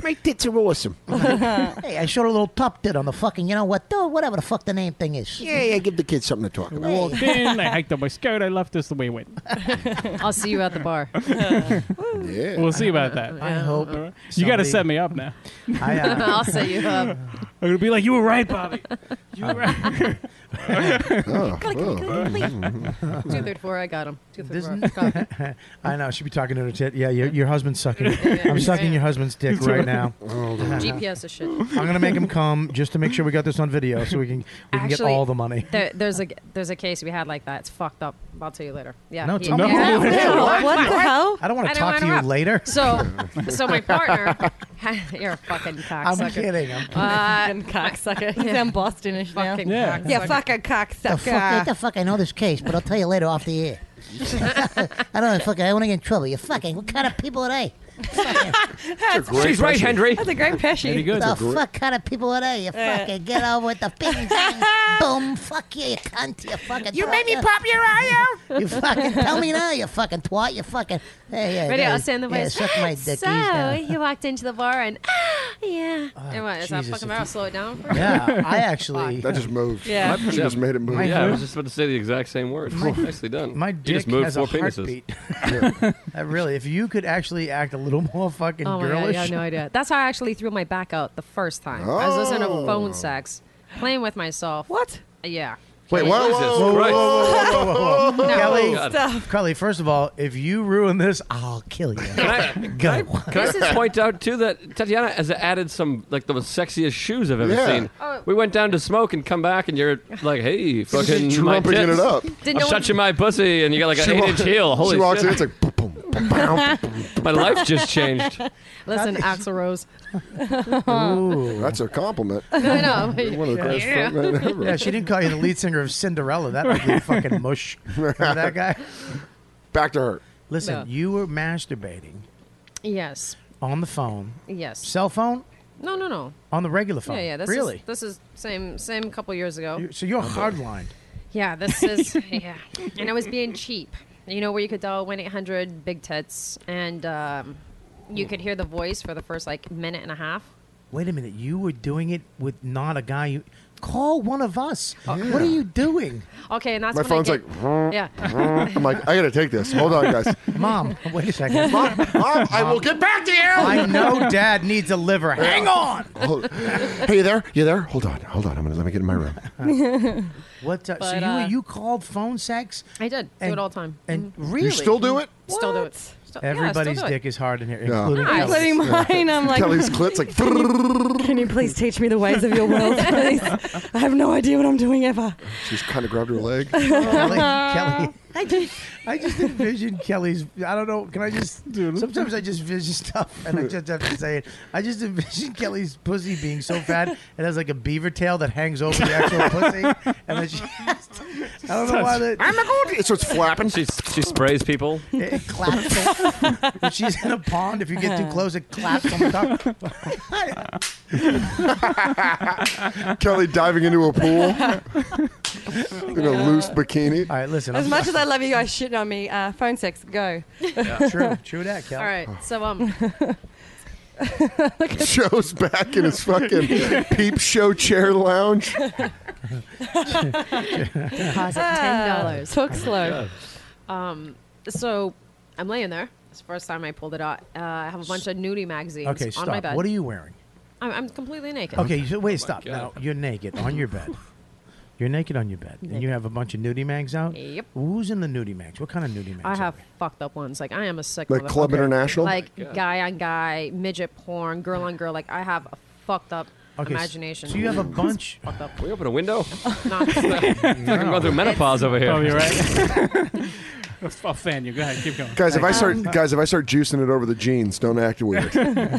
C: My tits are awesome.
B: hey, I showed a little top tit on the fucking, you know what, though, whatever the fuck the name thing is.
C: Yeah, yeah, give the kids something to talk
B: Hey.
C: about.
B: Walked in, I
A: hiked up my skirt. I left this the way it went.
K: I'll see you at the bar.
C: Yeah.
A: We'll see about that.
B: I hope.
A: You got to
B: somebody-
A: set me up now.
B: I, uh,
K: I'll set you up.
A: I'm gonna be like, you were right, Bobby. You
B: Um,
A: were right.
K: Oh. Two, three, four. I got him. Two, three, four.
B: I know. She'd be talking to her tit. Yeah, your, your husband's sucking. I'm sucking your husband's dick right now.
K: Oh, GPS is shit.
B: I'm gonna make him come just to make sure we got this on video, so we can we can get
K: Actually,
B: all the money.
K: There, there's a there's a case we had like that. It's fucked up. I'll tell you later. Yeah.
B: No,
K: he-
B: tell me. No,
K: yeah.
B: no, what? What the
O: hell?
B: I don't wanna talk
K: wanna
B: to you
K: interrupt.
B: later.
K: So, so my partner, you're a fucking cocksucker.
B: kidding, I'm kidding.
K: Uh,
O: Fucking cocksucker. You sound Bostonish now.
K: Fucking Yeah. cocksucker.
O: Yeah, fucking cocksucker.
R: The fuck, the fuck, I know this case, but I'll tell you later off the air. I don't know, fucking, I want to get in trouble. You fucking, what kind of people are they?
D: That's a great She's right, impression. Henry.
O: That's a great impression.
R: The fuck kind of people are they? You fucking get over with the bing bang, boom, fuck you, you cunt, you fucking.
P: You
R: twat,
P: made me
R: you-
P: pop your eye out.
R: You fucking tell me now, you fucking twat, you fucking. Hey, yeah,
K: Ready?
R: yeah,
K: I'll stand the
R: yeah,
K: way.
R: suck my dick.
K: so you walked into the bar and ah, yeah. and what? Is that
B: Jesus,
K: fucking
B: if
K: barrel
B: you-
K: slow it down? For
B: Yeah, I actually.
H: That just moved.
K: Yeah.
H: She just made it move.
D: Yeah, I was just about to say the exact same word. Nicely done.
B: My
D: You
B: dick
D: just moved
B: has
D: four
B: a
D: penises.
B: heartbeat. That really, if you could actually act a little more fucking
K: Oh my god,
B: girlish.
K: yeah, I have no idea. That's how I actually threw my back out the first time. I was listening
B: Oh.
K: to phone sex, playing with myself. What? Yeah.
H: Wait,
K: Yeah.
H: whoa, whoa, whoa, whoa, whoa, whoa, whoa, whoa.
K: No.
B: Kelly,
D: God.
B: Kelly, first of all, if you ruin this, I'll kill you. Go.
D: Can I point out too that Tatiana has added some like the most sexiest shoes I've ever
B: Yeah.
D: seen. we went down to smoke and come back, and you're like, "Hey, fucking my
H: trumping
D: tits.
H: it up.
D: I'm
H: no one-
D: touching my pussy," and you got like an
H: She
D: eight
H: wa-
D: inch heel. Holy
H: she walks
D: shit!
H: in, it's like,
D: My life just changed.
K: Listen, Axl Rose.
H: Ooh, that's a compliment.
K: I know.
H: One of the greatest
K: Yeah.
H: frontmen ever.
B: Yeah, she didn't call you the lead singer of Cinderella. That would be fucking mush. Remember that guy?
H: Back to her.
B: Listen,
K: No.
B: you were masturbating
K: Yes.
B: on the phone,
K: Yes.
B: cell phone,
K: No, no, no.
B: on the regular phone.
K: Yeah, yeah. This
B: really.
K: Is, this is same same couple years ago.
B: You- so you're hardlined.
K: Yeah, this is yeah. And I was being cheap. You know where you could dial one eight hundred big tits, and um, you could hear the voice for the first like minute and a half.
B: Wait a minute, you were doing it with not a guy. You call one of us. What are you doing?
K: Okay, and that's
H: My
K: when
H: phone's
K: I
H: like,
K: get, yeah.
H: I'm like, I gotta take this. Hold on, guys.
B: Mom, wait a second.
H: Mom, Mom, I will get back to you.
B: I know Dad needs a liver. Hang on.
H: Hold- Oh. hey, you there? You there? Hold on, hold on. I'm gonna let me get in my room.
B: What? Uh, so
K: But,
B: you
K: uh,
B: you called phone sex?
K: I did do
B: And-
K: it all the time.
B: and
K: Mhm.
B: really? You still
I: Hmm.
B: do it?
K: Still do it. Still- yeah, I still
B: Everybody's
K: do it.
B: dick is hard in here,
H: Yeah.
B: including
K: Nice.
B: Kelly's.
I: Including mine. I'm like,
H: Kelly's clit's like.
I: Can you please teach me the ways of your world, please? I have no idea what I'm doing ever.
H: She's kind of grabbed her leg.
B: Kelly, Kelly. I just, I just envision Kelly's. I don't know. Can I just? Sometimes I just vision stuff, and I just have to say it. I just envision Kelly's pussy being so fat it has like a beaver tail that hangs over the actual pussy, and then she. Has to, I don't know why that.
H: I'm a goat. So it's flapping.
D: She she sprays people.
B: It claps. when she's in a pond, if you get too close, it claps on the top.
H: Kelly diving into a pool in a loose bikini.
B: All right, listen.
I: As much as I love you guys shitting on me, uh, phone sex, go.
B: True, true that, Kelly.
K: All right. So um,
H: Joe's back in his fucking peep show chair lounge.
K: deposit ten dollars.
I: Talk slow.
K: Um, so I'm laying there. It's the first time I pulled it out. Uh, I have a bunch of nudie magazines
B: Okay,
K: on my
B: stop.
K: bed.
B: What are you wearing?
K: I'm, I'm completely naked.
B: Okay, so
D: Oh
B: wait, stop. Now you're naked on your bed. You're naked on your bed, and you have a bunch of nudie mags out.
K: Yep.
B: Who's in the nudie mags? What kind of nudie mags?
K: I
B: are
K: have fucked up ones. Like I am a sick.
H: Like Club
K: motherfucker.
H: International?
K: Like
H: Oh my God.
K: guy on guy, midget porn, girl on girl. Like I have a fucked up
B: Okay, s-
K: imagination.
B: so you have a bunch.
K: fucked up.
D: We open a window.
K: Not
D: Fucking going through menopause over here.
A: Oh, you're right. F- offend you. Go ahead. Keep going.
H: Guys, if I start
A: Um,
H: guys, if I start juicing it over the jeans, don't act weird.
D: All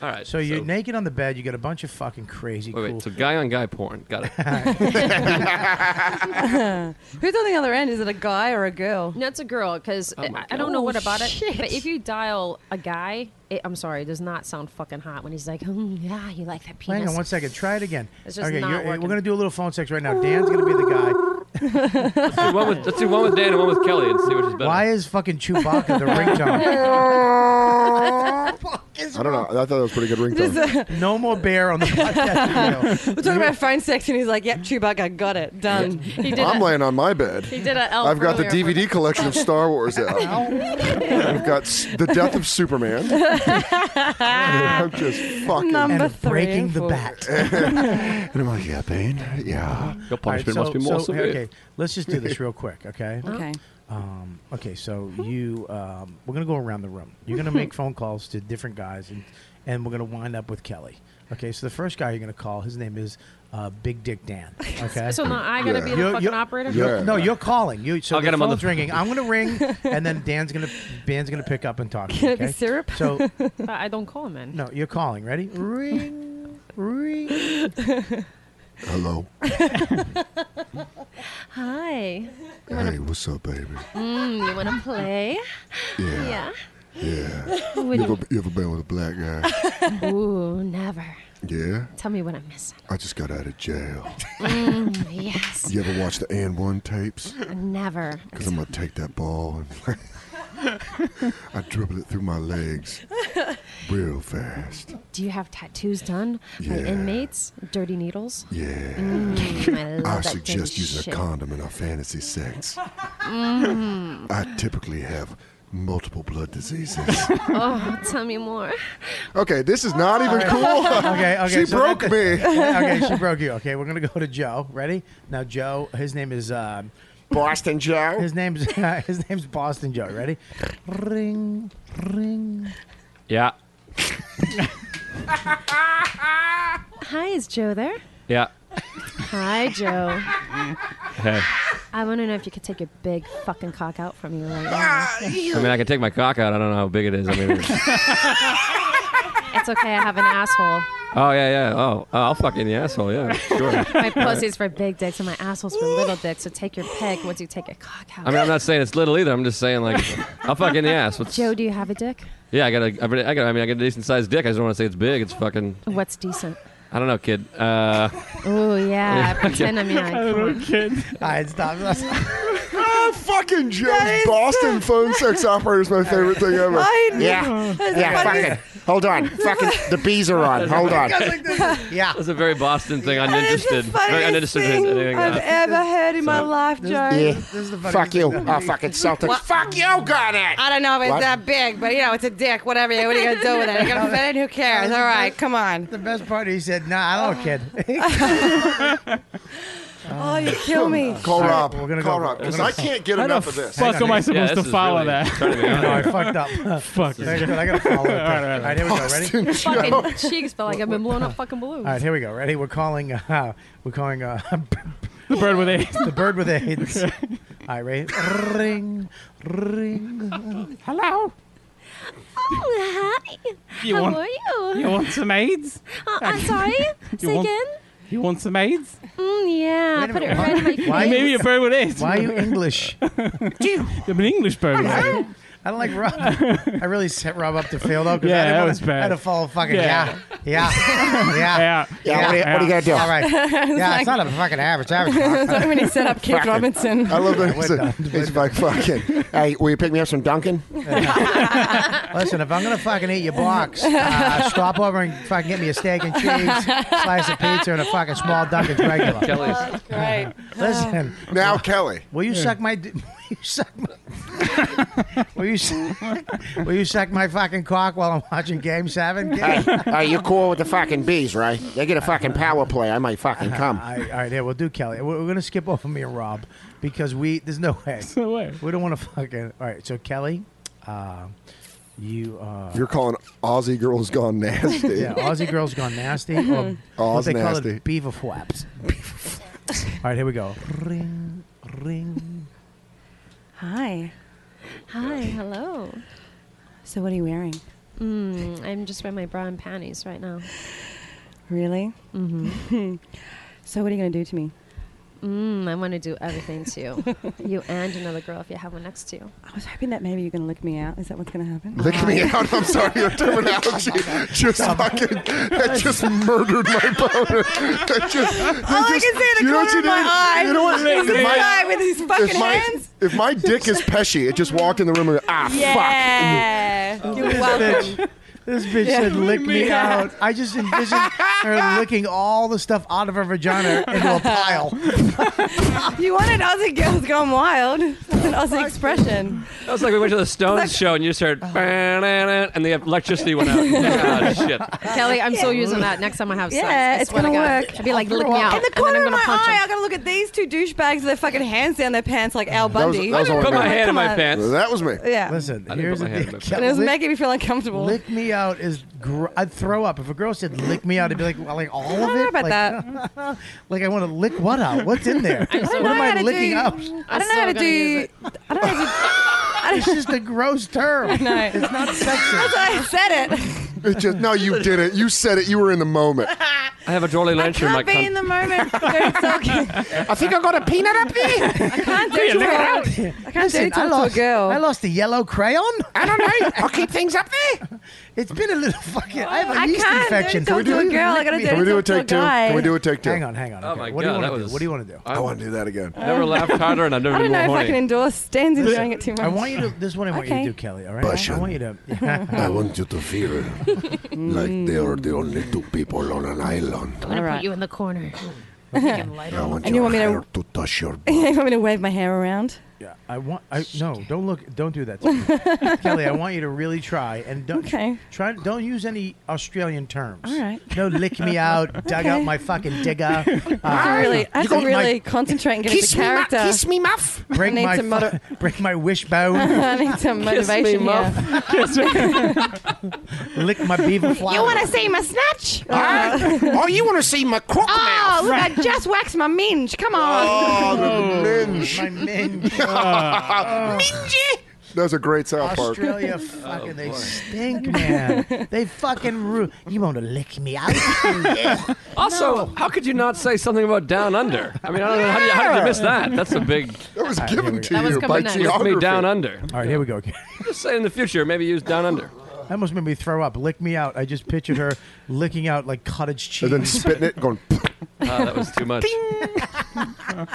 D: right.
B: So you're naked on the bed. You got a bunch of fucking crazy.
D: Wait,
B: cool.
D: wait. So guy on guy porn. Got it.
I: Who's on the other end? Is it a guy or a girl? Oh,
K: No, it's a girl because
D: Oh
K: I, I
H: Oh,
K: don't know what about it. But if you dial a guy, it, I'm sorry, it does not sound fucking hot when he's like, mm, yeah, you like that penis.
B: Hang on one second. Try it again.
K: It's just
B: okay,
K: not
B: you're- eh,
K: working.
B: we're gonna do a little phone sex right now. Dan's gonna be the guy.
D: Let's do one with let's do one with Dan and one with Kelly and see which is better.
B: Why is fucking Chewbacca the ringtone?
H: I don't know. I thought that was pretty good ringtone.
K: uh,
B: no more bear on the podcast.
I: We're talking about phone sex, and he's like, "Yep, Chewbacca, got it, done."
K: He did
H: I'm
K: a-
H: laying on my bed.
K: He did a elf
H: I've got the
K: earlier for-
H: DVD collection of Star Wars out. I've got s- the death of Superman. I'm just fucking.
I: Number
B: And
I: three,
B: breaking
I: and
B: the
I: four.
B: bat.
H: and I'm like, yeah, Bane, yeah.
D: Your
B: All right,
D: punishment must be more severe.
B: Okay, let's just do this real quick, okay?
I: Okay.
B: Um, okay, so you, um, we're gonna go around the room. You're gonna make phone calls to different guys, and and we're gonna wind up with Kelly. Okay, so the first guy you're gonna call, his name is uh, Big Dick Dan. Okay.
K: So now I gotta be the
B: You're-
K: fucking
B: you're-
K: operator.
B: you're- No, you're calling. You. So
D: I'll
B: the
D: get him on the
B: phone's ringing. I'm gonna ring, and then Dan's gonna Dan's gonna pick up and talk. to you,
I: Can it be
B: okay?
I: syrup?
B: So
K: But I don't call him in.
B: no, you're calling. Ready? Ring, ring.
H: Hello.
K: Hi.
H: Hey, what's up, baby?
K: Mm, you wanna play?
H: Yeah.
K: Yeah.
H: Yeah.
K: Would
H: You ever, you ever been with a black guy?
K: you- Ooh, never.
H: Yeah.
K: Tell me what I'm missing.
H: I just got out of jail.
K: Mm, yes.
H: You ever watch the and one tapes?
K: Never.
H: Because I'm going to take that ball and I dribble it through my legs real fast.
K: Do you have tattoos done by
H: Yeah.
K: inmates? Dirty needles?
H: Yeah.
K: Mm, I love
H: I
K: that dirty
H: suggest using
K: shit. Mm.
H: a condom in our fantasy sex. I typically have multiple blood diseases.
K: Oh, tell me more.
H: okay, this is not even cool.
B: Oh. Okay, okay.
H: She
B: so
H: broke
B: that-
H: me.
B: okay, she broke you. Okay, we're gonna go to Joe. Ready? Now, Joe. His name is um,
C: Boston Joe.
B: his name's his name's Boston Joe. Ready? Ring, ring.
D: Yeah.
K: Hi, is Joe there?
D: Yeah.
K: Hi, Joe.
D: Hey.
K: I want to know if you could take your big fucking cock out from me right
I: Ah,
K: now.
D: I mean, I can take my cock out. I don't know how big it is. I mean, it's-
K: it's okay. I have an asshole.
D: oh yeah, yeah. Oh, uh, I'll fuck you in the asshole. Yeah, sure.
K: My pussy's for big dicks and my asshole's for little dicks. So take your pick once you take your cock out.
D: I mean, I'm not saying it's little either. I'm just saying like, I'll fuck you in the ass. What's,
K: Joe, do you have a dick?
D: yeah, I got a, I got, a- I got. I mean, I got a decent sized dick. I just don't want to say it's big. It's fucking.
K: What's decent?
D: I don't know, kid. Uh,
K: Oh yeah,
D: Yeah.
K: pretend I'm like.
D: I
K: come on.
B: All right, stop.
H: Ah, fucking Joe's Boston phone sex operator is my favorite thing ever.
C: I know. Yeah. That's Yeah, funny. fucking- Hold on. Fucking the bees are on. Hold on.
B: yeah,
D: that's a very Boston thing. Uninterested. Very
C: funniest
D: uninterested in
C: thing
D: anything.
C: I've
D: else.
I: Ever heard in my life, Joe?
C: Yeah.
I: funniest
C: Fuck you.
I: thing.
C: Oh, fucking Celtics. Fuck you, got it.
I: I don't know if it's
C: What?
I: that big, but you know, it's a dick. Whatever. What are you gonna do with it? You're gonna fit it? Who cares? All right, come on.
B: The best part, he said, "Nah, I don't, kid."
I: oh, you kill me.
H: Call
B: All right,
H: Rob.
B: We're gonna
H: Call
B: go.
H: Rob,
B: We're
H: 'cause
B: gonna-
H: I can't get How enough the of this. fuck
B: Hang on.
H: am I Yeah, supposed
A: to follow that?
B: no, I fucked up.
A: Fuck.
B: Very good. I gotta follow it. all, right, all right, here we go. Ready?
K: Your fucking cheeks felt like I've been blown up fucking balloons.
B: All right, here we go. Ready? We're calling. Uh, we're calling. Uh,
A: the bird with AIDS.
B: The bird with AIDS. All right, ready? Ring, ring.
A: Hello.
M: Oh, hi.
A: You
M: How
A: want-
M: are
B: Oh.
M: you?
A: You want some AIDS?
K: Uh,
M: Oh, I'm sorry.
A: You
M: Say
A: want-
M: again.
A: You want some AIDS?
M: Mm, yeah, put it right in my face.
A: Maybe a bird with AIDS.
B: Why are you English?
A: I'm an English bird with AIDS.
B: I don't like Rob. I really set Rob up to fail though. 'cause
A: Yeah,
B: I didn't
A: that
B: wanna-
A: was bad.
B: I had to follow fucking
A: Yeah.
B: yeah, yeah, yeah,
A: Yeah.
C: Yeah, what are you- what are you gonna do?
B: All right,
I: It's
B: yeah,
I: like-
B: it's not a fucking average. Average.
I: That's when he set up Keith
B: Fucking-
I: Robinson.
H: I love that. He's,
B: We're done.
H: like- he's like, fucking.
C: Hey, will you pick me up some Dunkin'?
B: Listen, if I'm gonna fucking eat your box, uh, stop over and fucking get me a steak and cheese, slice of pizza, and a fucking small Dunkin' regular.
D: Kelly's.
I: Oh, Right.
B: Listen,
H: Now, Kelly.
B: will you suck my? d- Will you suck my? will you? Suck, will you suck my fucking cock while I'm watching Game Seven?
C: Hey, hey, you cool with the fucking bees, right? They get a fucking power play. I might fucking come.
B: All right, all right, yeah, we'll do Kelly. We're, we're gonna skip over me and Rob because we there's no way. There's
A: no way.
B: We don't want to fucking. All right, so Kelly, uh, you uh,
H: You're calling Aussie girls gone nasty.
B: yeah, Aussie girls gone nasty. Or what
H: Oz
B: they call
H: nasty.
B: it, beaver flaps. all right, here we go. Ring, ring.
I: Hi.
K: Hi, hello.
I: So what are you wearing?
K: Mm, I'm just wearing my bra and panties right now.
I: Really? Mm-hmm. so what are you gonna do to me?
K: Mm, I want to do everything to you. you and another girl if you have one next to you.
I: I was hoping that maybe you're gonna lick me out. Is that what's gonna happen?
H: Lick me out. I'm sorry, your terminology just fucking that just murdered my boner. That just
I: All I can see in the
H: know what
I: corner
H: you
I: of my
H: did?
I: eye
H: You know what?
I: is
H: If
I: this
H: my-
I: guy with his fucking
H: if my,
I: hands.
H: If my dick is peshy, it just walked in the room and go, ah
I: Yeah. You're
B: This
I: welcome.
B: bitch, this bitch
I: Yeah.
B: said, "Lick me
I: Yeah.
B: out." I just envisioned her licking all the stuff out of her vagina into a pile.
I: You wanted Aussie girls gone wild. That's an Aussie expression.
D: That was like we went to the Stones show and you just heard, "Ba-na-na," and the electricity went out. oh, shit.
K: Kelly, I'm still using that next time I have sex.
I: Yeah,
K: I
I: it's
K: swear to
I: gonna
K: God.
I: work.
K: I'd be like,
I: I'll
K: lick
I: throw
K: me
I: up.
K: out.
I: In the
K: and then
I: corner
K: I'm
I: of
K: gonna
I: my
K: punch
I: eye,
K: him.
I: I gotta look at these two douchebags with their fucking hands down their pants like Al Bundy.
H: that was only
I: Come
H: me.
I: on, come on.
H: That was me.
I: Yeah.
B: Listen,
H: I didn't
B: here's
H: put
B: the
H: my hand
B: deal.
H: in my
I: And it was making me feel uncomfortable.
B: Lick me out is gr- I'd throw up if a girl said lick me out. I'd be like, well, like all
I: I don't
B: of it.
I: know about
B: like,
I: that.
B: like I want to lick what out? What's in there?
I: I don't
B: what
I: know
B: am
I: how
B: I
I: to
B: licking
I: do,
B: out?
I: I don't know how to do. I don't know how to
B: It's just a gross term.
I: No.
B: It's not sexy.
I: That's why I said it.
H: It just no, you did it. You said it. You were in the moment.
D: I have a jolly lantern.
I: Can't be in the moment. I
C: think I got a peanut up there.
I: I can't do
B: Look
I: it.
B: out.
I: I can't
B: Listen, I
I: do talk to a
B: lost,
I: girl.
B: I lost a yellow crayon.
C: I don't know. I'll keep things up there.
B: It's been a little fucking. I have a
I: I
B: yeast
I: can't.
B: infection.
I: Don't talk to a girl. I gotta
H: Can we do a
I: Talk to a
H: take two?
I: guy.
H: Can we do a take two?
B: Hang on, hang on.
D: Oh, my
B: What do you
D: God.
B: wanna
D: That
B: do?
D: was,
B: What do you want to do?
H: I want to do that again.
D: Never laughed harder and I've never
I: I
D: been
I: don't know
D: more
I: if I
D: horny.
I: can endorse Stan's enjoying it too much.
B: I want you to. This one I want
I: Okay.
B: you to do, Kelly. All right.
J: Passion.
B: I want you to.
J: I want you to feel like they are the only two people on an island.
K: I'm gonna
I: Alright.
K: put you in the corner.
J: I want
I: And you
J: your
I: want me to-
J: hair to touch your
I: you want me to wave my hair around?
B: Yeah, I want. I no, don't look. Don't do that, to me. Kelly. I want you to really try and don't try. Don't use any Australian terms.
I: All right.
B: No, lick me out, dug out
I: Okay.
B: my fucking digger.
I: I have to really, I have to
B: break my-
I: really concentrate and get
B: Kiss
I: into
B: me, ma-
I: character.
B: kiss
I: me, muff.
B: break
I: I need
B: my
I: some moder-
B: fu- break my wishbone.
I: I need some motivation here.
B: lick my beaver fly.
I: You want to see my snatch?
B: Ah.
I: oh, you want to see my crook oh,
B: mouth.
I: look, I just waxed my minge. Come on.
J: Oh,
H: minge.
B: My minge. Oh.
I: Oh.
H: That was a great South Park. Oh,
B: Australia, fucking, they stink, man. they fucking ru You want to lick me out?
D: Also, how could you not say something about Down Under? I mean, I don't know. How did, you, how did you miss that? That's a big.
H: That was
B: given
H: to That was you by coming next. geography.
D: Me Down Under.
B: All right, here we go.
D: Just say in the future, maybe use Down Under.
B: That almost made me throw up. Lick me out. I just pictured her licking out like cottage cheese.
D: And then
H: spitting it, going.
D: Ah, that was too much.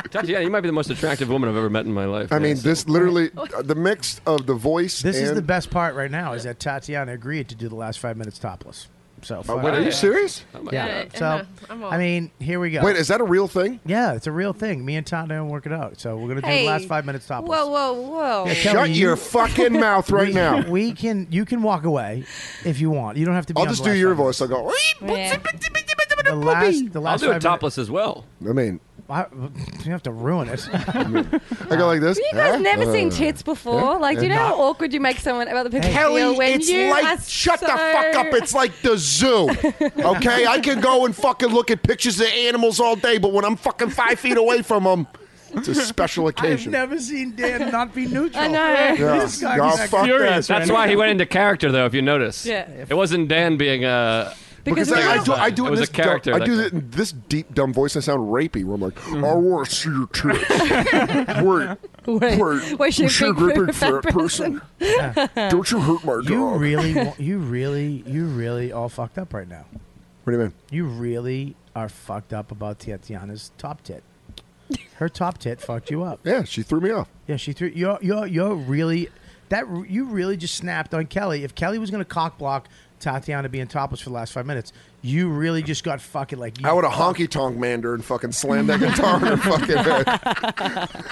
D: Tatiana, you might be the most attractive woman I've ever met in my life.
H: I mean,
D: Yes.
H: this literally uh, the mix of the voice.
B: This is
H: and-
B: the best part right now is that Tatiana agreed to do the last five minutes topless. So, fuck
H: wait, are
B: it.
H: you serious? Oh my
B: yeah.
H: God.
B: So,
H: I'm all-
B: I mean, here we go.
H: Wait, is that a real thing?
B: Yeah, it's a real thing. Me and Tatiana work it out. So we're gonna do
I: Hey.
B: the last five minutes topless.
I: Whoa, whoa, whoa.
B: Yeah, Kelly, you- we- We can. You can walk away if you want. You don't have to. be
H: I'll
B: on
H: just
B: the
H: do
B: last
H: your
B: five
H: voice. I'll go.
I: Yeah.
B: The last. The
D: I'll
B: last
D: do it
B: five
D: topless as well.
H: I mean,
B: minutes- you have to ruin it.
H: I go like this.
I: You guys
H: Huh?
I: never seen
H: Uh,
I: tits before? Like, do you know how awkward you make someone about the people
H: Kelly,
I: feel when
H: it's
I: you
H: like
I: are
H: shut the
I: so-
H: fuck up. It's like the zoo. Okay, I can go and fucking look at pictures of animals all day, but when I'm fucking five feet away from them, it's a special
B: I've
H: occasion.
B: never seen Dan not be neutral.
I: I know.
B: This guy
H: Yeah,
B: was
H: fuck
B: like-
H: that.
D: That's why he went into character, though. If you notice,
B: Yeah.
D: it wasn't Dan being uh, a.
H: Because, I, I do, I do
D: it
H: in
D: was
H: this
D: a character.
H: Dumb, I
D: that- Mm-hmm.
H: do it in this deep dumb voice. I sound rapey. Where I'm like, I want to see your tits. wait,
I: Wait,
H: wait,
I: wait, should
H: was she
I: it be
H: gripping
I: for
H: for
I: that
H: that person? Don't you hurt my dog?
B: You really, wa- you really, you really all fucked up right now.
H: What do you mean?
B: You really are fucked up about Tatiana's top tit. Her top tit fucked you up.
H: Yeah, she threw me off.
B: Yeah, she threw you're you're you're really that r- you really just snapped on Kelly. If Kelly was gonna cock block Tatiana being topless for the last five minutes, you really just got fucking like.
H: I would have honky tonk manned her and fucking slammed that guitar in her fucking head.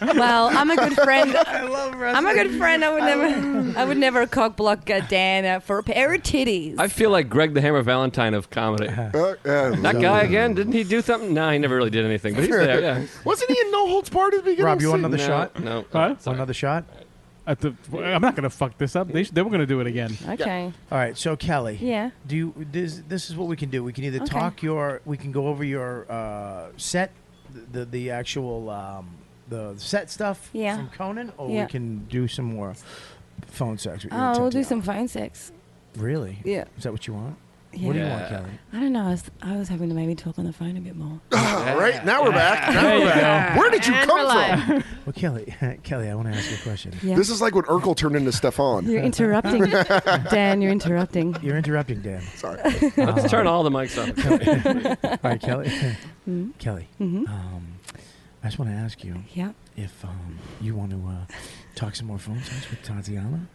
I: Well, I'm a good friend.
B: I love wrestling.
I: I'm a good friend. I would never, I would never cock block a Dan uh, for a pair of titties.
D: I feel like Greg the Hammer Valentine of comedy.
H: Uh,
D: that guy again? Didn't he do something? No, he never really did anything. But he's there. Yeah.
H: Wasn't he in No Holds Barred at the beginning?
B: Rob, you want
H: of
B: another
H: the
B: shot?
D: No.
B: Another shot?
A: At the, I'm not going to fuck this up. They, sh- they were going to do it again.
I: Okay.
B: All right, so Kelly.
I: Yeah.
B: Do you this this is what we can do. We can either
I: Okay.
B: talk your we can go over your uh, set the the, the actual um, the set stuff
I: Yeah.
B: from Conan or
I: Yeah.
B: we can do some more phone sex. with you and
I: Oh, we'll do
B: Tatiana.
I: some phone sex.
B: Really?
I: Yeah.
B: Is that what you want?
I: Yeah.
B: What do you want, Kelly?
I: I don't know. I was, I was hoping to maybe talk on the phone a bit more.
H: All right, now we're back. Now we're back. Where did you come from?
B: Well, Kelly, Kelly, I want to ask you a question.
I: Yeah.
H: This is like when Urkel turned into Stefan.
I: You're interrupting, Dan. You're interrupting.
B: You're interrupting, Dan.
H: Sorry.
D: Let's turn all the mics off.
B: All right, Kelly.
I: Mhm.
B: Kelly,
I: Mhm.
B: um, I just want to ask you
I: Yeah.
B: if um, you want to uh, talk some more phone sex with Tatiana,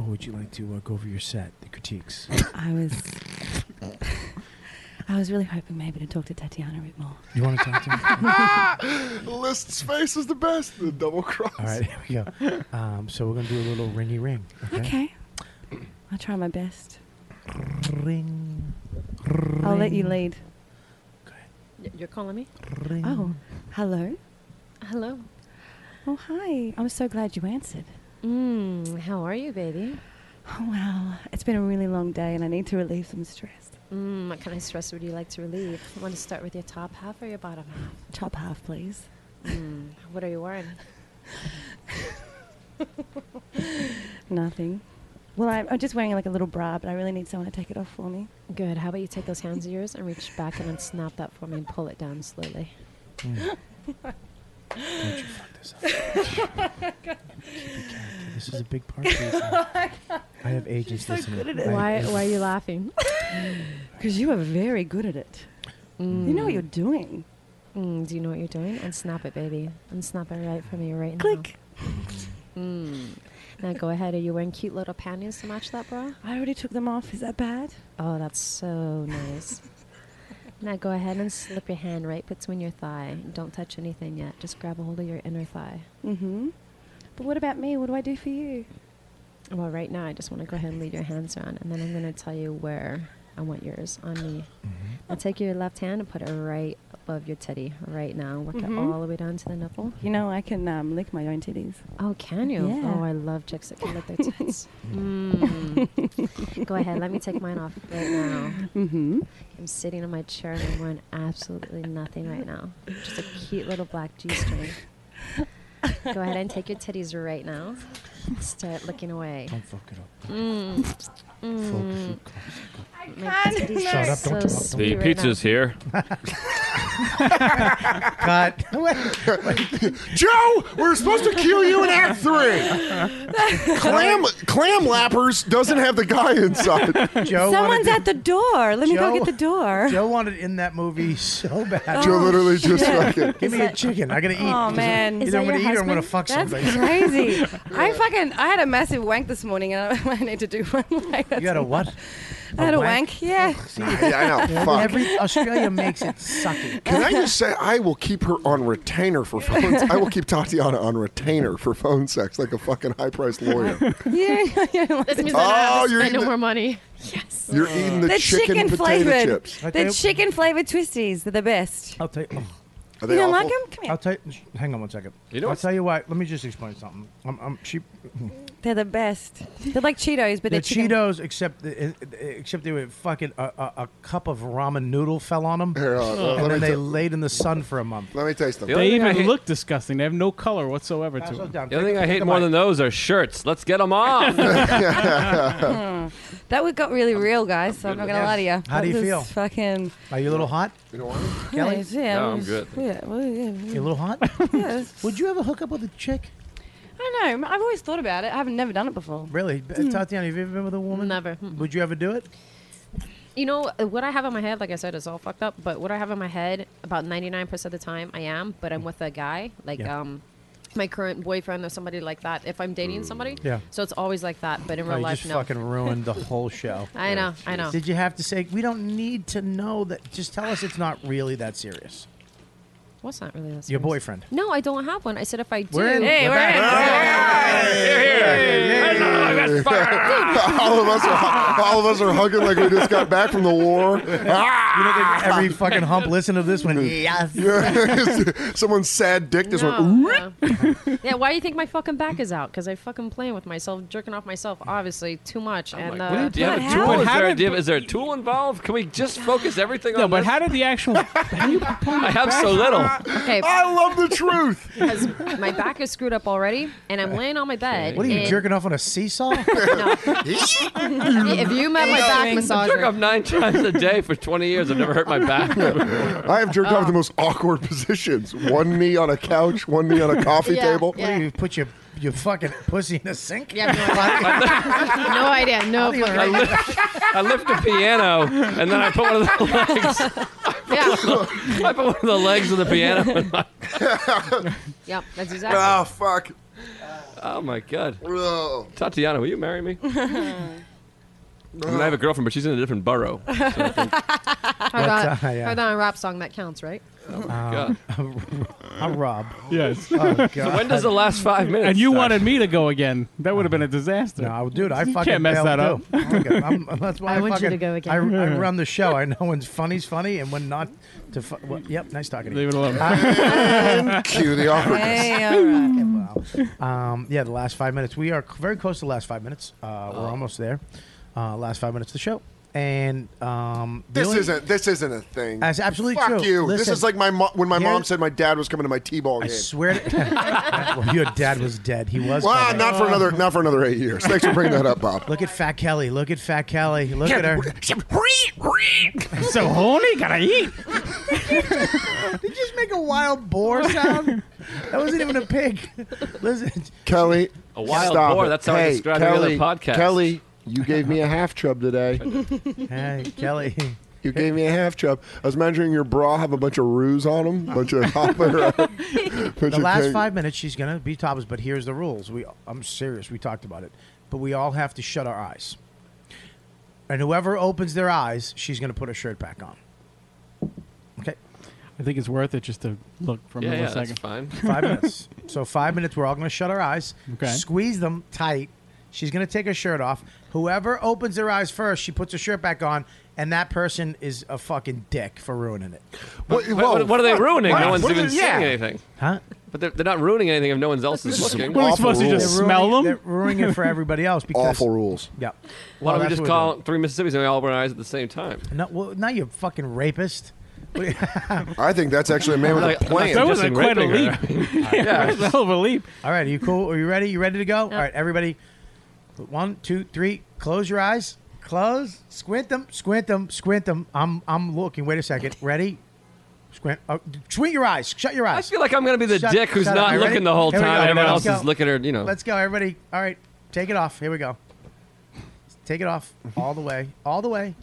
B: or would you like to uh, go over your set, the critiques?
I: I was, I was really hoping maybe to talk to Tatiana a bit more.
B: You want to talk to her?
H: List's face is the best. The double cross.
B: All right, here we go. Um, so we're going to do a little ringy ring. Okay.
I: Okay. I'll try my best.
B: Ring.
I: I'll let you lead.
K: Y- You're calling me?
I: Oh, hello.
K: Hello.
I: Oh, hi. I'm so glad you answered.
K: Mm, how are you, baby?
I: Oh, wow. It's been a really long day and I need to relieve some stress.
K: Mm, what kind of stress would you like to relieve? Want to start with your top half or your bottom half?
I: Top half, please.
K: Mm, what are you wearing?
I: Nothing. Well, I, I'm just wearing like a little bra, but I really need someone to take it off for me.
K: Good. How about you take those hands of yours and reach back and unsnap that for me and pull it down slowly?
B: Don't you fuck this up. Keep your character. This is a big part of this.
K: Oh
B: I have agents
I: so
B: listening.
I: good at
B: I
I: it.
B: have
K: Why,
B: agents.
K: why are you laughing?
I: Because you are very good at it. You know what you're doing.
K: Mm, do you know what you're doing? Unsnap it, baby. Unsnap it right from you right
I: Click.
K: now. Mm. Now go ahead. Are you wearing cute little panties to match that bra?
I: I already took them off. Is that bad?
K: Oh, that's so nice. Now go ahead and slip your hand right between your thigh. Don't touch anything yet. Just grab a hold of your inner thigh.
I: Mm-hmm. But what about me? What do I do for you?
K: Well, right now, I just want to go ahead and lead your hands around, and then I'm going to tell you where I want yours on me. Now, take your left hand and put it right above your titty right now. Work it
M: Mm-hmm.
I: Mhm.
K: all the way down to the nipple.
I: You know, I can um, lick my own titties.
K: Oh, can you?
I: Yeah.
K: Oh, I love chicks that can lick their tits. mm. Go ahead, let me take mine off right now.
I: Mm-hmm.
K: I'm sitting on my chair and I'm wearing absolutely nothing right now. Just a cute little black G string. Go ahead and take your titties right now. Start looking away.
B: Don't fuck it up.
K: Mm. Mm. My titties
B: Shut
K: are
B: up, don't
K: so
B: talk, don't
K: sweet
D: The
K: right
D: pizza's
K: now.
D: here.
B: Cut.
H: Joe, we're supposed to cue you in Act Three. Clam Clam Lappers doesn't have the guy inside.
B: Joe
I: Someone's
B: wanted
I: at the door. Let me go
B: Joe-
I: get the door.
B: Joe wanted in that movie so bad. Oh,
H: Joe literally just fucking-
B: Give me a chicken. I gotta eat.
I: Oh man,
B: Either I'm gonna eat or I'm gonna fuck
I: That's
B: somebody.
I: crazy. I fucking I had a massive wank this morning, and I, I need to do one. Like
B: You had a what?
I: I had a
B: wank?
I: wank. Yeah.
H: yeah, I know. Fuck.
B: Every Australia makes it sucky.
H: Can I just say I will keep her on retainer for phones? I will keep Tatiana on retainer for phone sex like a fucking high priced lawyer.
I: yeah, yeah.
K: This means I don't
H: Oh,
K: have to
H: you're
K: spend no
H: eating
K: more money. Yes.
H: You're eating the,
I: They're
H: chicken, potato
I: flavored.
H: chips.
I: The chicken flavored twisties. They're the best.
B: I'll take. Oh.
H: Are
I: you don't like them? Come here.
B: I'll tell you, sh- hang on one second.
I: You know
B: I'll
I: what's-
B: tell you what. Let me just explain something. I'm, I'm cheap.
I: They're the best. They're like Cheetos, but
B: the
I: they're chicken.
B: Cheetos, except the, eh, except they were fucking a, a, a cup of ramen noodle fell on them,
H: let
B: and
H: me
B: then they
H: ta-
B: laid in the sun for a month.
H: Let me taste them.
A: They even look disgusting. They have no color whatsoever to
B: them.
D: The only thing I hate more than those are shirts. Let's get them off.
I: Hmm. That would got really real, guys. So I'm not gonna lie to you.
B: How do
I: That
B: you
I: was
B: feel?
I: Fucking.
B: Are you a little hot?
H: You don't want it?
B: Kelly?
I: Yeah,
B: No,
I: it
B: I'm
I: was-
B: good.
I: Yeah, well, yeah.
B: You a little hot? Would you ever hook up with a chick?
I: I don't know. I've always thought about it. I haven't never done it before.
B: Really, B-
I: Mm.
B: Tatiana? Have you ever been with a woman? Never. Would you ever do it?
K: You know uh, what I have in my head, like I said, is all fucked up. But what I have in my head, about ninety nine percent of the time, I am. But I'm with a guy, like
B: Mm. Yeah.
K: um, my current boyfriend or somebody like that. If I'm dating somebody,
B: Yeah.
K: So it's always like that. But in
B: Oh,
K: real
B: you
K: life,
B: just
K: no.
B: fucking ruined the whole show.
K: I know, I know.
B: Did you have to say we don't need to know that? Just tell us it's not really that serious.
K: What's not really that?
B: Your
K: serious?
B: boyfriend.
K: No, I don't have one. I said if I do,
B: We're in. Hey, We're we're back. in. Oh,
H: all of us are all of us are hugging like we just got back from the war. Ah!
B: Every fucking hump. Listen to this one. Yes.
H: Someone's sad dick just went.
K: No, no. yeah, why do you think my fucking back is out? Because I fucking playing with myself, jerking off myself, obviously too much. and uh,
D: Do you have a tool? Is there, a- do you have- is there a tool involved? Can we just focus everything on? No, but
A: how did the actual? I
D: have so little.
K: Okay.
H: I love the truth.
K: Because my back is screwed up already, and I'm laying on my bed.
B: What are you
K: and-
B: jerking off on a seesaw?
K: If you met my back
D: I jerk
K: massager,
D: off nine times a day for 20 years. I've never hurt my back.
H: I have jerked
K: Oh.
H: off the most awkward positions. One knee on a couch, one knee on a coffee
K: Yeah,
H: table.
K: yeah. What do
B: you put your your fucking pussy in a sink?
K: Yeah, no idea. No. fucking
D: I
K: idea.
D: lift, I lift a piano and then I put one of the legs. I put one of the legs of the piano. In my,
K: Yep, that's exactly.
H: Ah, fuck.
D: oh my god,
H: Whoa.
D: Tatiana, will you marry me? I, mean, I have a girlfriend, but she's in a different borough. Oh, So I think-
K: Hold on,
B: That's, uh, yeah.
K: hold on, a rap song that counts, right?
B: Um, I'm Rob.
A: Yes.
B: Oh, God. So
D: when does the last five minutes?
A: And you wanted me to go again. That would have been a disaster.
B: No, dude, I
A: You
B: fucking
A: can't mess
B: bailed
A: that up.
B: too. Fucking- I'm- that's why
K: I
B: I,
K: want you
B: fucking-
K: to go again.
B: I, I run the show. I know when funny's funny and when not. To fu- well, yep, nice talking to you.
A: Leave it alone.
H: And cue the awkwardness.
B: Hey, all right. Wow. Um, yeah, the last five minutes. We are c- very close to the last five minutes. Uh,
A: Oh.
B: We're almost there. Uh, last five minutes of the show. And um, the
H: This
B: only-
H: isn't this isn't a thing.
B: That's absolutely
H: Fuck
B: true.
H: you.
B: Listen.
H: this is like my mo- when my mom
B: Here's-
H: said my dad was coming to my t-ball
B: I
H: game.
B: swear to well, your dad was dead. He was.
H: Well,
B: coming.
H: not for another not for another eight years. Thanks for bringing that up, Bob.
B: Look at Fat Kelly. Look at Fat Kelly. Look at her.
A: so horny, gotta eat.
B: Did you just make a wild boar sound? That wasn't even a pig. Listen,
H: Kelly,
D: A wild
H: stop
D: boar,
H: it.
D: that's how I
H: Hey,
D: describe every
H: Kelly,
D: other podcast.
H: Kelly, you gave me a half chub today.
B: hey, Kelly.
H: You gave me a half chub. I was imagining your bra have a bunch of ruse on them, bunch of hopper.
B: the last five minutes she's gonna be topless but here's the rules we i'm serious we talked about it but we all have to shut our eyes and whoever opens their eyes she's gonna put her shirt back on Okay.
A: I think it's worth it just to look for a
D: Yeah, yeah,
A: millisecond.
D: that's fine.
B: Five minutes. So five minutes. We're all going to shut our eyes.
A: Okay.
B: Squeeze them tight. She's going to take her shirt off. Whoever opens their eyes first, she puts her shirt back on, and that person is a fucking dick for ruining it.
D: What, what- what are they ruining? No one's
B: What
D: even
B: is-
D: seeing
B: yeah.
D: anything.
B: Huh?
D: But they're, they're not ruining anything if no one else is looking.
B: They're ruining- They're ruining it for everybody else because
D: Awful
B: rules. Yeah.
D: Why
B: Well,
D: don't we
B: that's
D: just
B: what
D: call it three Mississippis and we all open our eyes at the same time?
B: we're doing. No, well, now you're fucking rapist.
H: I think that's actually a man with a plan.
A: Yeah, that was a hell of a leap.
B: All right, are you cool? Are you ready? You ready to go? All right, everybody. One, two, three. Close your eyes. Close. Squint them. Squint them. Squint them. I'm I'm looking. Wait a second. Ready? Squint. Oh, d- squint your eyes. Shut your eyes. I feel
D: like I'm gonna be the dick who's not looking the whole time. Everyone else is looking at her, you know.
B: Let's go, everybody. All right, take it off. Here we go. Take it off all the way, all the way,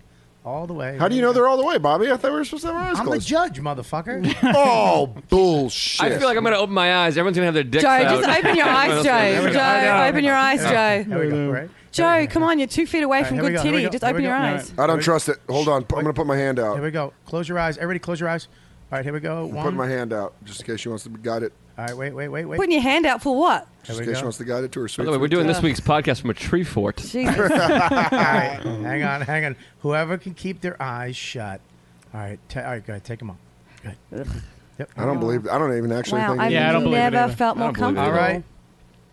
B: all the way.
H: How do you know they're all the way, Bobby? I thought we were supposed to have our eyes
B: I'm the
H: closed.
B: judge, motherfucker.
H: oh bullshit!
D: I feel like I'm going to open my eyes. Everyone's going to have their dicks
I: Joe,
D: out.
I: just open your eyes, Joe. Joe, open your eyes, Joe.
B: There we go. Right.
I: Joe, come on, you're two feet away
B: All right,
I: from
B: here we
I: good
B: go, here we
I: titty.
B: go,
I: Just
B: here
I: open
B: we
I: your
B: go.
I: eyes.
H: I don't trust it. Hold on. I'm going to put my hand out.
B: Here we go. Close your eyes. Everybody, close your eyes. All right, here we go.
H: I'm putting
B: One.
H: my hand out just in case she wants to guide it.
B: All right, wait, wait, wait, wait.
I: Putting your hand out for what?
H: Just
B: we
H: in case
B: go.
H: she wants to guide it to her
D: By
H: sweet.
D: the way, we're doing this week's podcast from a tree fort.
I: Jesus.
B: All right, hang on, hang on. Whoever can keep their eyes shut. All right, ta- all right, go ahead, take them off. Go ahead. Yep.
H: I don't believe. I don't even actually
B: Wow,
H: think.
B: I've Yeah, I don't believe it never either. felt I more don't believe it comfortable. either.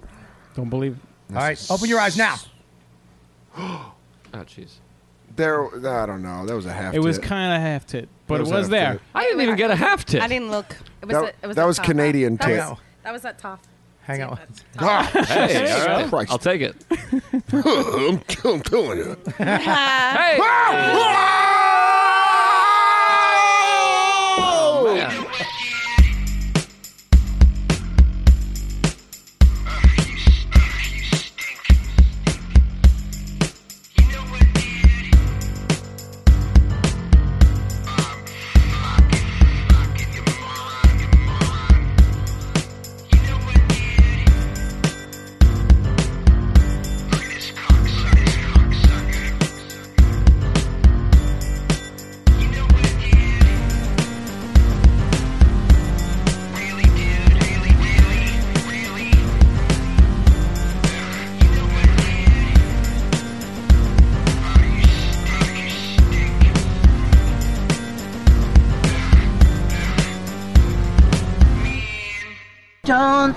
B: All right.
A: Don't believe.
B: All right, open your eyes now.
D: Oh, jeez.
H: There, I don't know. That was a half.
A: It was
H: tit.
A: kind of half tit, but
H: That
A: it
H: was
A: was
H: half
A: there.
H: tit.
D: I didn't even get a half tit.
K: I didn't look. It was
H: That-
K: a, it was
H: that
K: a
H: was
K: top.
H: Canadian
K: that
H: tit.
K: Was, that was that tough.
B: Hang on.
H: Ah,
D: Hey,
H: Jesus
D: all right.
H: Christ.
D: I'll take it.
H: I'm, I'm telling you.
D: Hey!
H: Oh,
D: man.
P: Don't